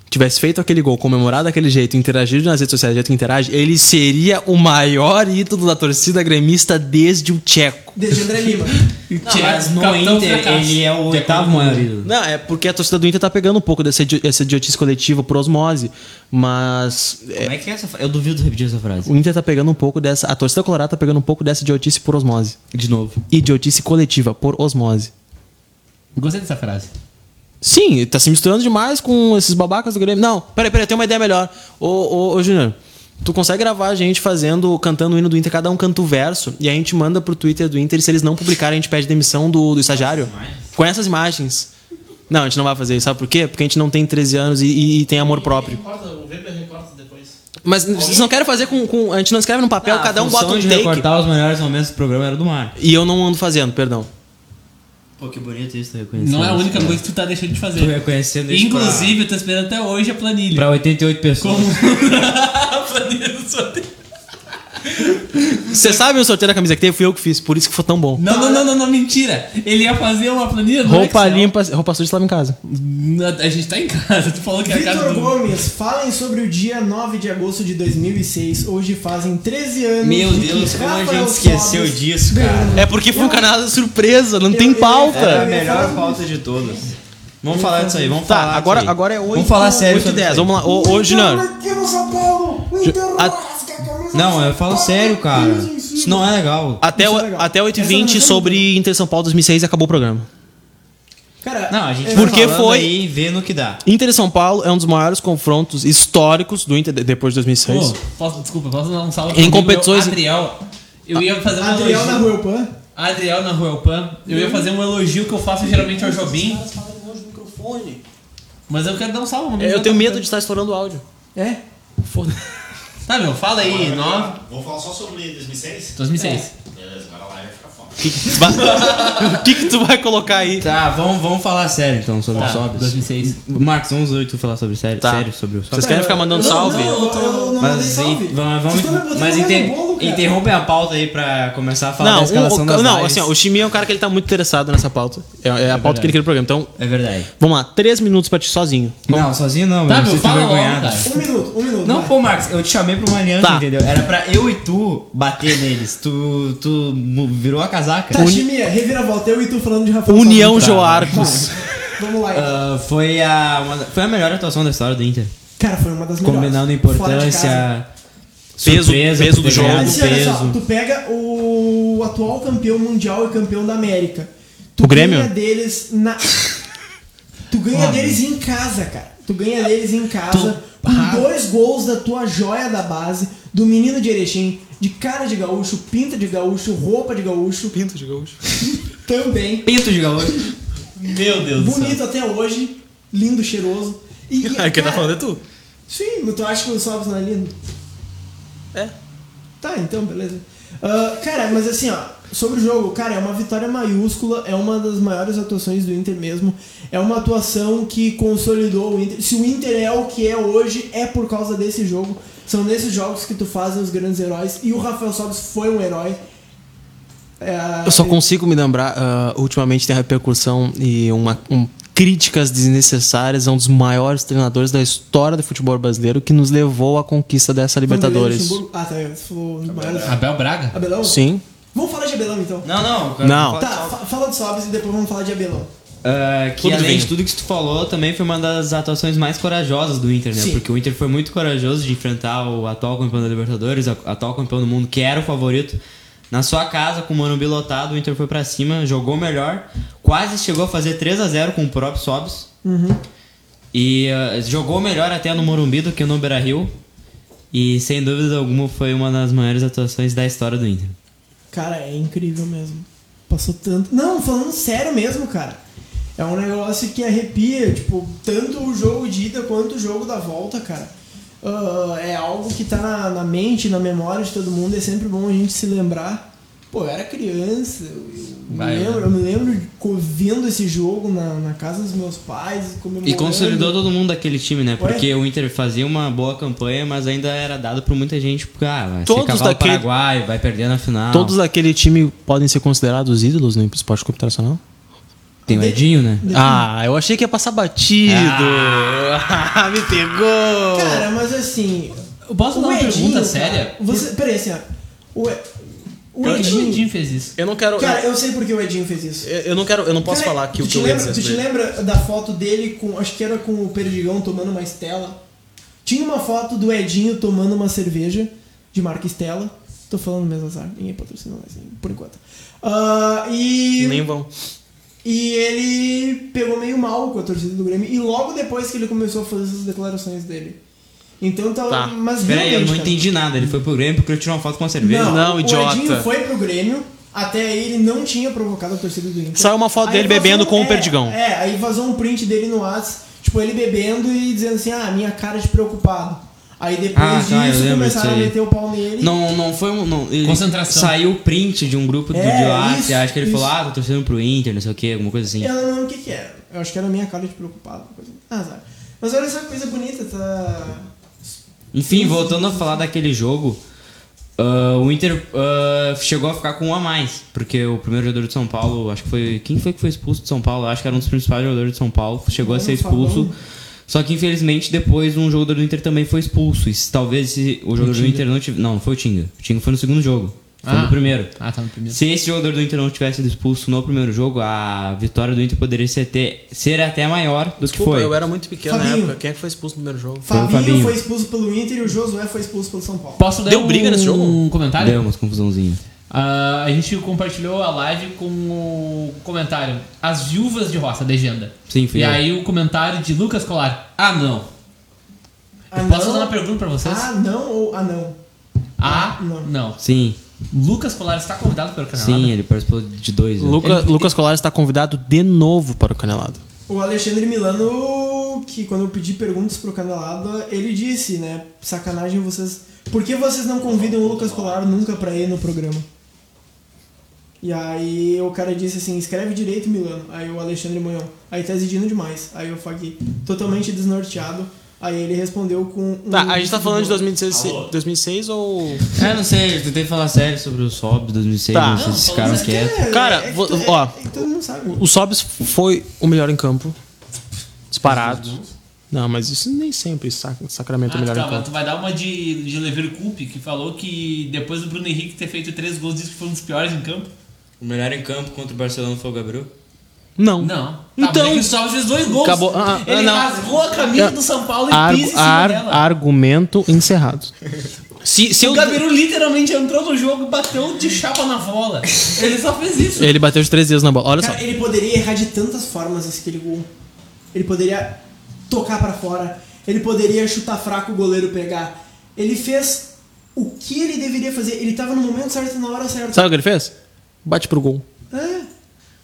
[SPEAKER 1] tivesse feito aquele gol, comemorado daquele jeito, interagido nas redes sociais do jeito que interage, ele seria o maior ídolo da torcida gremista desde o Tcheco.
[SPEAKER 3] Desde André Lima.
[SPEAKER 4] Não, mas no
[SPEAKER 2] Capitão
[SPEAKER 4] Inter
[SPEAKER 2] fracasso.
[SPEAKER 4] ele é o oitavo maior ídolo.
[SPEAKER 1] Não, é porque a torcida do Inter tá pegando um pouco dessa, idi- essa idiotice coletiva por osmose, mas é,
[SPEAKER 4] Como é que é essa frase? Eu duvido repetir essa frase.
[SPEAKER 1] o Inter tá pegando um pouco dessa, a torcida colorada tá pegando um pouco dessa idiotice por osmose.
[SPEAKER 4] De novo.
[SPEAKER 1] Idiotice coletiva por osmose.
[SPEAKER 2] Gostei dessa frase.
[SPEAKER 1] Sim, tá se misturando demais com esses babacas do Grêmio. Não, peraí, peraí, eu tenho uma ideia melhor. Ô, ô, ô Júnior, tu consegue gravar a gente fazendo, cantando o hino do Inter, cada um canta o verso, e a gente manda pro Twitter do Inter, e se eles não publicarem, a gente pede demissão do, do estagiário? Com essas imagens. Não, a gente não vai fazer isso, sabe por quê? Porque a gente não tem 13 anos e, e- e tem amor próprio.
[SPEAKER 6] Recorta, o Weber recorta depois.
[SPEAKER 1] Mas vocês não querem fazer com, com- A gente não escreve no papel, cada um
[SPEAKER 4] A função
[SPEAKER 1] bota um
[SPEAKER 4] de
[SPEAKER 1] take.
[SPEAKER 4] recortar os melhores momentos do programa era do Mar.
[SPEAKER 1] E eu não ando fazendo, perdão.
[SPEAKER 4] Pô, que bonito isso, reconhecendo.
[SPEAKER 2] Não é a única coisa que tu tá deixando de fazer.
[SPEAKER 1] é
[SPEAKER 4] Tô reconhecendo isso
[SPEAKER 2] Inclusive, eu tô esperando até hoje a planilha.
[SPEAKER 4] Pra 88 pessoas.
[SPEAKER 2] a planilha do sorteio.
[SPEAKER 1] Vocês sabem o sorteio da camisa que teve? Fui eu que fiz, por isso que foi tão bom.
[SPEAKER 2] Não, não, não, não, não, mentira. Ele ia fazer uma planilha no
[SPEAKER 1] Roupa
[SPEAKER 2] Excel.
[SPEAKER 1] limpa, roupa suja estava em casa.
[SPEAKER 2] A gente tá em casa, tu falou que é a casa
[SPEAKER 3] Vitor
[SPEAKER 2] do...
[SPEAKER 3] Gomes, falem sobre o dia 9 de agosto de 2006. Hoje fazem 13 anos.
[SPEAKER 4] Meu
[SPEAKER 3] de que
[SPEAKER 4] Deus, como a
[SPEAKER 3] Rafael
[SPEAKER 4] gente esqueceu
[SPEAKER 3] Sobis
[SPEAKER 4] disso,
[SPEAKER 3] ganhou.
[SPEAKER 4] cara.
[SPEAKER 1] É porque foi um canal surpresa, não
[SPEAKER 3] Eu-
[SPEAKER 1] tem
[SPEAKER 3] eu-
[SPEAKER 4] É a
[SPEAKER 1] pauta.
[SPEAKER 3] eu-
[SPEAKER 4] melhor pauta de todas. Vamos falar disso aí, vamos
[SPEAKER 1] Tá,
[SPEAKER 4] falar.
[SPEAKER 1] agora,
[SPEAKER 4] disso aí.
[SPEAKER 1] agora é 8
[SPEAKER 4] Vamos falar sério sobre
[SPEAKER 1] 10,
[SPEAKER 4] isso aí.
[SPEAKER 1] vamos lá. Ô, ô Juliano. a-
[SPEAKER 4] Não, eu falo sério, cara. Isso não é legal.
[SPEAKER 1] Até,
[SPEAKER 3] Isso
[SPEAKER 1] o-
[SPEAKER 3] é legal.
[SPEAKER 1] até
[SPEAKER 3] Essa
[SPEAKER 1] 8h20
[SPEAKER 3] é
[SPEAKER 1] sobre Interção Paulo 2006 acabou o programa.
[SPEAKER 3] Cara,
[SPEAKER 4] Não, a gente
[SPEAKER 3] é-
[SPEAKER 4] tá
[SPEAKER 1] Porque
[SPEAKER 4] falando
[SPEAKER 1] foi-
[SPEAKER 4] aí e vê no que dá.
[SPEAKER 1] Inter e São Paulo é um dos maiores confrontos históricos do Inter de- depois de 2006.
[SPEAKER 2] Pô, posso, desculpa, posso dar um salve
[SPEAKER 1] Em
[SPEAKER 2] pro amigo meu,
[SPEAKER 1] competições-
[SPEAKER 2] Adriel. Eu ia fazer
[SPEAKER 4] tá
[SPEAKER 2] um
[SPEAKER 3] Adriel
[SPEAKER 2] elogio.
[SPEAKER 3] na Rua Pan.
[SPEAKER 2] Adriel na Royal Pan. Eu ia fazer um elogio que eu faço geralmente ao Jobim. Mas eu quero dar um salve. meu amigo
[SPEAKER 1] É, Eu tenho
[SPEAKER 2] tá-
[SPEAKER 1] medo de estar estourando o áudio.
[SPEAKER 3] É?
[SPEAKER 2] Tá, meu, fala aí. 9,
[SPEAKER 6] Vamos falar só sobre 2006?
[SPEAKER 2] 2006.
[SPEAKER 6] Beleza, agora lá vai ficar foda.
[SPEAKER 1] O que, que tu vai- o que que tu vai colocar aí?
[SPEAKER 4] Tá, vamos, vamos falar sério então sobre o
[SPEAKER 2] Tá,
[SPEAKER 4] Sobs.
[SPEAKER 2] 2006.
[SPEAKER 4] Marcos, vamos hoje tu falar sobre sério,
[SPEAKER 1] Tá.
[SPEAKER 4] sério sobre o
[SPEAKER 1] Vocês
[SPEAKER 4] Sobs.
[SPEAKER 1] querem ficar mandando salve?
[SPEAKER 3] Eu, eu não mandei
[SPEAKER 4] Mas,
[SPEAKER 3] salve.
[SPEAKER 4] em- vamos, vamos-
[SPEAKER 3] Vocês tão me botando
[SPEAKER 4] mas
[SPEAKER 3] no
[SPEAKER 4] inter-
[SPEAKER 3] mesmo bolo, cara.
[SPEAKER 4] interrompem a pauta aí pra começar a falar
[SPEAKER 1] Não,
[SPEAKER 4] da
[SPEAKER 1] um-
[SPEAKER 4] escalação
[SPEAKER 1] o,
[SPEAKER 4] das
[SPEAKER 1] não
[SPEAKER 4] lives.
[SPEAKER 1] assim, ó, o Chiminho é um cara que ele tá muito interessado nessa pauta. É, é a pauta que ele queria no programa. Então,
[SPEAKER 4] É verdade.
[SPEAKER 1] vamos lá, três minutos pra ti sozinho.
[SPEAKER 4] Não, sozinho não,
[SPEAKER 2] Tá,
[SPEAKER 4] eu
[SPEAKER 2] meu,
[SPEAKER 4] sinto
[SPEAKER 2] fala logo,
[SPEAKER 4] envergonhado.
[SPEAKER 2] cara.
[SPEAKER 3] Um minuto, um minuto.
[SPEAKER 4] Não,
[SPEAKER 3] vai.
[SPEAKER 4] pô, Marcos, eu te chamei pra uma aliança,
[SPEAKER 1] Tá.
[SPEAKER 4] entendeu? Era pra eu e tu bater neles. Tu, tu mu- virou a casaca.
[SPEAKER 3] Tá, Chimia, reviravolta. Eu e tu falando de Rafael
[SPEAKER 1] União
[SPEAKER 3] Sobis.
[SPEAKER 1] Joarcos.
[SPEAKER 3] Tá, Vamos lá. então.
[SPEAKER 4] Ah, foi, a, uma da- foi a melhor atuação da história do Inter.
[SPEAKER 3] Cara, foi uma das melhores. Fora
[SPEAKER 4] Combinando
[SPEAKER 3] de casa.
[SPEAKER 4] importância,
[SPEAKER 1] Peso-
[SPEAKER 4] surpresa
[SPEAKER 1] peso
[SPEAKER 4] por
[SPEAKER 1] do
[SPEAKER 4] ter
[SPEAKER 1] jogo.
[SPEAKER 4] ganhado
[SPEAKER 3] Esse, assim, olha só,
[SPEAKER 4] peso.
[SPEAKER 3] tu pega o atual campeão mundial e campeão da América. Tu
[SPEAKER 1] O Grêmio?
[SPEAKER 3] ganha deles na. tu ganha deles em casa, cara. Tu ganha deles em casa.
[SPEAKER 1] Ah.
[SPEAKER 3] Com dois gols da tua joia da base, do menino de Erechim, de cara de gaúcho, pinta de gaúcho, roupa de gaúcho. Pinta de gaúcho. Também.
[SPEAKER 4] Pinto de gaúcho.
[SPEAKER 2] Meu Deus do céu.
[SPEAKER 3] Bonito até hoje, lindo, cheiroso. E, e,
[SPEAKER 1] Aí quem tá
[SPEAKER 3] cara,
[SPEAKER 1] falando é tu.
[SPEAKER 3] Sim, mas tu acha que o Sobs não é lindo?
[SPEAKER 1] É.
[SPEAKER 3] Tá, então, beleza. Ah, cara, mas assim, ó, sobre o jogo, cara, é uma vitória maiúscula, é uma das maiores atuações do Inter mesmo. É uma atuação que consolidou o Inter. Se o Inter é o que é hoje, é por causa desse jogo. São nesses jogos que tu fazem os grandes heróis. E o Rafael Sobs foi um herói. É,
[SPEAKER 1] Eu só consigo me lembrar, ah, ultimamente tem a repercussão e uma, um- críticas desnecessárias a um dos maiores treinadores da história do futebol brasileiro que nos levou à conquista dessa Libertadores.
[SPEAKER 3] um Ah, tá. Você falou dos maiores.
[SPEAKER 2] Abel Braga?
[SPEAKER 3] Abelão?
[SPEAKER 1] Sim.
[SPEAKER 3] Vamos falar de Abelão então.
[SPEAKER 4] Não, não. cara,
[SPEAKER 1] Não.
[SPEAKER 4] fala-
[SPEAKER 3] Tá, fa- fala de Sobs e depois vamos falar de Abelão.
[SPEAKER 4] Ah, que
[SPEAKER 1] Tudo
[SPEAKER 4] além
[SPEAKER 1] bem.
[SPEAKER 4] de tudo que tu falou, também foi uma das atuações mais corajosas do Inter, né?
[SPEAKER 3] Sim.
[SPEAKER 4] Porque o Inter foi muito corajoso de enfrentar o atual campeão da Libertadores, o atual campeão do mundo, que era o favorito. Na sua casa, com o Morumbi lotado, o Inter foi pra cima, jogou melhor, quase chegou a fazer 3 a 0 com o próprio Sobs.
[SPEAKER 1] Uhum.
[SPEAKER 4] E ah, jogou melhor até no Morumbi do que no Beira-Rio. E sem dúvida alguma foi uma das maiores atuações da história do Inter.
[SPEAKER 3] Cara, é incrível mesmo. Passou tanto. Não, falando sério mesmo, cara. É um negócio que arrepia, tipo, tanto o jogo de ida quanto o jogo da volta, cara. Ah, é algo que tá na, na mente, na memória de todo mundo, é sempre bom a gente se lembrar. Pô, eu era criança, eu, eu
[SPEAKER 2] Vai,
[SPEAKER 3] me, lembro,
[SPEAKER 2] né?
[SPEAKER 3] eu me lembro de co- vendo esse jogo na, na casa dos meus pais, comemorando.
[SPEAKER 4] E consolidou todo mundo daquele time, né?
[SPEAKER 3] Ué?
[SPEAKER 4] Porque o Inter fazia uma boa campanha, mas ainda era dado por muita gente, porque ah, vai
[SPEAKER 1] Todos
[SPEAKER 4] ser cavalo
[SPEAKER 1] daquele-
[SPEAKER 4] Paraguai, vai perder na final.
[SPEAKER 1] Todos daquele time podem ser considerados ídolos no Esporte Clube Internacional?
[SPEAKER 4] Tem o Edinho, né?
[SPEAKER 1] Ah, eu achei que ia passar batido. Me pegou.
[SPEAKER 3] Ah. Cara, mas assim.
[SPEAKER 2] Eu posso dar uma pergunta
[SPEAKER 3] cara,
[SPEAKER 2] séria?
[SPEAKER 3] Você, peraí, assim, ó. O, E- o
[SPEAKER 2] Por que que o
[SPEAKER 3] Edinho.
[SPEAKER 2] Edinho fez isso?
[SPEAKER 1] Eu não quero.
[SPEAKER 3] Cara, eu sei porque o Edinho fez isso.
[SPEAKER 1] Eu, eu não quero. Eu não posso
[SPEAKER 3] Cara,
[SPEAKER 1] falar aqui o
[SPEAKER 3] tu
[SPEAKER 1] que
[SPEAKER 3] te
[SPEAKER 1] eu ia dizer.
[SPEAKER 3] lembra,
[SPEAKER 1] né?
[SPEAKER 3] Tu te
[SPEAKER 1] sobre ele.
[SPEAKER 3] lembra da foto dele com. Acho que era com o Perdigão tomando uma Estela? Tinha uma foto do Edinho tomando uma cerveja de marca Estela. Tô falando mesmo azar, ninguém patrocinou mais, ninguém, por enquanto. Ah, e.
[SPEAKER 1] Nem vão.
[SPEAKER 3] E ele pegou meio mal com a torcida do Grêmio. E logo depois que ele começou a fazer essas declarações dele. Então tá.
[SPEAKER 1] Tá.
[SPEAKER 3] Mas
[SPEAKER 4] Peraí, eu
[SPEAKER 3] realmente,
[SPEAKER 4] não
[SPEAKER 3] cara,
[SPEAKER 4] entendi nada. Ele foi pro Grêmio porque eu tirou uma foto com uma cerveja.
[SPEAKER 1] Não,
[SPEAKER 3] o
[SPEAKER 1] idiota.
[SPEAKER 3] Edinho foi pro Grêmio, até aí ele não tinha provocado a torcida do Inter.
[SPEAKER 1] Saiu uma foto dele
[SPEAKER 3] vazou
[SPEAKER 1] bebendo com o
[SPEAKER 3] é,
[SPEAKER 1] Perdigão.
[SPEAKER 3] É, aí vazou um print dele no WhatsApp, tipo, ele bebendo e dizendo assim, ah, minha cara de preocupado. Aí depois
[SPEAKER 4] Ah, tá, eu
[SPEAKER 3] disso
[SPEAKER 4] lembro
[SPEAKER 3] começaram a
[SPEAKER 4] disso aí.
[SPEAKER 3] meter o pau nele.
[SPEAKER 4] Não, não foi um. Não, ele-
[SPEAKER 2] Concentração.
[SPEAKER 4] Saiu o print de um grupo do
[SPEAKER 3] É,
[SPEAKER 4] de lá,
[SPEAKER 3] isso,
[SPEAKER 4] acho que ele
[SPEAKER 3] isso.
[SPEAKER 4] falou, ah, tô torcendo pro Inter, não sei o que, alguma coisa assim.
[SPEAKER 3] Eu não lembro o que que era. Eu acho que era minha cara de preocupado. uma coisa- Ah, sabe. Mas olha essa coisa bonita, tá...
[SPEAKER 4] Enfim, voltando a falar daquele jogo, ah, o Inter ah, chegou a ficar com um a mais, porque o primeiro jogador de São Paulo, acho que foi. Quem foi que foi expulso de São Paulo? Acho que era um dos principais jogadores de São Paulo, chegou a ser expulso. Só que infelizmente depois um jogador do Inter também foi expulso. E se- talvez se o jogador do Inter não tivesse. Não, não foi o Tinga. O Tinga foi no segundo jogo. Foi
[SPEAKER 2] Ah.
[SPEAKER 4] no primeiro.
[SPEAKER 2] Ah, tá no primeiro.
[SPEAKER 4] Se esse jogador do Inter não tivesse sido expulso no primeiro jogo, a vitória do Inter poderia ser, ter- ser até maior do
[SPEAKER 1] Desculpa,
[SPEAKER 4] que foi.
[SPEAKER 1] eu era muito pequeno na
[SPEAKER 3] Fabinho.
[SPEAKER 1] época. Quem é que foi expulso no primeiro jogo?
[SPEAKER 4] Foi o
[SPEAKER 3] Fabinho,
[SPEAKER 4] Fabinho.
[SPEAKER 3] foi expulso pelo Inter e o Josué foi expulso pelo São Paulo.
[SPEAKER 2] Posso dar
[SPEAKER 1] Deu
[SPEAKER 2] um
[SPEAKER 1] briga nesse jogo?
[SPEAKER 2] comentário?
[SPEAKER 4] Deu umas confusãozinhas.
[SPEAKER 2] Ah, a gente compartilhou a live com o comentário As Viúvas de Roça, legenda.
[SPEAKER 4] Sim, fui
[SPEAKER 2] E
[SPEAKER 4] eu.
[SPEAKER 2] aí o comentário de Lucas Colar. Ah, não.
[SPEAKER 3] Ah,
[SPEAKER 2] Eu posso
[SPEAKER 3] não?
[SPEAKER 2] fazer uma pergunta pra vocês?
[SPEAKER 3] Ah, não ou ah, não?
[SPEAKER 2] Ah,
[SPEAKER 3] não.
[SPEAKER 2] não.
[SPEAKER 4] Sim,
[SPEAKER 2] Lucas Colar está convidado pelo canal.
[SPEAKER 4] sim, ele participou de dois. né?
[SPEAKER 1] Luca- Lucas Colares está convidado de novo para o Canelado.
[SPEAKER 3] O Alexandre Milano, que quando eu pedi perguntas pro Canelada, ele disse, né? Sacanagem vocês. Por que vocês não convidam o Lucas Colar nunca pra ir no programa? E aí o cara disse assim, escreve direito, Milano. Aí o Alexandre Manhão, aí tá exigindo demais. Aí eu Fagui, totalmente desnorteado. Aí ele respondeu com. um-
[SPEAKER 1] Tá, a gente tá falando de 2016, 2006 ou.
[SPEAKER 4] É, não sei, eu tentei falar sério sobre os Sobs 2006,
[SPEAKER 1] Tá.
[SPEAKER 4] não sei se esses caras
[SPEAKER 3] Mas é
[SPEAKER 4] quietos.
[SPEAKER 3] que é-
[SPEAKER 1] Cara,
[SPEAKER 3] é que
[SPEAKER 1] vo-
[SPEAKER 3] tu- é-
[SPEAKER 1] ó.
[SPEAKER 3] é que todo mundo sabe.
[SPEAKER 1] O Sobs foi o melhor em campo. Disparado. Não, mas isso nem sempre. Sac Sacramento é o
[SPEAKER 2] Ah, tu,
[SPEAKER 1] melhor
[SPEAKER 2] tá,
[SPEAKER 1] em
[SPEAKER 2] mas
[SPEAKER 1] campo.
[SPEAKER 2] tu vai dar uma de, de Leverkusen, que falou que depois do Bruno Henrique ter feito três gols, disse que foi um dos piores em campo.
[SPEAKER 4] O melhor em campo contra o Barcelona foi o Gabriel?
[SPEAKER 1] Não.
[SPEAKER 2] Não. Tá, mas
[SPEAKER 1] Então-
[SPEAKER 2] é que o Salves fez dois gols.
[SPEAKER 1] Acabou. Ah, ah,
[SPEAKER 2] ele
[SPEAKER 1] não.
[SPEAKER 2] rasgou a camisa do São Paulo e
[SPEAKER 1] Argu-
[SPEAKER 2] pisa em cima
[SPEAKER 1] ar-
[SPEAKER 2] dela.
[SPEAKER 1] argumento encerrado. Se, se eu,
[SPEAKER 2] O Gabiru literalmente entrou no jogo e bateu de chapa na bola. Ele só fez isso.
[SPEAKER 1] ele bateu de três vezes na bola. Olha só.
[SPEAKER 3] Cara, ele poderia errar de tantas formas esse aquele gol. Ele poderia tocar pra fora, ele poderia chutar fraco o goleiro pegar. Ele fez o que ele deveria fazer. Ele tava no momento certo, na hora certa.
[SPEAKER 1] Sabe o que ele fez? Bate pro gol.
[SPEAKER 3] É.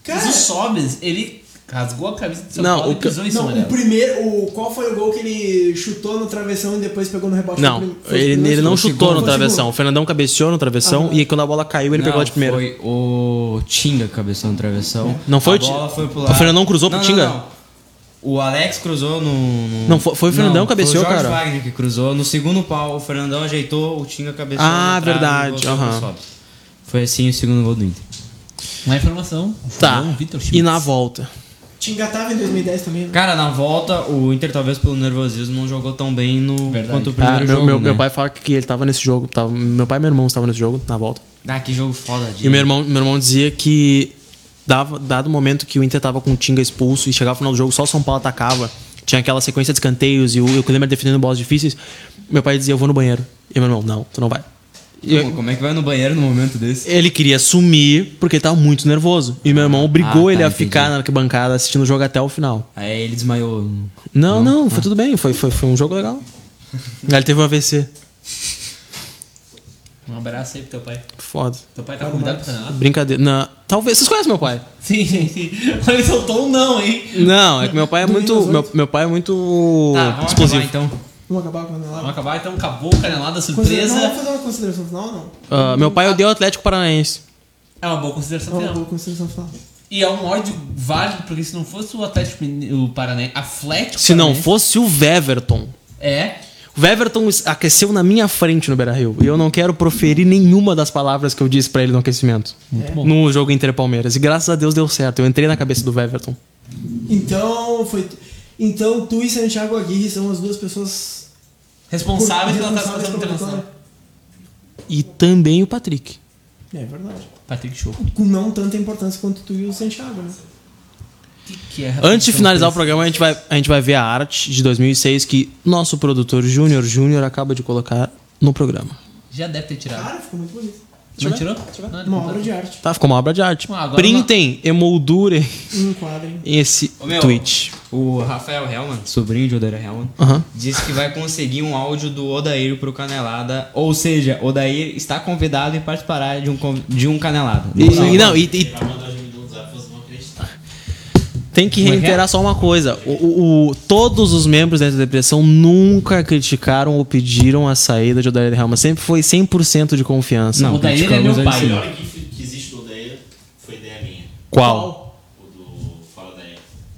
[SPEAKER 3] Cara,
[SPEAKER 2] Mas o Sobes, ele rasgou a camisa do São
[SPEAKER 1] Não, o
[SPEAKER 2] Paulo e
[SPEAKER 1] que-
[SPEAKER 2] pisou em cima
[SPEAKER 3] não, o
[SPEAKER 2] dela.
[SPEAKER 3] primeiro, o qual foi o gol que ele chutou no travessão e depois pegou no rebote? Foi o
[SPEAKER 1] Não,
[SPEAKER 3] prim- foi o
[SPEAKER 1] ele,
[SPEAKER 3] primeiro
[SPEAKER 1] ele não
[SPEAKER 3] ou segundo?
[SPEAKER 1] chutou no
[SPEAKER 3] Foi o
[SPEAKER 1] travessão. O
[SPEAKER 3] segundo.
[SPEAKER 1] Fernandão cabeceou no travessão
[SPEAKER 3] Aham.
[SPEAKER 1] e quando a bola caiu, ele pegou de primeira.
[SPEAKER 4] Foi o Tinga que cabeçou no travessão.
[SPEAKER 1] Não foi
[SPEAKER 4] a
[SPEAKER 1] o Ti-
[SPEAKER 4] bola foi pro
[SPEAKER 1] o
[SPEAKER 4] lado.
[SPEAKER 1] Fernandão cruzou pro
[SPEAKER 4] Não,
[SPEAKER 1] Tinga?
[SPEAKER 4] Não, não. O Alex cruzou no. no-
[SPEAKER 1] Não, foi- foi o Fernandão que cabeceou,
[SPEAKER 4] foi o Jorge
[SPEAKER 1] cara.
[SPEAKER 4] Wagner que cruzou. No segundo pau, o Fernandão ajeitou, o Tinga cabeceou.
[SPEAKER 1] Ah,
[SPEAKER 4] na trave,
[SPEAKER 1] verdade,
[SPEAKER 4] o gol saiu
[SPEAKER 1] aham.
[SPEAKER 4] no Sobs. Foi assim o segundo gol do Inter.
[SPEAKER 2] Uma informação.
[SPEAKER 1] Tá.
[SPEAKER 2] João Vitor
[SPEAKER 1] E
[SPEAKER 2] Schmitz.
[SPEAKER 1] na volta.
[SPEAKER 3] Tinga tava em 2010 também, né?
[SPEAKER 4] Cara, na volta, o Inter, talvez pelo nervosismo, não jogou tão bem no,
[SPEAKER 2] Verdade.
[SPEAKER 4] quanto o primeiro
[SPEAKER 1] Ah, meu,
[SPEAKER 4] jogo.
[SPEAKER 1] meu,
[SPEAKER 4] né?
[SPEAKER 1] meu pai fala que ele tava nesse jogo. Tava, meu pai e meu irmão estavam nesse jogo, na volta.
[SPEAKER 4] Ah, que jogo foda.
[SPEAKER 1] E o meu irmão, meu irmão dizia que, dava, dado o momento que o Inter tava com o Tinga expulso e chegava no final do jogo, só o São Paulo atacava. Tinha aquela sequência de escanteios e o, e o Klemer defendendo bolas difíceis. Meu pai dizia: Eu vou no banheiro. E meu irmão: Não, tu não vai. E eu-
[SPEAKER 4] Pô, Como é que vai no banheiro num momento desse?
[SPEAKER 1] Ele queria sumir porque ele tava muito nervoso. E meu irmão obrigou
[SPEAKER 4] Ah, tá,
[SPEAKER 1] ele a
[SPEAKER 4] entendi.
[SPEAKER 1] ficar na arquibancada assistindo o jogo até o final.
[SPEAKER 4] Aí ele desmaiou.
[SPEAKER 1] Não, tá. não, foi tudo bem. Foi, foi, foi um jogo legal. Aí ele teve um AVC.
[SPEAKER 2] Um abraço aí pro teu pai.
[SPEAKER 1] Foda.
[SPEAKER 2] Teu pai tá convidado pro canal.
[SPEAKER 1] Brincadeira. Não, talvez. Vocês conhecem meu pai?
[SPEAKER 2] Sim, sim. Ele soltou um não, hein?
[SPEAKER 1] Não, é que meu pai é muito. Meu, meu pai é muito.
[SPEAKER 4] Tá, vamos
[SPEAKER 1] explosivo.
[SPEAKER 4] acabar, então.
[SPEAKER 3] Vamos acabar com a canelada.
[SPEAKER 2] Vamos acabar, então acabou o canelada surpresa.
[SPEAKER 3] Não, vamos fazer uma consideração final, não?
[SPEAKER 1] Ah, meu pai odeia o Atlético Paranaense.
[SPEAKER 2] É uma boa
[SPEAKER 4] Tá
[SPEAKER 2] consideração
[SPEAKER 3] Não,
[SPEAKER 2] final.
[SPEAKER 3] vou consideração final.
[SPEAKER 2] E é um ódio válido, porque se não fosse o Atlético Mine- o Paraná, Atlético
[SPEAKER 1] Se não
[SPEAKER 2] Paranaense-
[SPEAKER 1] fosse o Weverton.
[SPEAKER 2] É.
[SPEAKER 1] O Weverton es- aqueceu na minha frente no Beira Rio. E eu não quero proferir nenhuma das palavras que eu disse pra ele no aquecimento.
[SPEAKER 2] Muito bom.
[SPEAKER 1] No jogo Inter e Palmeiras. E graças a Deus deu certo. Eu entrei na cabeça do Weverton.
[SPEAKER 3] Então, foi. Então, tu e Santiago Aguirre são as duas pessoas
[SPEAKER 2] Responsável pela
[SPEAKER 3] responsáveis
[SPEAKER 2] classificação
[SPEAKER 3] pela
[SPEAKER 2] internacional.
[SPEAKER 3] vitória.
[SPEAKER 1] E também o Patrick.
[SPEAKER 3] É verdade.
[SPEAKER 2] Patrick Show.
[SPEAKER 3] Com não tanta importância quanto tu e o Santiago, né?
[SPEAKER 2] O que, que é?
[SPEAKER 4] Tá,
[SPEAKER 1] Antes
[SPEAKER 4] então,
[SPEAKER 1] de finalizar o programa, a gente, vai, a gente vai ver a arte de 2006 que nosso produtor Júnior Júnior acaba de colocar no programa.
[SPEAKER 2] Já deve ter tirado.
[SPEAKER 3] Cara, ficou muito bonito.
[SPEAKER 2] Não tirou? Não, ele
[SPEAKER 3] Uma
[SPEAKER 2] comprou.
[SPEAKER 3] obra de arte.
[SPEAKER 1] Tá, ficou uma obra de arte.
[SPEAKER 2] Ah, agora
[SPEAKER 1] Printem, emoldurem
[SPEAKER 3] Um quadro, hein?
[SPEAKER 1] esse
[SPEAKER 4] Ô, meu.
[SPEAKER 1] tweet.
[SPEAKER 4] O Rafael Hellman, sobrinho de Odair Hellman,
[SPEAKER 1] Aham.
[SPEAKER 4] disse que vai conseguir um áudio do Odair pro Canelada. Ou seja, Odair está convidado e participará de um, con- de um Canelada.
[SPEAKER 1] E, e não, e- e
[SPEAKER 6] Vai mandar o jogo do WhatsApp, vocês vão acreditar.
[SPEAKER 1] Tem que
[SPEAKER 2] Como é que
[SPEAKER 1] reiterar só uma coisa: o, o- o- todos os membros da depressão nunca criticaram ou pediram a saída de Odair Helma. Sempre foi 100% de confiança.
[SPEAKER 4] Não,
[SPEAKER 2] O Odair é
[SPEAKER 4] criticamos
[SPEAKER 2] meu
[SPEAKER 4] ele
[SPEAKER 2] pai.
[SPEAKER 6] A
[SPEAKER 4] sim.
[SPEAKER 6] melhor gif que existe do Odeia foi ideia minha.
[SPEAKER 1] Qual?
[SPEAKER 6] O do Fala Odeia.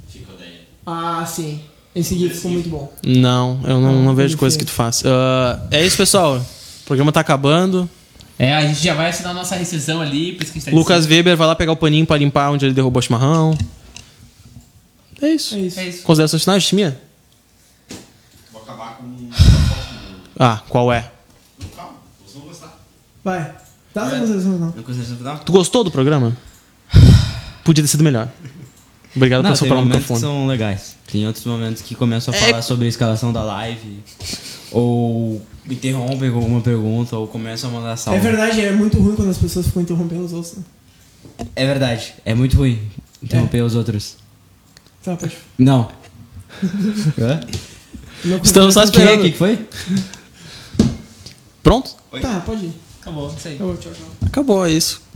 [SPEAKER 6] Fica Odeia.
[SPEAKER 3] Ah, sim. Esse gif ficou muito bom.
[SPEAKER 1] Não, eu não, não vejo
[SPEAKER 3] enfim.
[SPEAKER 1] coisa que tu faz. Ah, é isso, pessoal. O programa tá acabando.
[SPEAKER 2] É, a gente já vai assinar a nossa rescisão ali, por isso que a gente tá
[SPEAKER 1] Lucas Weber vai lá pegar o paninho pra limpar onde ele derrubou o chimarrão. É isso.
[SPEAKER 3] É isso.
[SPEAKER 2] É isso.
[SPEAKER 1] Considerações finais, Timia?
[SPEAKER 6] Vou acabar com uma foto no-
[SPEAKER 1] Ah, qual é?
[SPEAKER 6] no Calma, vocês vão gostar.
[SPEAKER 3] Vai. Dá
[SPEAKER 2] É.
[SPEAKER 3] essa consideração final.
[SPEAKER 4] Não consideração final?
[SPEAKER 1] Tu gostou do programa? Podia ter sido melhor. Obrigado por
[SPEAKER 4] Não, tem
[SPEAKER 1] soprar o
[SPEAKER 4] momentos que
[SPEAKER 1] um microfone.
[SPEAKER 4] são legais. Tem outros momentos É que começam a falar sobre a escalação da live. Ou interrompem com alguma pergunta, ou começam a mandar
[SPEAKER 2] Tá
[SPEAKER 4] salve.
[SPEAKER 3] É verdade, é muito ruim quando as pessoas ficam interrompendo os outros. né?
[SPEAKER 4] É verdade. É muito ruim interromper os outros.
[SPEAKER 3] Tá, pode.
[SPEAKER 4] Não.
[SPEAKER 3] Meu
[SPEAKER 1] Estamos só
[SPEAKER 4] Quem é?
[SPEAKER 1] esperando.
[SPEAKER 4] O que que foi?
[SPEAKER 1] Pronto?
[SPEAKER 3] Tá, pode ir.
[SPEAKER 2] Acabou, isso aí.
[SPEAKER 3] Tá bom, tchau, tchau.
[SPEAKER 1] Acabou, é isso.